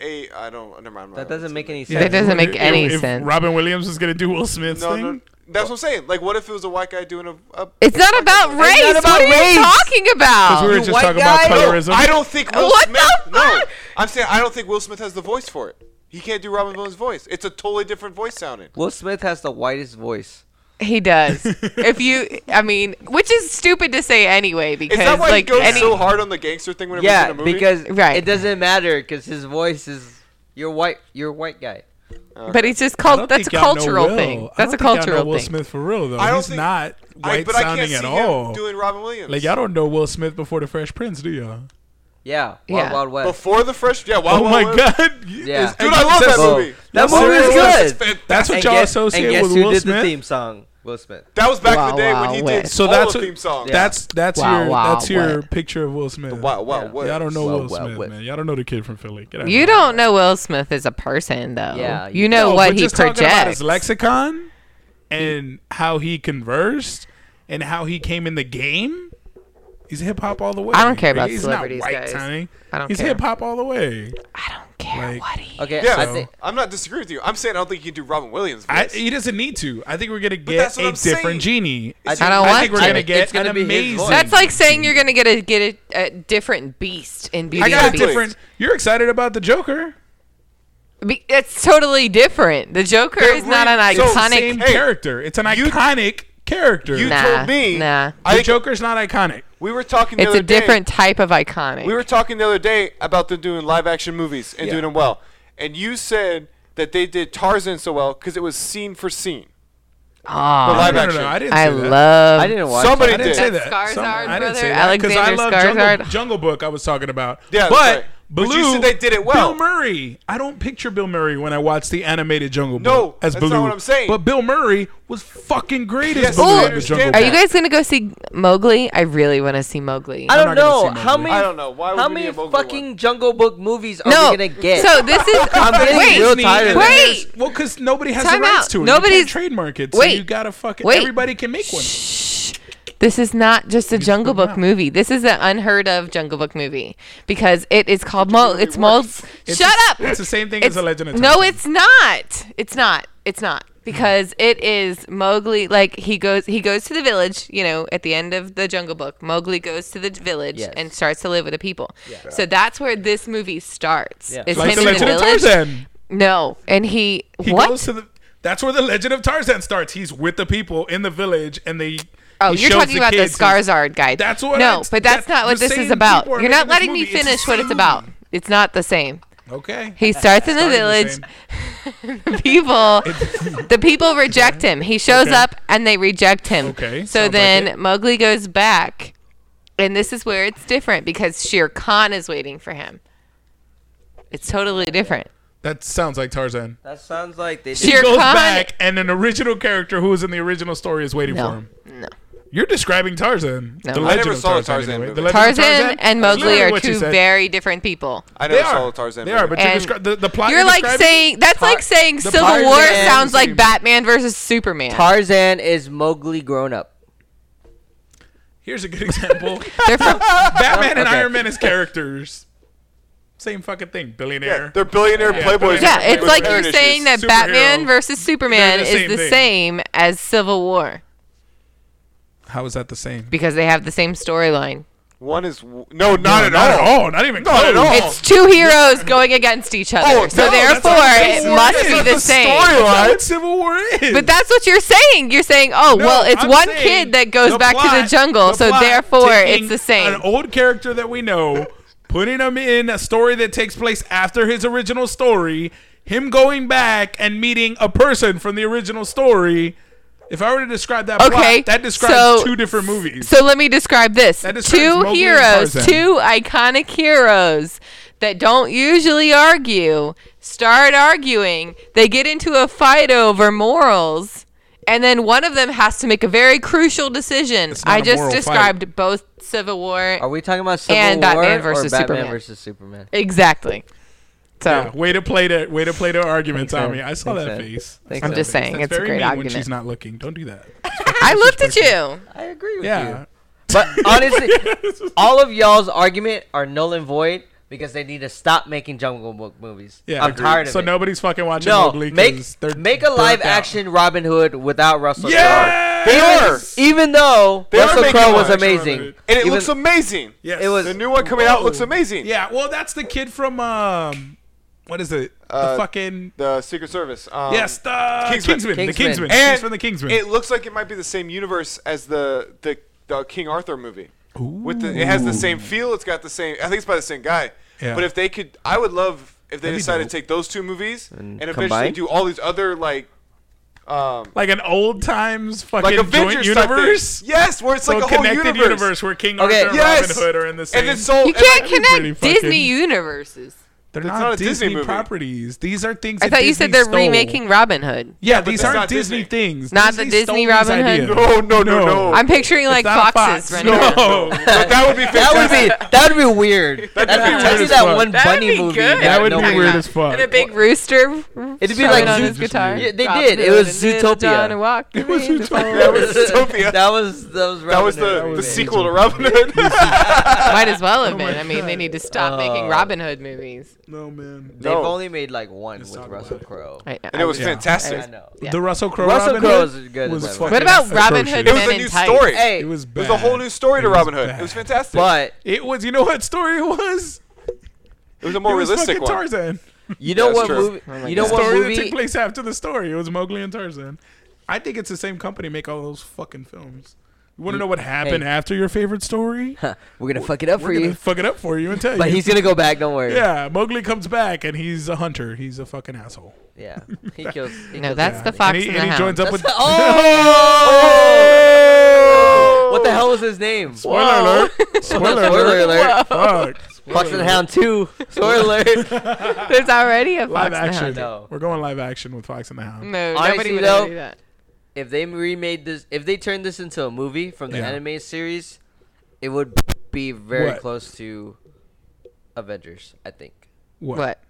C: a I don't never mind.
B: That doesn't make any
A: Yeah,
B: sense.
D: That doesn't make
A: if-
D: any
A: if
D: sense.
A: Robin Williams is gonna do Will Smith's
C: No,
A: thing.
C: no, that's what I'm saying. Like, what if it was a white guy doing a? a
D: It's not about race.
B: about
D: what are
B: race.
D: you talking
A: Because we were
D: about?
A: just
B: white
A: talking
B: guy?
A: about
B: No,
A: colorism.
C: I don't think Will
D: What the
C: Smith. No,
D: fuck?
C: I'm saying I don't think Will Smith has the voice for it. He can't do Robin Williams' voice. It's a totally different voice sounding.
B: Will Smith has the whitest voice.
D: He does. if you, I mean, which is stupid to say anyway,
C: Is
D: because
C: that why
D: like
C: he goes
D: any.
C: so hard on the gangster thing whenever he's
B: Yeah,
C: in a movie?
B: because
D: Right.
B: it doesn't matter because his voice is you're white. You're a white guy.
D: but it's just
A: I
D: called.
A: don't
D: That's a
A: think y'all know
D: cultural
A: Will. I
D: thing.
A: don't
D: That's a
A: think y'all know
D: cultural
A: Will
D: thing.
A: Smith for real though.
C: I don't
A: He's
C: think-
A: not
C: I,
A: white
C: but I can't
A: sounding
C: see
A: at
C: him
A: all.
C: doing Robin Williams.
A: Like y'all don't know Will Smith before the Fresh Prince, do y'all?
B: Yeah. Wild
D: Yeah.
B: Wild West.
C: Before the fresh, yeah. Wild
A: Oh
C: Wild
A: my
C: West.
A: god!
B: Yeah.
C: dude, I love that
B: Bro,
C: movie.
B: That
A: That's
B: movie is
A: serious.
B: good.
C: Fan-
A: That's what
B: And
A: y'all
B: guess- and
A: associate
B: guess
A: with
B: who
A: Will
B: did
A: Smith.
B: the theme song? Will Smith.
C: That was back
D: Wow,
C: in the day when
D: wow,
C: he did
D: west.
A: So
C: all
A: that's
C: the
A: what-
C: theme songs.
A: That's that's
D: Wow,
A: your
D: wow,
A: that's your
D: what?
A: picture of Will Smith.
C: Wow, wow,
B: Yeah.
C: what?
A: Y'all don't know
B: Wow,
A: Will
B: wow,
A: Smith,
B: what?
A: man. Y'all don't know the kid from Philly. Get out of
D: You
A: here.
D: don't know Will Smith as a person, though.
B: Yeah, you
D: you know
A: No,
D: what
A: but
D: he
A: just talking about
D: projects.
A: his lexicon and how he conversed and how he came in the game. He's hip hop all the way.
D: I don't care about
A: he's
D: celebrities,
A: Not white,
D: guys.
A: Tiny.
D: I don't
A: He's
D: care.
A: hip hop all the way.
D: I don't care
A: Like-
D: what he.
B: Okay.
C: Yeah,
B: I
C: so-
B: think
C: I'm not disagreeing with you. I'm saying I don't think you can do Robin Williams.
A: I,
C: voice.
A: he doesn't need to. I think we're gonna
C: that's
A: get
C: what
A: a
C: I'm
A: different
C: saying.
A: genie.
C: I
D: I don't
A: I
D: want
A: think we're
D: to.
A: gonna get
B: It's gonna
A: an
B: be his
A: amazing.
B: voice.
D: That's like saying you're gonna get a get a, a different beast in Beauty
A: I
D: and
A: got
D: the
A: a
D: Beast.
A: different. You're excited about the Joker.
D: Be- it's totally different. The Joker
C: They're
D: is not
C: re-
D: an
C: so
D: iconic.
A: Same
C: Hey,
A: character. It's an
C: you-
A: iconic character.
C: You
D: Nah,
C: told me.
D: nah.
C: I
A: the
C: think
A: Joker's not iconic.
C: we were talking. The
D: it's
C: other
D: a different
C: Day,
D: type of iconic.
C: we were talking the other day about them doing live action movies and
B: Yeah.
C: doing them well, and you said that they did Tarzan so well because it was scene for scene.
D: Aw,
C: The live
A: no, no,
C: action.
A: no, I didn't.
D: I
A: say that.
D: love.
B: I didn't watch.
C: Somebody
A: I didn't
C: did.
A: say that.
D: That Skarsgård
A: Some- I didn't say
D: brother,
A: that because I
D: Alexander
A: love Jungle,
D: Skarsgård.
A: Jungle Book. I was talking about.
C: Yeah, that's
A: but
C: right.
A: Blue,
C: But you said they did it
A: Bill
C: well.
A: Murray. I don't picture Bill Murray when I watch the animated Jungle
C: No,
A: Book. as
C: that's not
A: Baloo.
C: what I'm saying.
A: But Bill Murray was fucking great
C: Yes,
A: as Baloo
D: I
A: in the Jungle
C: understand
D: Are
A: Book.
D: you guys gonna go see Mowgli? I really want to see Mowgli.
B: I
A: I'm
B: don't
A: not gonna
B: know
A: see
B: how
A: Mowgli.
B: many.
C: I don't know. Why would
B: How
C: we
B: many
C: need a Mowgli one?
B: fucking Jungle Book movies are
D: no.
B: we gonna get?
D: So this is.
B: I'm getting
D: wait,
B: real tired. of
D: Wait.
B: it.
A: There's- Well, because nobody has
D: Time
A: the rights
D: out.
A: to it. you
D: Nobody's-
A: can't trademark it. So
D: Wait.
A: you gotta fucking.
D: Wait.
A: Everybody can make one.
D: Shh. This is not just a Jungle
A: put 'em
D: Book
A: out.
D: movie. This is an unheard of Jungle Book movie because it is called Mo. It's Mo's.
A: It's
D: Shut
A: the-
D: up.
A: it's the same thing as a Legend of
D: No,
A: Tarzan.
D: it's not. It's not. It's not because it is Mowgli. Like he goes, he goes to the village. You know, at the end of the Jungle Book, Mowgli goes to the village
B: Yes.
D: and starts to live with the people. So that's where this movie starts.
B: Yeah.
D: It's
A: Like
D: him
A: the
D: in the
A: Legend of
D: village.
A: Tarzan.
D: No, and he,
A: He
D: what?
A: goes to the. That's where the Legend of Tarzan starts. He's with the people in the village, and they.
D: Oh,
A: he
D: you're
A: shows
D: talking
A: the
D: about the
A: kids his-
D: Skarsgård guy.
A: That's what
D: No,
A: I-
D: but that's
A: that-
D: not what
A: the
D: this
A: same
D: is about.
A: people are
D: You're
A: making
D: not
A: this
D: letting me
A: movie. It's the
D: finish what it's
A: same
D: about.
A: movie.
D: It's not the same.
A: Okay.
D: He starts in the
A: Starting the
D: village. The people, the people reject him. He shows
A: Okay.
D: up and they reject him.
A: Okay,
D: So
A: sounds like
D: then
A: it.
D: Mowgli goes back, and this is where it's different because Shere Khan is waiting for him. It's totally different.
A: That sounds like Tarzan.
B: That sounds like they.
A: He
B: Did.
D: Shere
A: goes
D: Khan-
A: back, and an original character who was in the original story is waiting
D: No.
A: for him.
D: No.
A: You're describing Tarzan.
D: No.
A: The
D: I
A: Legend
C: never
A: of
C: saw the
A: Tarzan.
C: Tarzan
A: anyway.
C: movie.
A: The Legend of
D: Tarzan and
A: That's
D: Mowgli
A: literally
D: are
A: what you
D: two
A: said.
D: very different people.
C: I
A: They
C: never
A: are.
C: saw the Tarzan.
A: They
C: movie.
A: are, but you're
D: And
A: descri- the, the plot
D: You're like
A: describing-
D: saying that's like saying
A: the
D: Civil
A: Tarzan
D: War
A: is the
D: sounds
A: same.
D: like Batman versus Superman.
B: Tarzan is Mowgli grown up.
A: Here's a good example.
D: They're from
A: Batman and
B: Okay.
A: Iron Man as characters. Same fucking thing. Billionaire.
C: they're billionaire
A: Yeah,
C: playboys.
A: billionaire
D: Yeah, it's
C: with
D: like
C: parent
D: you're
C: issues.
D: saying that
A: Superhero.
D: Batman versus Superman
A: They're the
D: is
A: same
D: the
A: thing.
D: same as Civil War
A: How is that the same?
D: because they have the same storyline.
C: One is w- no, not at
A: not
C: all.
A: At all. Not even
C: Not at
A: close.
C: all.
D: It's two heroes going against each other.
C: Oh,
D: so
C: no, that's
D: therefore,
A: not what
D: it
A: Civil War
D: must
A: is.
D: be
A: That's
D: the
C: the
D: same.
C: story.
A: That's
C: Right.
A: what Civil War is.
D: But that's what you're saying. You're saying, oh,
A: No,
D: well, it's
A: I'm
D: one
A: saying
D: kid that goes
A: the
D: back to the
A: plot-
D: jungle,
A: the
D: so
A: plot
D: therefore
A: taking
D: it's the same.
A: An old character that we know, putting him in a story that takes place after his original story, him going back and meeting a person from the original story. If I were to describe that
D: Okay,
A: plot, that describes
D: so-
A: two different movies.
D: So let me describe this.
A: That describes
D: Two
A: Mowgli and
D: heroes,
A: Tarzan.
D: two iconic heroes that don't usually argue, start arguing. They get into a fight over morals, and then one of them has to make a very crucial decision.
A: It's not
D: I
A: a
D: just
A: moral
D: described both Civil War.
B: Are we talking about Civil
D: And
B: War
D: Batman
B: or
D: versus
B: Batman
D: Superman.
B: versus Superman?
D: exactly. So
A: Yeah, way to play the way to play the argument,
B: Thanks,
A: Tommy.
B: man.
A: I saw
B: Thanks,
A: that
B: man.
A: face.
B: Thanks,
D: I'm
B: man.
D: just saying,
A: That's
D: it's a
A: very
D: great
A: mean
D: argument.
A: when she's not looking. Don't do that.
D: I looked at you.
B: I agree with
A: Yeah.
B: you. But honestly, all of y'all's argument are null and void because they need to stop making Jungle Book movies.
A: Yeah,
B: I'm
A: agreed.
B: tired of
A: so
B: it.
A: nobody's fucking watching
B: no,
A: Mowgli
B: make
A: 'cause they're
B: make a
A: burnt
B: live
A: out.
B: action Robin Hood without Russell Crowe.
A: Yeah,
C: They are.
B: Even though
C: They are
B: Russell
C: making
B: Crowe
C: live
B: was
C: action Robin
B: amazing,
A: Hood.
C: and it
B: Even-
C: looks amazing.
A: Yes.
B: It was-
C: The new one coming out looks
A: Whoa.
C: amazing.
A: Yeah, well, that's the kid from um, what is it?
C: Uh,
A: the fucking
C: The Secret Service. Um,
A: yes, the
C: Kingsman.
A: Kingsman.
B: Kingsman.
A: The Kingsman.
C: And
A: He's from the Kingsman.
C: It looks like it might be the same universe as the the, the King Arthur movie. With the, it has the same feel. It's got the same. I think it's by the same guy.
A: Yeah.
C: But if they could, I would love if they
A: That'd be
C: decided to
A: dope.
C: take those two movies and,
B: And
C: eventually
B: combine?
C: do all these other like, um,
A: like an old times fucking
C: like Avengers
A: joint universe.
C: Type thing. Yes, where it's like
A: So
C: a whole
A: connected
C: universe.
A: universe where King
B: Okay.
A: Arthur
C: Yes.
A: and Robin Hood are in the same.
C: And it's so
D: You
C: and I-
D: can't
A: that'd be pretty
D: connect Disney
A: fucking-
D: universes.
A: they're
C: It's
A: not,
C: not a Disney
A: Disney,
C: movie.
A: properties. These are things.
D: I
A: that
D: thought you
A: Disney
D: said they're
A: stole.
D: remaking Robin Hood.
A: Yeah,
C: but
A: these
C: that's not
A: aren't Disney,
C: Disney.
A: things.
D: Not the
A: stole
D: Disney
A: these
D: Robin Hood?
A: ideas.
C: No, no, no, no.
D: I'm picturing like
A: not a
D: foxes
A: fox.
D: running. around.
A: No,
C: But that would be
B: that would
C: fantastic.
B: be that would be weird. That'd
A: be
B: be
A: weird
B: touch
A: as
B: that
A: fuck.
B: one
D: That would
B: bunny
D: be
B: movie.
D: good.
A: that would
B: no
A: be
B: one-
A: weird as fuck.
D: And a big rooster.
B: It'd be
D: showing
B: like
D: on
B: Zoo-
D: his guitar.
B: Yeah, they did. It was Zootopia.
D: It was
C: That was Zootopia.
B: that was that was
C: That was
B: Robin Hood
C: the, the
B: movie.
C: sequel to Robin Hood.
D: Might as
B: Oh
D: well have been. I mean, they need to stop making Robin Hood movies.
A: no, man.
B: They've
C: No.
B: only made like one with
A: talk about
B: Russell
A: it.
B: Crowe.
D: I,
C: and it was
A: Yeah.
C: fantastic.
B: I know.
D: Yeah.
A: The Russell Crowe
B: Russell
A: Robin
B: Crowe is
A: Hood
B: good
A: was
B: as well.
A: fucking
D: What about Robin
A: atrocious.
D: Hood
C: It was
D: Men
C: a
D: in
C: new
D: Tights?
C: story.
B: Hey,
A: It was bad.
C: It was a whole new story to
A: It was
C: Robin Hood. It was
A: bad.
C: fantastic.
B: but
A: It was. You know what story it was?
C: it was a more
A: it was
C: realistic
A: fucking
C: one.
A: Tarzan.
B: you know
C: That's
B: what
C: true.
B: movie?
D: Oh my
B: you know
A: The
D: God.
B: what
A: story that took
B: movie?
A: place after the story. It was Mowgli and Tarzan. I think it's the same company make all those fucking films. You want to know what happened
B: hey.
A: after your favorite story?
B: We're gonna fuck it up for
A: We're gonna
B: you.
A: fuck it up for you and tell
B: But
A: you.
B: he's gonna go back. Don't worry.
A: yeah, Mowgli comes back and he's a hunter. He's a fucking asshole.
B: Yeah. He kills. He
D: No,
B: kills
D: that's
B: him.
D: the fox
A: and he,
D: and the
A: and he joins
D: hound.
A: up with.
B: Oh! What the hell was his name?
A: Spoiler
B: Oh!
A: alert! Spoiler
B: Spoiler
A: alert!
B: alert.
A: Fuck.
B: Fox and the Hound 2. Spoiler alert.
D: There's already a
A: Live
D: fox and the
A: action.
D: Hound.
B: No.
A: We're going live action with Fox and the Hound.
D: No,
B: Honestly,
D: nobody would
B: though,
D: ever do that.
B: If they remade this, if they turned this into a movie from the
A: Yeah.
B: anime series, it would be very
A: What?
B: close to Avengers, I think.
D: What?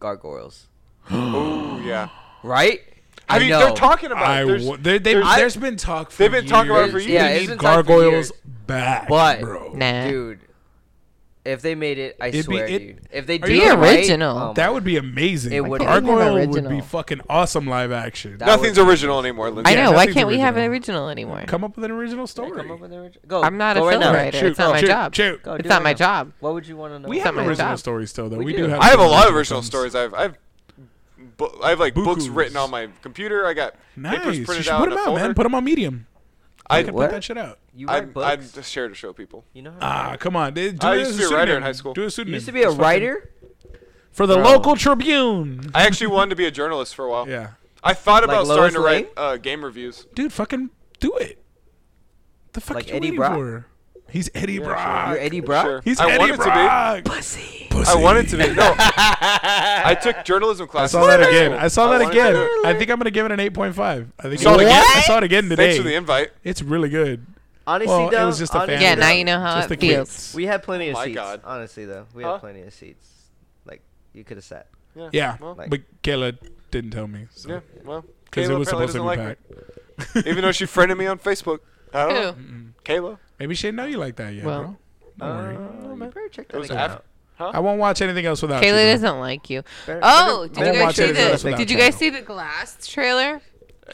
B: Gargoyles.
C: Oh yeah.
B: Right?
C: I, mean, they're talking about
A: I
C: it. There's-
A: w- they, they,
C: there's-
A: there's been talk. For
C: They've been talking about it for
A: years.
C: years. Yeah,
A: They
B: it's
A: need
B: been talked for
A: gargoyles
B: years.
A: back,
B: But-
A: bro.
D: Nah.
B: Dude, if they made it, I
A: It'd be-
B: swear,
A: it-
B: dude. If they
A: Are
B: did
A: you
B: it
A: kidding
B: right,
D: me? Original.
B: oh my
A: That would be amazing.
B: It would be.
A: Gargoyle would be
D: Original.
A: fucking awesome live action.
B: That
C: Nothing's
B: would-
C: original anymore, Lindsay.
D: I know. Why
A: nothing's
D: can't we have an
A: original.
D: original anymore?
A: Come up with an original story.
B: Come up with an orig- Go.
D: I'm not a
B: go
D: film
B: right now.
D: writer.
A: Shoot,
D: it's not my
A: shoot,
D: job.
A: Shoot.
B: Go, do
D: It's
B: it
D: not
B: right
D: my
B: now.
D: job.
B: What would you want to know?
A: We
D: It's
A: have
D: not my
A: original
D: job.
A: stories still, though. We,
B: We
A: do.
B: do.
A: have.
C: I have a
A: some
C: lot of original stories.
A: films.
C: I've I've bu- I have like books
A: Bukus.
C: written on my computer. I got
A: Nice.
C: papers
A: You
C: printed
A: should
C: out.
A: put
C: in a
A: them out,
C: folder.
A: man. Put them on Medium. I
C: I-
A: can
B: What?
A: put that shit out.
B: You write
C: I'm,
B: books.
C: I'm just here to show people.
B: you know. How
A: Ah, come on. Dude, Do
C: I
A: it
C: used
A: as
C: to be a writer in
A: pseudonym.
C: high school.
A: Do a pseudonym.
B: you used to be a
A: Just fucking-
B: writer.
A: for the
B: Bro.
A: local Tribune.
C: I actually wanted to be a journalist for a while.
A: Yeah,
C: I thought about
B: Lois
C: starting to
B: Lane?
C: write uh, game reviews.
A: dude, fucking do it. The fuck
B: Like
A: you
B: Eddie
A: waiting
B: Brock?
A: for? He's Eddie Brock.
B: You're Eddie Brock.
C: Sure.
A: He's
C: I
A: Eddie
C: wanted to
A: Brock.
B: Pussy.
C: be. I wanted to be. No. I took journalism
A: I
C: classes.
A: saw that
C: in high
A: again.
C: school.
A: I saw that
C: wanted to
A: again.
C: do it.
A: I think I'm gonna give it an 8.5. I think
C: saw it again?
A: I saw it again
C: Thanks for the
A: today.
C: invite.
A: It's really good.
B: Honestly,
A: Well,
B: though,
A: it was just a fan.
B: honestly,
D: Yeah, now
B: though,
D: you know how
A: Just the
D: it feels.
A: kids.
B: We had plenty of
C: My
B: seats.
C: God.
B: Honestly, though, we
C: Huh?
B: had plenty of seats. Like you could have sat.
A: Yeah,
C: Well,
A: but Kayla didn't tell me. So.
C: yeah. Well,
A: Because it
C: Kayla
A: was
C: apparently
A: supposed to
C: doesn't
A: be
C: like me.
A: packed.
C: even though she friended me on Facebook. I
D: Who?
C: don't know. Kayla.
A: Maybe she didn't know you like that yet,
D: Well.
A: bro. Don't
B: Uh,
A: worry.
C: Oh, It was after.
A: I won't watch anything else without you.
D: Kayla
A: bro.
D: doesn't like you. Oh, did
A: won't
D: you guys
A: watch
D: see
A: it if it's
D: the?
A: without
D: Did you guys
A: Channel.
D: see the Glass trailer?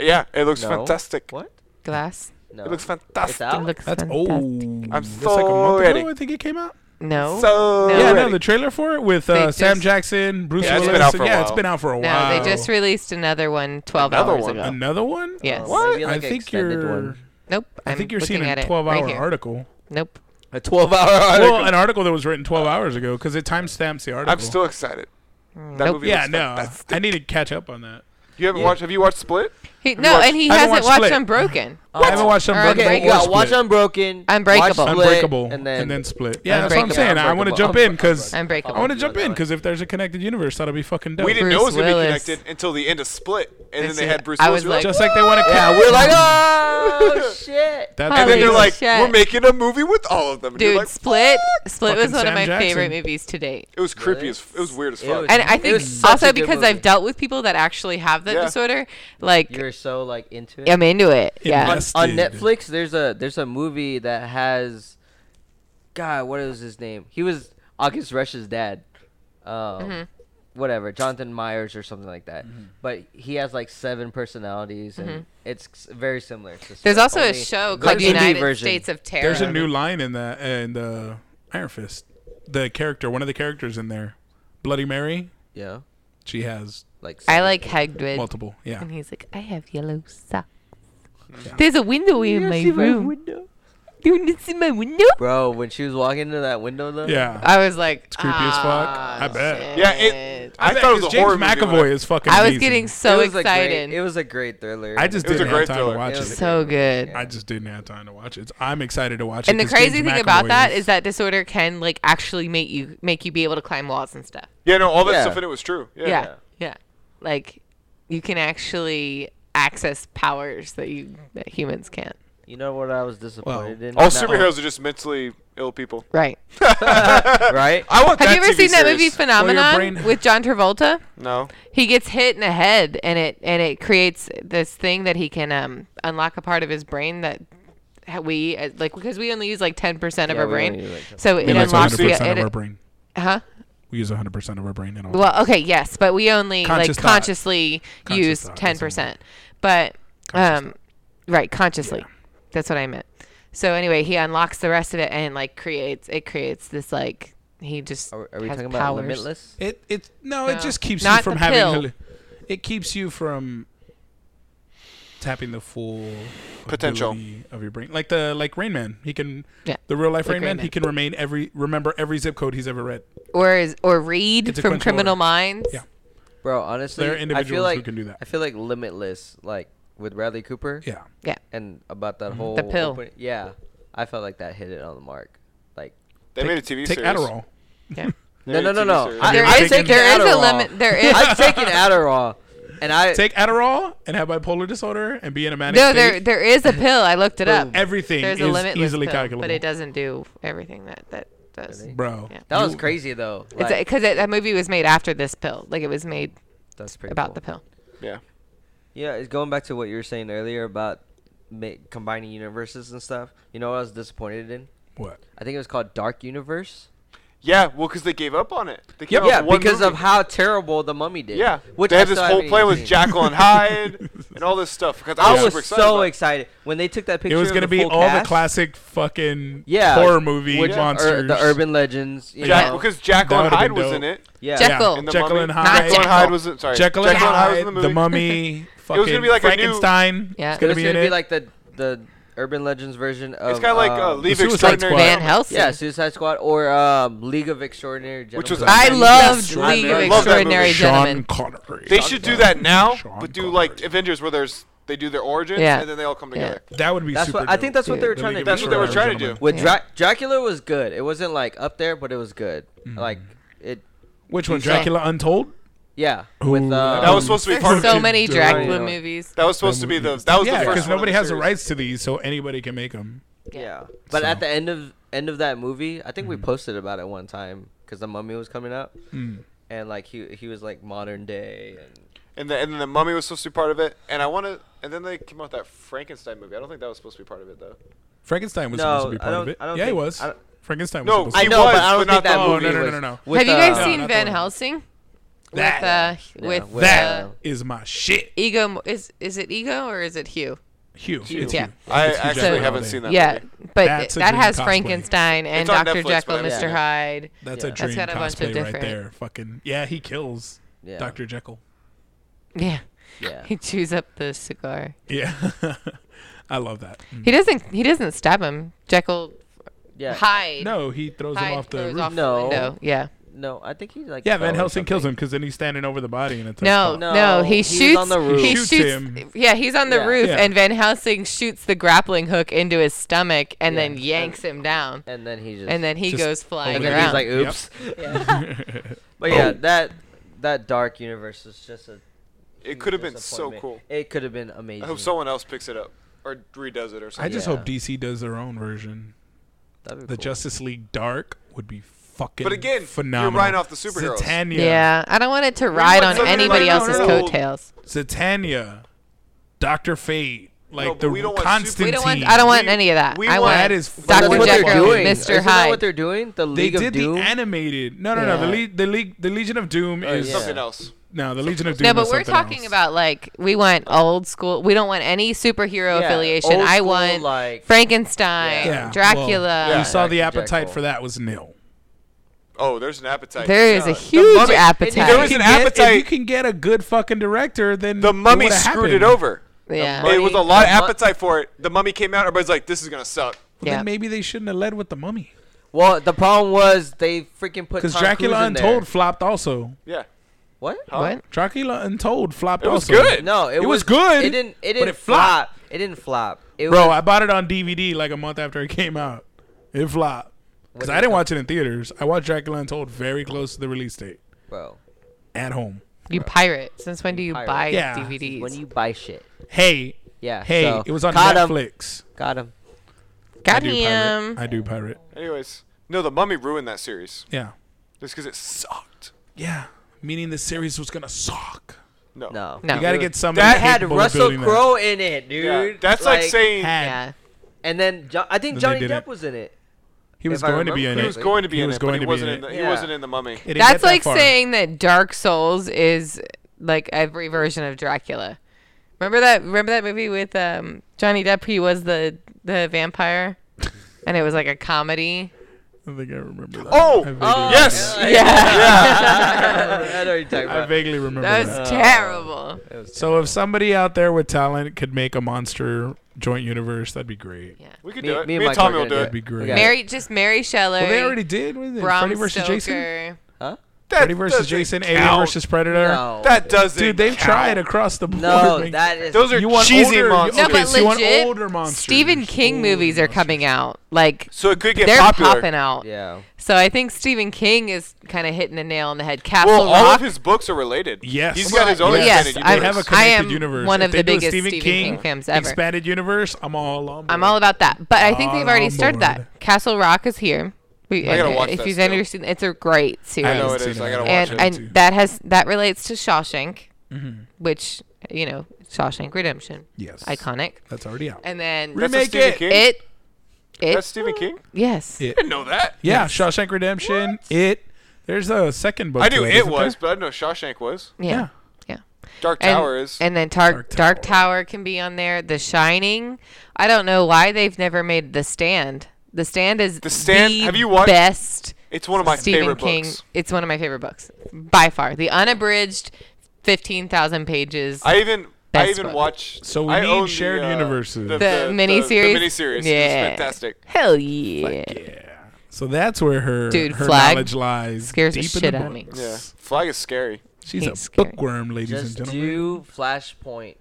C: Yeah, it looks
B: No.
C: fantastic.
B: What?
D: Glass.
B: No.
C: It looks
B: It's
C: fantastic.
B: out?
D: looks
A: Ah, That's
D: fantastic.
A: old.
C: I'm
A: That's
C: so ready.
A: I think it came out.
D: No.
C: So
D: No.
A: Yeah,
C: ready.
A: no, the trailer for it with
D: They
A: uh, Sam
D: just-
A: Jackson, Bruce
C: Yeah, it's
A: Willis.
C: been out for a
A: yeah, it's
C: while.
A: been out for a
D: no,
A: while.
D: they just released another one 12
C: Another
D: hours
C: one?
D: ago.
A: another one.
D: Yes.
B: Oh, maybe
A: I
B: like an
A: think
B: extended
A: you're.
B: one.
D: Nope.
A: I
D: I'm
A: think you're seeing
D: looking at
A: a
D: it
A: 12 hour
D: right here.
A: article.
D: Nope.
B: A 12 hour article.
A: Well, an article that was written 12 hours ago because it timestamps the article.
C: I'm still excited. That
D: Nope.
C: movie
A: Yeah,
C: looks
A: no.
C: fantastic.
A: I need to catch up on that.
C: You haven't watched? Have you watched Split?
D: He, no,
C: watched-
D: and he
A: I haven't
D: hasn't watched,
A: watched Split.
D: Unbroken.
A: I haven't watched
D: Or
A: Unbreakable.
B: Okay,
D: Unbreakable.
B: you
A: or
B: got
A: Split.
B: watch Unbroken.
D: Unbreakable.
B: Watch Split,
A: Unbreakable
B: And then,
A: Split. Yeah, that's what I'm
D: Unbreakable.
A: saying. I want to jump in because I
D: Unbreakable.
A: want to jump in because if there's a connected universe, that'll be fucking dope.
C: we didn't
D: Bruce
C: know it was gonna be
D: Willis.
C: connected until the end of Split, and then
D: That's
C: they
D: it.
C: had Bruce
D: I
C: Willis.
D: was
C: You're like,
A: just like they want to.
B: yeah, we're like, oh shit.
A: That,
C: and then they're
D: Holy
C: like,
D: shit.
C: we're making a movie with all of them. And you're
D: Dude,
C: like,
D: Split. Split was
A: Fucking
D: one
A: Sam
D: of my
A: Jackson.
D: favorite movies to date.
C: it was creepy
B: Really?
C: as f- it was weird as
B: It
C: fuck.
B: was-
D: And I
B: It
D: think
B: was such a
D: also
B: good
D: because
B: movie.
D: I've dealt with people that actually have that
C: Yeah.
D: disorder, like
B: You're so like into it.
D: I'm into it. Yeah.
A: Invest-
B: on
A: Busted.
B: Netflix, there's a there's a movie that has, God, what is his name? He was August Rush's dad, um,
D: Mm-hmm.
B: whatever, Jonathan Myers or something like that. But he has like seven personalities, and it's s- very similar. To Split,
D: Mm-hmm. There's also a
B: only
D: show
B: the
D: called
B: indie
D: United
B: version.
D: States of Terror.
A: There's a new line in that and uh, Iron Fist. The character, one of the characters in there, Bloody Mary.
B: yeah,
A: She has
B: like
D: I
B: seven.
D: like Hagrid.
A: multiple. Yeah,
D: And he's like, I have yellow socks. There's a window in my room. you want to see my window?
B: Bro, when she was walking into that window though,
A: yeah.
D: I was like, "Ah."
A: creepy as fuck. I bet.
C: yeah, it. I,
A: bet,
C: thought it
A: 'cause
C: was a
A: James
C: horror movie. when I-
A: McAvoy is fucking.
D: I was
A: amazing.
D: getting
B: it
D: so
B: was A
D: excited.
B: great, it was a great thriller.
A: I just
C: It was a
A: didn't
C: great
A: have time
C: thriller.
A: to watch
B: It
A: it.
B: was
D: so good.
A: I just didn't have time to watch it. It's- I'm excited to watch it.
D: and the
A: 'cause
D: crazy
A: James
D: thing about
A: McAvoy
D: that is that disorder can like actually make you make you be able to climb walls and stuff.
C: Yeah, no, all that
B: Yeah.
C: stuff in it was true. Yeah.
D: Yeah. Yeah. Like you can actually access powers that you that humans can't.
B: you know what I was disappointed in?
C: All
B: Not-
C: superheroes are just mentally ill people.
D: Right.
B: right?
C: I want
D: Have
C: that
D: you ever
C: TV
D: seen that
C: series.
D: movie Phenomenon
A: brain-
D: with John Travolta?
C: No.
D: He gets hit in the head and it and it creates this thing that he can um unlock a part of his brain that ha- we uh, like because we only use like 10% of
B: Yeah,
D: our
B: we only
D: brain.
B: use, like,
D: so it
A: We use
D: unlocks
A: 100
D: the
A: percent of our
D: it,
A: brain.
D: huh?
A: We use 100 percent of our brain and all.
D: Well, okay, yes, but we only
A: Conscious
D: like
A: thought.
D: consciously
A: Conscious
D: use
A: thought,
D: ten
A: that's
D: percent, but um, right, consciously. That's what I meant. So anyway, he unlocks the rest of it and like creates it creates this like he just
B: Are, are we
D: has
B: talking about
D: powers.
B: Limitless?
A: It it no,
D: No.
A: it just keeps
D: Not
A: you from
D: the
A: having.
D: pill.
A: hallu- It keeps you from tapping the full
C: Potential.
A: ability of your brain, like the like Rain Man. He can
D: Yeah.
A: the real life
D: Like
A: Rain,
D: Rain
A: Man,
D: Man.
A: He can remain every remember every zip code he's ever read.
D: or is or read
A: It's a
D: from
A: quench
D: Criminal
A: order.
D: Minds.
A: Yeah.
B: Bro, honestly,
A: There are
B: I feel
A: individuals
B: like
A: who can do that.
B: I feel like Limitless, like with Bradley Cooper.
A: Yeah,
D: yeah.
B: And about that whole
D: The pill.
B: open- yeah, I felt like that hit it on the mark. Like
C: They made a TV
A: take
C: series.
A: Adderall.
D: yeah.
C: They
B: no,
C: made
B: no, no,
C: a TV
B: no.
C: series.
B: I,
A: Have you
B: I've
A: ever
B: taken
A: taken-
D: There is a
B: Adderall.
D: limit. There is
B: I've taken Adderall, and I
A: Take Adderall and have bipolar disorder and be in a manic
D: no.
A: state.
D: There there is a pill. I looked it up.
A: Everything
D: There's
A: is
D: a limitless
A: easily
D: pill,
A: calculable.
D: but it doesn't do everything that that does.
A: bro.
D: Yeah.
B: that was crazy though.
D: It's
B: Like,
D: because that movie was made after this pill. Like it was made
B: that's pretty
D: about
B: cool.
D: the pill.
C: Yeah.
B: Yeah, it's going back to what you were saying earlier about ma- combining universes and stuff. You know what I was disappointed in?
A: What?
B: I think it was called Dark Universe.
C: Yeah, well, because they gave up on it. They came out
B: Yeah,
C: with one
B: because
C: movie.
B: of how terrible the mummy did.
C: Yeah,
B: which
C: they
B: I
C: had this
B: still
C: whole
B: haven't
C: play
B: even
C: with
B: seen.
C: Jackal and Hyde and all this stuff. Because I was,
B: I was
C: super excited.
B: so
C: about it.
B: excited when they took that picture.
A: It was
B: of
A: gonna
B: the
A: be
B: full
A: all
B: cast,
A: the classic fucking
B: yeah,
A: horror movie
B: which- or
A: monsters.
B: the urban legends. You
C: Jack,
B: know.
C: because Jackal
A: That
C: and
A: would've
C: Hyde
A: been
C: was
A: dope.
C: in it.
B: yeah,
A: Yeah,
D: Jekyll.
C: The
A: Jekyll
C: Mummy.
A: and Hyde.
D: Not
C: Jekyll and
D: Jackal.
C: Hyde was in. Sorry,
A: Jekyll and Hyde,
C: was in the
A: the,
C: movie.
A: Mummy, fucking
C: gonna be like a new-
A: Frankenstein.
D: Yeah.
A: it's
B: It
A: gonna
B: was
A: be
B: gonna
A: in
B: be
A: it.
B: like the the urban legends version of.
C: It's kind of like uh,
B: um,
C: Leave
A: Suicide
C: Extraordinary.
A: Squad.
D: Van
C: Gentlemen.
D: Helsing.
B: yeah, Suicide Squad or um, League of Extraordinary Gentlemen.
C: Which was
D: I
C: Yes,
D: loved
C: I
D: League of
C: love that movie.
D: Extraordinary
A: Sean
D: Gentlemen.
A: Connery.
C: They should do that now,
A: Sean
C: but do like
A: Connery.
C: Avengers where there's they do their origins
D: Yeah.
C: and then they all come
D: Yeah.
C: together.
A: That would be
B: That's
A: super.
B: what I think. That's what they were trying to.
C: That's
B: do.
C: what they were trying to do.
B: With
D: Yeah.
B: Dra- Dracula was good. It wasn't like up there, but it was good.
A: Mm-hmm.
B: Like it,
A: Which one?
B: You saw-
A: Dracula Untold.
B: yeah.
A: Ooh,
B: with uh,
C: That was supposed to be part
D: There's
C: of
D: so
C: it.
D: many
A: Dracula.
D: Dracula
B: Yeah.
D: movies.
C: That was supposed to be the that was
A: yeah,
C: the first.
A: because
C: one of
A: nobody
C: the
A: has the
C: series.
A: rights to these, so anybody can make them.
B: Yeah, but
A: So- Mm-hmm.
B: at the end of end of that movie, I think we posted about it
A: Mm.
B: one time because the Mummy was coming out, and like he he was like modern day and
C: and the, and then the mummy was supposed to be part of it. And I want to. And then they came out with that Frankenstein movie. I don't think that was supposed to be part of it though.
A: Frankenstein was
B: No,
A: supposed to be
B: I
A: part of
B: don't-
A: it.
B: I don't
A: Yeah, he
B: think-
A: was.
B: I don't-
A: Frankenstein was
C: No,
A: supposed
C: I
A: to
B: I
A: be
B: know,
C: was,
B: but I
C: but
B: don't
C: not
B: think that
C: the-
A: Oh,
B: movie
A: no, no, no,
B: was-
A: no, no.
B: with,
D: Have you guys
B: uh,
D: seen
A: not
D: Van
A: the-
D: Helsing?
A: That-
D: With uh,
B: yeah,
D: with
B: with,
A: That
D: uh,
A: is my shit.
D: ego. Mo- Is is it ego or is it Hugh?
A: Hugh. It's
D: Yeah.
A: Hugh.
C: I
A: It's Hugh
C: actually
A: Jackman
C: haven't
A: all
C: seen
A: day.
C: that.
D: yeah,
C: movie.
D: but
A: That's a
D: that
A: dream
D: has
A: cosplay.
D: Frankenstein and
C: on
D: Dr.
C: Netflix,
D: Jekyll
C: but I
D: and
C: haven't
D: Mr.
C: seen it.
D: Hyde.
A: That's
B: Yeah.
A: a
B: That's
A: dream
D: got a
A: cosplay
D: bunch of
A: right
D: different-
A: there. Fucking yeah, he kills
B: Yeah.
A: Dr. Jekyll.
D: Yeah.
B: Yeah.
D: He chews up the cigar.
A: Yeah, I love that.
D: He doesn't. He doesn't stab him. Jekyll
B: Yeah.
D: Hyde.
A: No, he throws
D: Hyde
A: him off the
D: throws
A: roof.
D: off
B: No.
D: the window. Yeah.
B: No, I think he's like.
A: Yeah, Van
C: Oh,
B: fell or
A: Helsing kills
B: something.
A: him because then he's standing over the body and it's like,
D: No,
A: oh.
D: no,
B: No,
D: he
B: he's
D: shoots.
B: on the roof.
D: He
A: Shoots
D: shoots.
A: him.
D: Yeah, he's on the
B: Yeah.
D: roof,
A: Yeah.
D: and Van Helsing shoots the grappling hook into his stomach and
B: Yeah.
D: then yanks him down,
B: And then he just.
D: and then he
A: Just
D: goes flying
B: and
A: over
B: then
A: the-
B: he's
D: around.
B: like,
A: Yep. Oh.
B: oops. But yeah, that that dark universe is just a. Mm,
C: It could have been so
B: disappointment.
C: cool.
B: It could have been amazing.
C: I hope someone else picks it up or redoes it or
A: I
C: something.
A: just
B: Yeah.
A: hope DC does their own version.
B: That'd be
A: The
B: cool.
A: Justice League Dark would be fucking.
C: But again, you're
A: phenomenal.
C: riding off the superheroes.
A: Zatanna.
D: yeah. I don't want it to
C: want
D: ride on
C: something like
D: anybody
C: that.
D: else's
C: No, no, no.
D: coattails.
A: Zatanna, Doctor Fate, like
C: but
A: the
C: we don't want super-
A: Constantine.
D: We don't want. I don't want
C: We-
D: any of that.
C: we
D: I
C: want-
D: want
A: That is
B: But
A: fucking
B: that's
D: Dr.
B: what they're
D: Jekyll,
B: doing.
D: Mr.
B: Isn't that
D: Hyde.
B: what they're doing? The
A: They
B: League
A: did
B: of Doom.
A: the animated. No, no, no. The,
B: Yeah.
A: Le- the league, the Legion of Doom
C: Oh,
A: is
B: yeah.
C: Something else.
A: no. The Legion of Doom.
D: No,
A: is
D: but we're
A: something
D: talking
A: else.
D: about like we want old school. We don't want any superhero
B: Yeah,
D: affiliation.
B: old
D: I
B: school,
D: want
B: like-
D: Frankenstein,
A: Yeah,
D: Dracula.
A: well, we saw the
B: Dr.
A: appetite
B: Jekyll.
A: for that was nil.
C: Oh, there's an appetite.
D: There is
C: Yeah.
D: a huge
C: mummy-
B: There
D: appetite.
C: was
A: You can
C: an
A: get-
C: appetite.
A: If you can get a good fucking director, then
C: The
A: it
C: mummy
A: would've
C: screwed
A: happened.
C: it over.
D: Yeah.
C: It
B: Mummy-
C: was a lot of
B: the mu-
C: appetite for it. The mummy came out. Everybody's like, "This is gonna suck."
A: Then
D: Yeah.
A: maybe they shouldn't have led with the mummy
B: Well, the problem was they freaking put
A: because
B: Tom
A: Dracula
B: Cruise in there.
A: Untold flopped also.
C: Yeah.
B: What?
D: What?
A: Dracula Untold flopped.
C: It was
A: also.
C: good.
B: No, it,
A: It was good,
B: It didn't.
A: but
B: It didn't
A: it
B: flop.
A: flopped.
B: It didn't flop. It
A: bro.
B: was,
A: I bought it on DVD like a month after it came out. It flopped because I didn't watch it in theaters. I watched Dracula Untold very close to the release date
B: bro.
A: at home.
D: You pirate. Since when do you
B: Pirate.
D: buy
A: Yeah.
D: DVDs?
B: When you buy shit,
A: Hey,
B: yeah.
A: hey,
B: so,
A: it was on
B: got 'em.
A: Netflix.
B: Got him.
D: Got
A: I do pirate.
D: him.
A: I do pirate.
C: Anyways, no, the mummy ruined that series
A: Yeah,
C: just because it sucked.
A: yeah. Meaning the series was gonna suck.
C: No.
B: No.
D: No.
A: You gotta get somebody.
B: That had
A: capable of
B: Russell
A: building that.
B: Crowe in it, dude.
C: Yeah, that's like, saying
A: Had.
D: Yeah.
B: And then jo- I
A: Then
B: think
A: they
B: Johnny
A: didn't.
B: Depp was in it.
A: He was
B: If I
A: going to be in
B: remember
C: he
A: it.
C: was going to be
A: He
C: in
A: was
C: it,
A: going
C: but he
A: to be
C: wasn't
A: in
C: in.
A: it.
C: the,
B: Yeah.
C: He wasn't in the mummy.
A: It didn't get
D: That's
A: that
D: like
A: far.
D: saying that Dark Souls is like every version of Dracula. Remember that? Remember that movie with um, Johnny Depp? He was the the vampire, and it was like a comedy.
A: I think I remember that.
C: Oh!
A: I vaguely,
C: yes.
B: I know what you're talking
A: I
B: about.
A: vaguely remember
D: That
A: that.
D: was terrible.
A: So if somebody out there with talent could make a monster joint universe, that'd be great.
D: Yeah.
C: We could
B: Me-
C: do it.
B: me and
C: Me,
B: Michael
C: and Tommy
B: are
C: will do
B: gonna
C: it.
A: That'd be great.
B: Yeah.
D: Mary, just Mary Shelley.
A: Well, they already did. What is it?
D: Bram
A: Freddy versus
D: Stoker.
A: Jason.
B: Huh?
C: That
A: Freddy versus
C: doesn't
A: Jason. Alien
C: count.
A: versus Predator.
B: No.
C: That doesn't.
A: Dude, they've
C: count.
A: tried across the board.
B: no,
A: man.
B: that is.
C: Those are
A: You want
C: cheesy
A: older,
C: monsters.
A: you-
D: No,
A: okay,
D: but
A: so you want
D: legit,
A: older monsters.
D: Stephen King
A: Older
D: movies are
A: monsters.
D: coming out. Like
C: So it could get
D: they're
C: popular.
D: popping out.
B: yeah.
D: So I think Stephen King is kind of hitting the nail on the head. Castle
C: Well, all
D: Rock.
C: of his books are related.
A: Yes.
C: He's got his own
A: Yes.
C: extended
D: Yes, I-
A: They have a
C: universe.
D: I
A: connected
D: am
A: universe.
D: one
A: If
D: of
A: they
D: the
A: do a
D: biggest
A: Stephen,
D: Stephen
A: King,
D: King fans ever.
A: Expanded universe. I'm all on. Board.
D: I'm all about that. But I think
A: All
D: they've already
A: on
D: started
A: board.
D: that. Castle Rock is here. We,
C: I gotta watch
D: if
C: that
D: you've
C: still.
D: ever seen, it's a great series.
A: I
C: know
A: haven't
C: it is.
A: seen
C: I gotta
A: haven't
C: watch
D: and
A: seen
D: and
A: too.
D: that has that relates to Shawshank, which you know Shawshank Redemption,
A: yes,
D: iconic.
A: That's already out.
D: And then
A: Remake
C: That's a Stephen
A: it.
C: King?
D: it, it,
C: That's Stephen King.
D: yes,
A: It.
C: I didn't know that.
A: Yeah, Shawshank Redemption. It. There's a second book.
C: I
A: to
C: knew it
A: isn't
C: was,
A: there?
C: but I didn't know Shawshank was.
D: yeah, yeah.
C: Dark
D: And,
C: Tower is.
D: and then
A: Dark
D: Dark Dark Tower can be on there. The Shining. I don't know why they've never made The Stand. The Stand is the
C: Stand- have you watched-
D: best
C: It's one of my
D: Stephen
C: favorite
D: King.
C: books.
D: It's one of my favorite books by far. The unabridged, fifteen thousand pages.
C: I even I
D: Best
C: even
D: book.
C: watch.
A: So we
C: I
A: need
C: own the,
A: shared
C: uh,
A: universes.
C: The,
A: The
D: miniseries?
C: The miniseries.
D: Yeah.
C: It's fantastic.
D: Hell yeah!
A: Yeah. So that's where her
D: Dude,
A: her
D: Flag
A: knowledge lies.
D: scares the
A: deep
D: shit
A: in the
D: out of me.
A: books.
C: Yeah. Flag is scary.
A: She's
D: He's
A: a
D: scary.
A: bookworm, ladies
B: Just
A: and gentlemen.
B: do Flashpoint,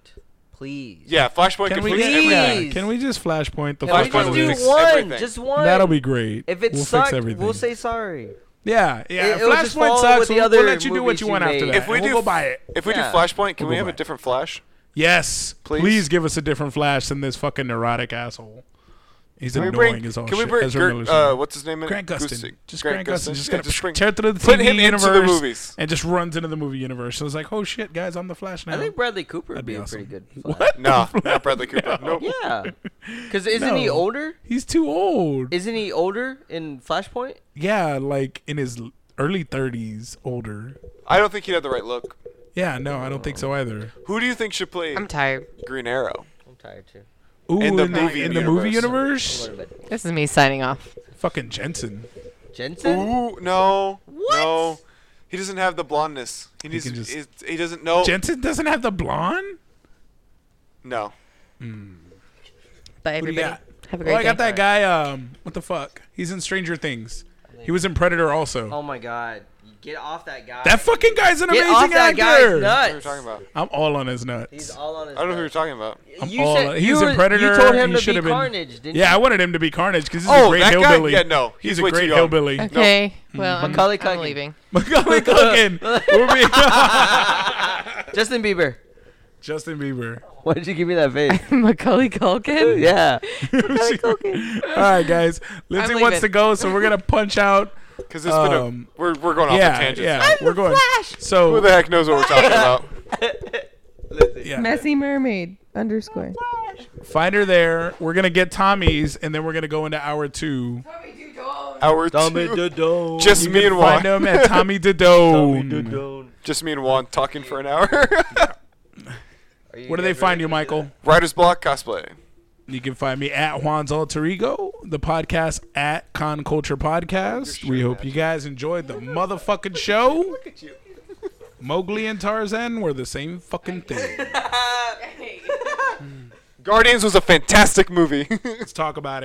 B: please.
C: Yeah. Flashpoint
A: Can
C: can
A: we
C: fix
A: get
C: everything.
A: yeah, Can we just flashpoint the
B: Can we
A: flashpoint?
C: Flashpoint
B: just
C: will
A: will
B: do
A: fix-
C: fix
B: one?
C: everything.
B: Just one.
A: That'll be great.
B: If it
A: we'll
B: sucks,
A: fix everything.
B: we'll say sorry.
A: yeah, yeah.
B: It- it would just
A: flashpoint
B: follow
A: sucks.
B: with the
A: We'll, we'll
B: other
A: let you do what
B: movies
A: you
B: she
A: want after
B: made.
A: that.
C: If we
A: and
C: do
A: we'll go buy it.
C: If we do
B: Yeah.
C: Flashpoint, can
A: We'll
C: we
A: go
C: have
A: buy
C: a
A: it.
C: different Flash?
A: Yes,
C: Please.
A: please give us a different flash than this fucking neurotic asshole. He's
C: Can we
A: annoying
C: bring?
A: as all
C: Can we
A: shit.
C: bring?
A: Ezra
C: Gert,
A: Miller's
C: uh,
A: annoying.
C: what's his name? in it?
A: Grant Gustin.
C: Gustin.
A: Just Grant, Gustin. Just
C: Yeah,
A: gonna
C: bring-
A: tear through the
C: put
A: TV
C: him
A: universe
C: into the movies.
A: and just runs into the movie universe. So it's like, oh shit, guys, I'm the Flash now.
B: I think Bradley Cooper would
A: That'd
B: be,
A: be
B: a
A: awesome.
B: pretty good. Flash.
A: what?
C: Nah, not Bradley Cooper.
A: No.
C: Nope.
B: Yeah, because isn't he
A: No.
B: older?
A: He's too old.
B: Isn't he older in Flashpoint?
A: yeah, like in his l- early 30s, older.
C: I don't think he'd have the right look.
A: Yeah, no, I don't think so either.
C: Who do you think should play
D: I'm tired.
C: Green Arrow?
B: I'm tired too.
A: Ooh,
C: In the
A: in
C: movie
A: the movie
B: A
A: universe,
B: little bit.
D: This is me signing off.
A: fucking Jensen.
B: Jensen.
A: Oh.
C: Ooh, no. No. He doesn't have the blondness. He needs.
A: can just-
C: He, he doesn't know.
A: Jensen doesn't have the blonde.
C: no.
D: Bye,
A: Who do
D: everybody.
A: you got?
D: Have a great
A: Oh, I
D: day.
A: got that guy. Um, what the fuck? He's in Stranger Things. He was in Predator also.
B: Oh my God! Get off that guy.
A: That fucking guy's an
B: Get
A: amazing
B: off that
A: actor.
B: guy's nuts.
C: What are you talking about?
A: I'm all on his nuts.
B: He's all on his.
C: I don't know who you're
B: nuts.
C: talking about.
A: I'm
B: You
A: all
B: said
A: on- he's
B: you
A: a
B: were-
A: predator.
B: You told him
A: He
B: to
A: should
B: be
A: have been-
B: Carnage, didn't
A: yeah, I
B: you?
A: wanted him to be Carnage because he's a
C: Oh,
A: great
C: that guy?
A: hillbilly.
C: Yeah, no,
A: he's,
C: he's
A: a
C: way
A: great
C: too young.
A: hillbilly.
D: Okay. Well, I'm,
B: Macaulay
D: I'm
B: Culkin.
D: leaving.
A: Macaulay Culkin. We're being-
B: Justin Bieber.
A: Justin Bieber.
B: Why did you give me that face?
D: Macaulay Culkin.
B: yeah.
A: She- all right, guys. Lindsay
D: leaving.
A: wants to go, so we're gonna punch out.
C: Because it's been
A: Um,
C: a. We're, we're going off the
A: Yeah,
C: tangent.
A: yeah. we're going.
C: Who
A: So
C: the heck knows what we're talking about?
A: yeah,
D: Messy mermaid underscore.
A: find her there. We're gonna get Tommy's, and then we're gonna go into hour two.
C: Hour two. Just me and
A: Find
C: Juan.
A: him at Tommy Dodone.
C: Just me and Juan talking for an hour.
A: Where do they find you, Michael?
C: Writer's block cosplay.
A: You can find me at Juan's Alter Ego, the podcast at Con Culture Podcast. We hope you guys enjoyed the motherfucking show. Look at you. Mowgli and Tarzan were the same fucking thing.
C: Guardians was a fantastic movie.
A: Let's talk about it.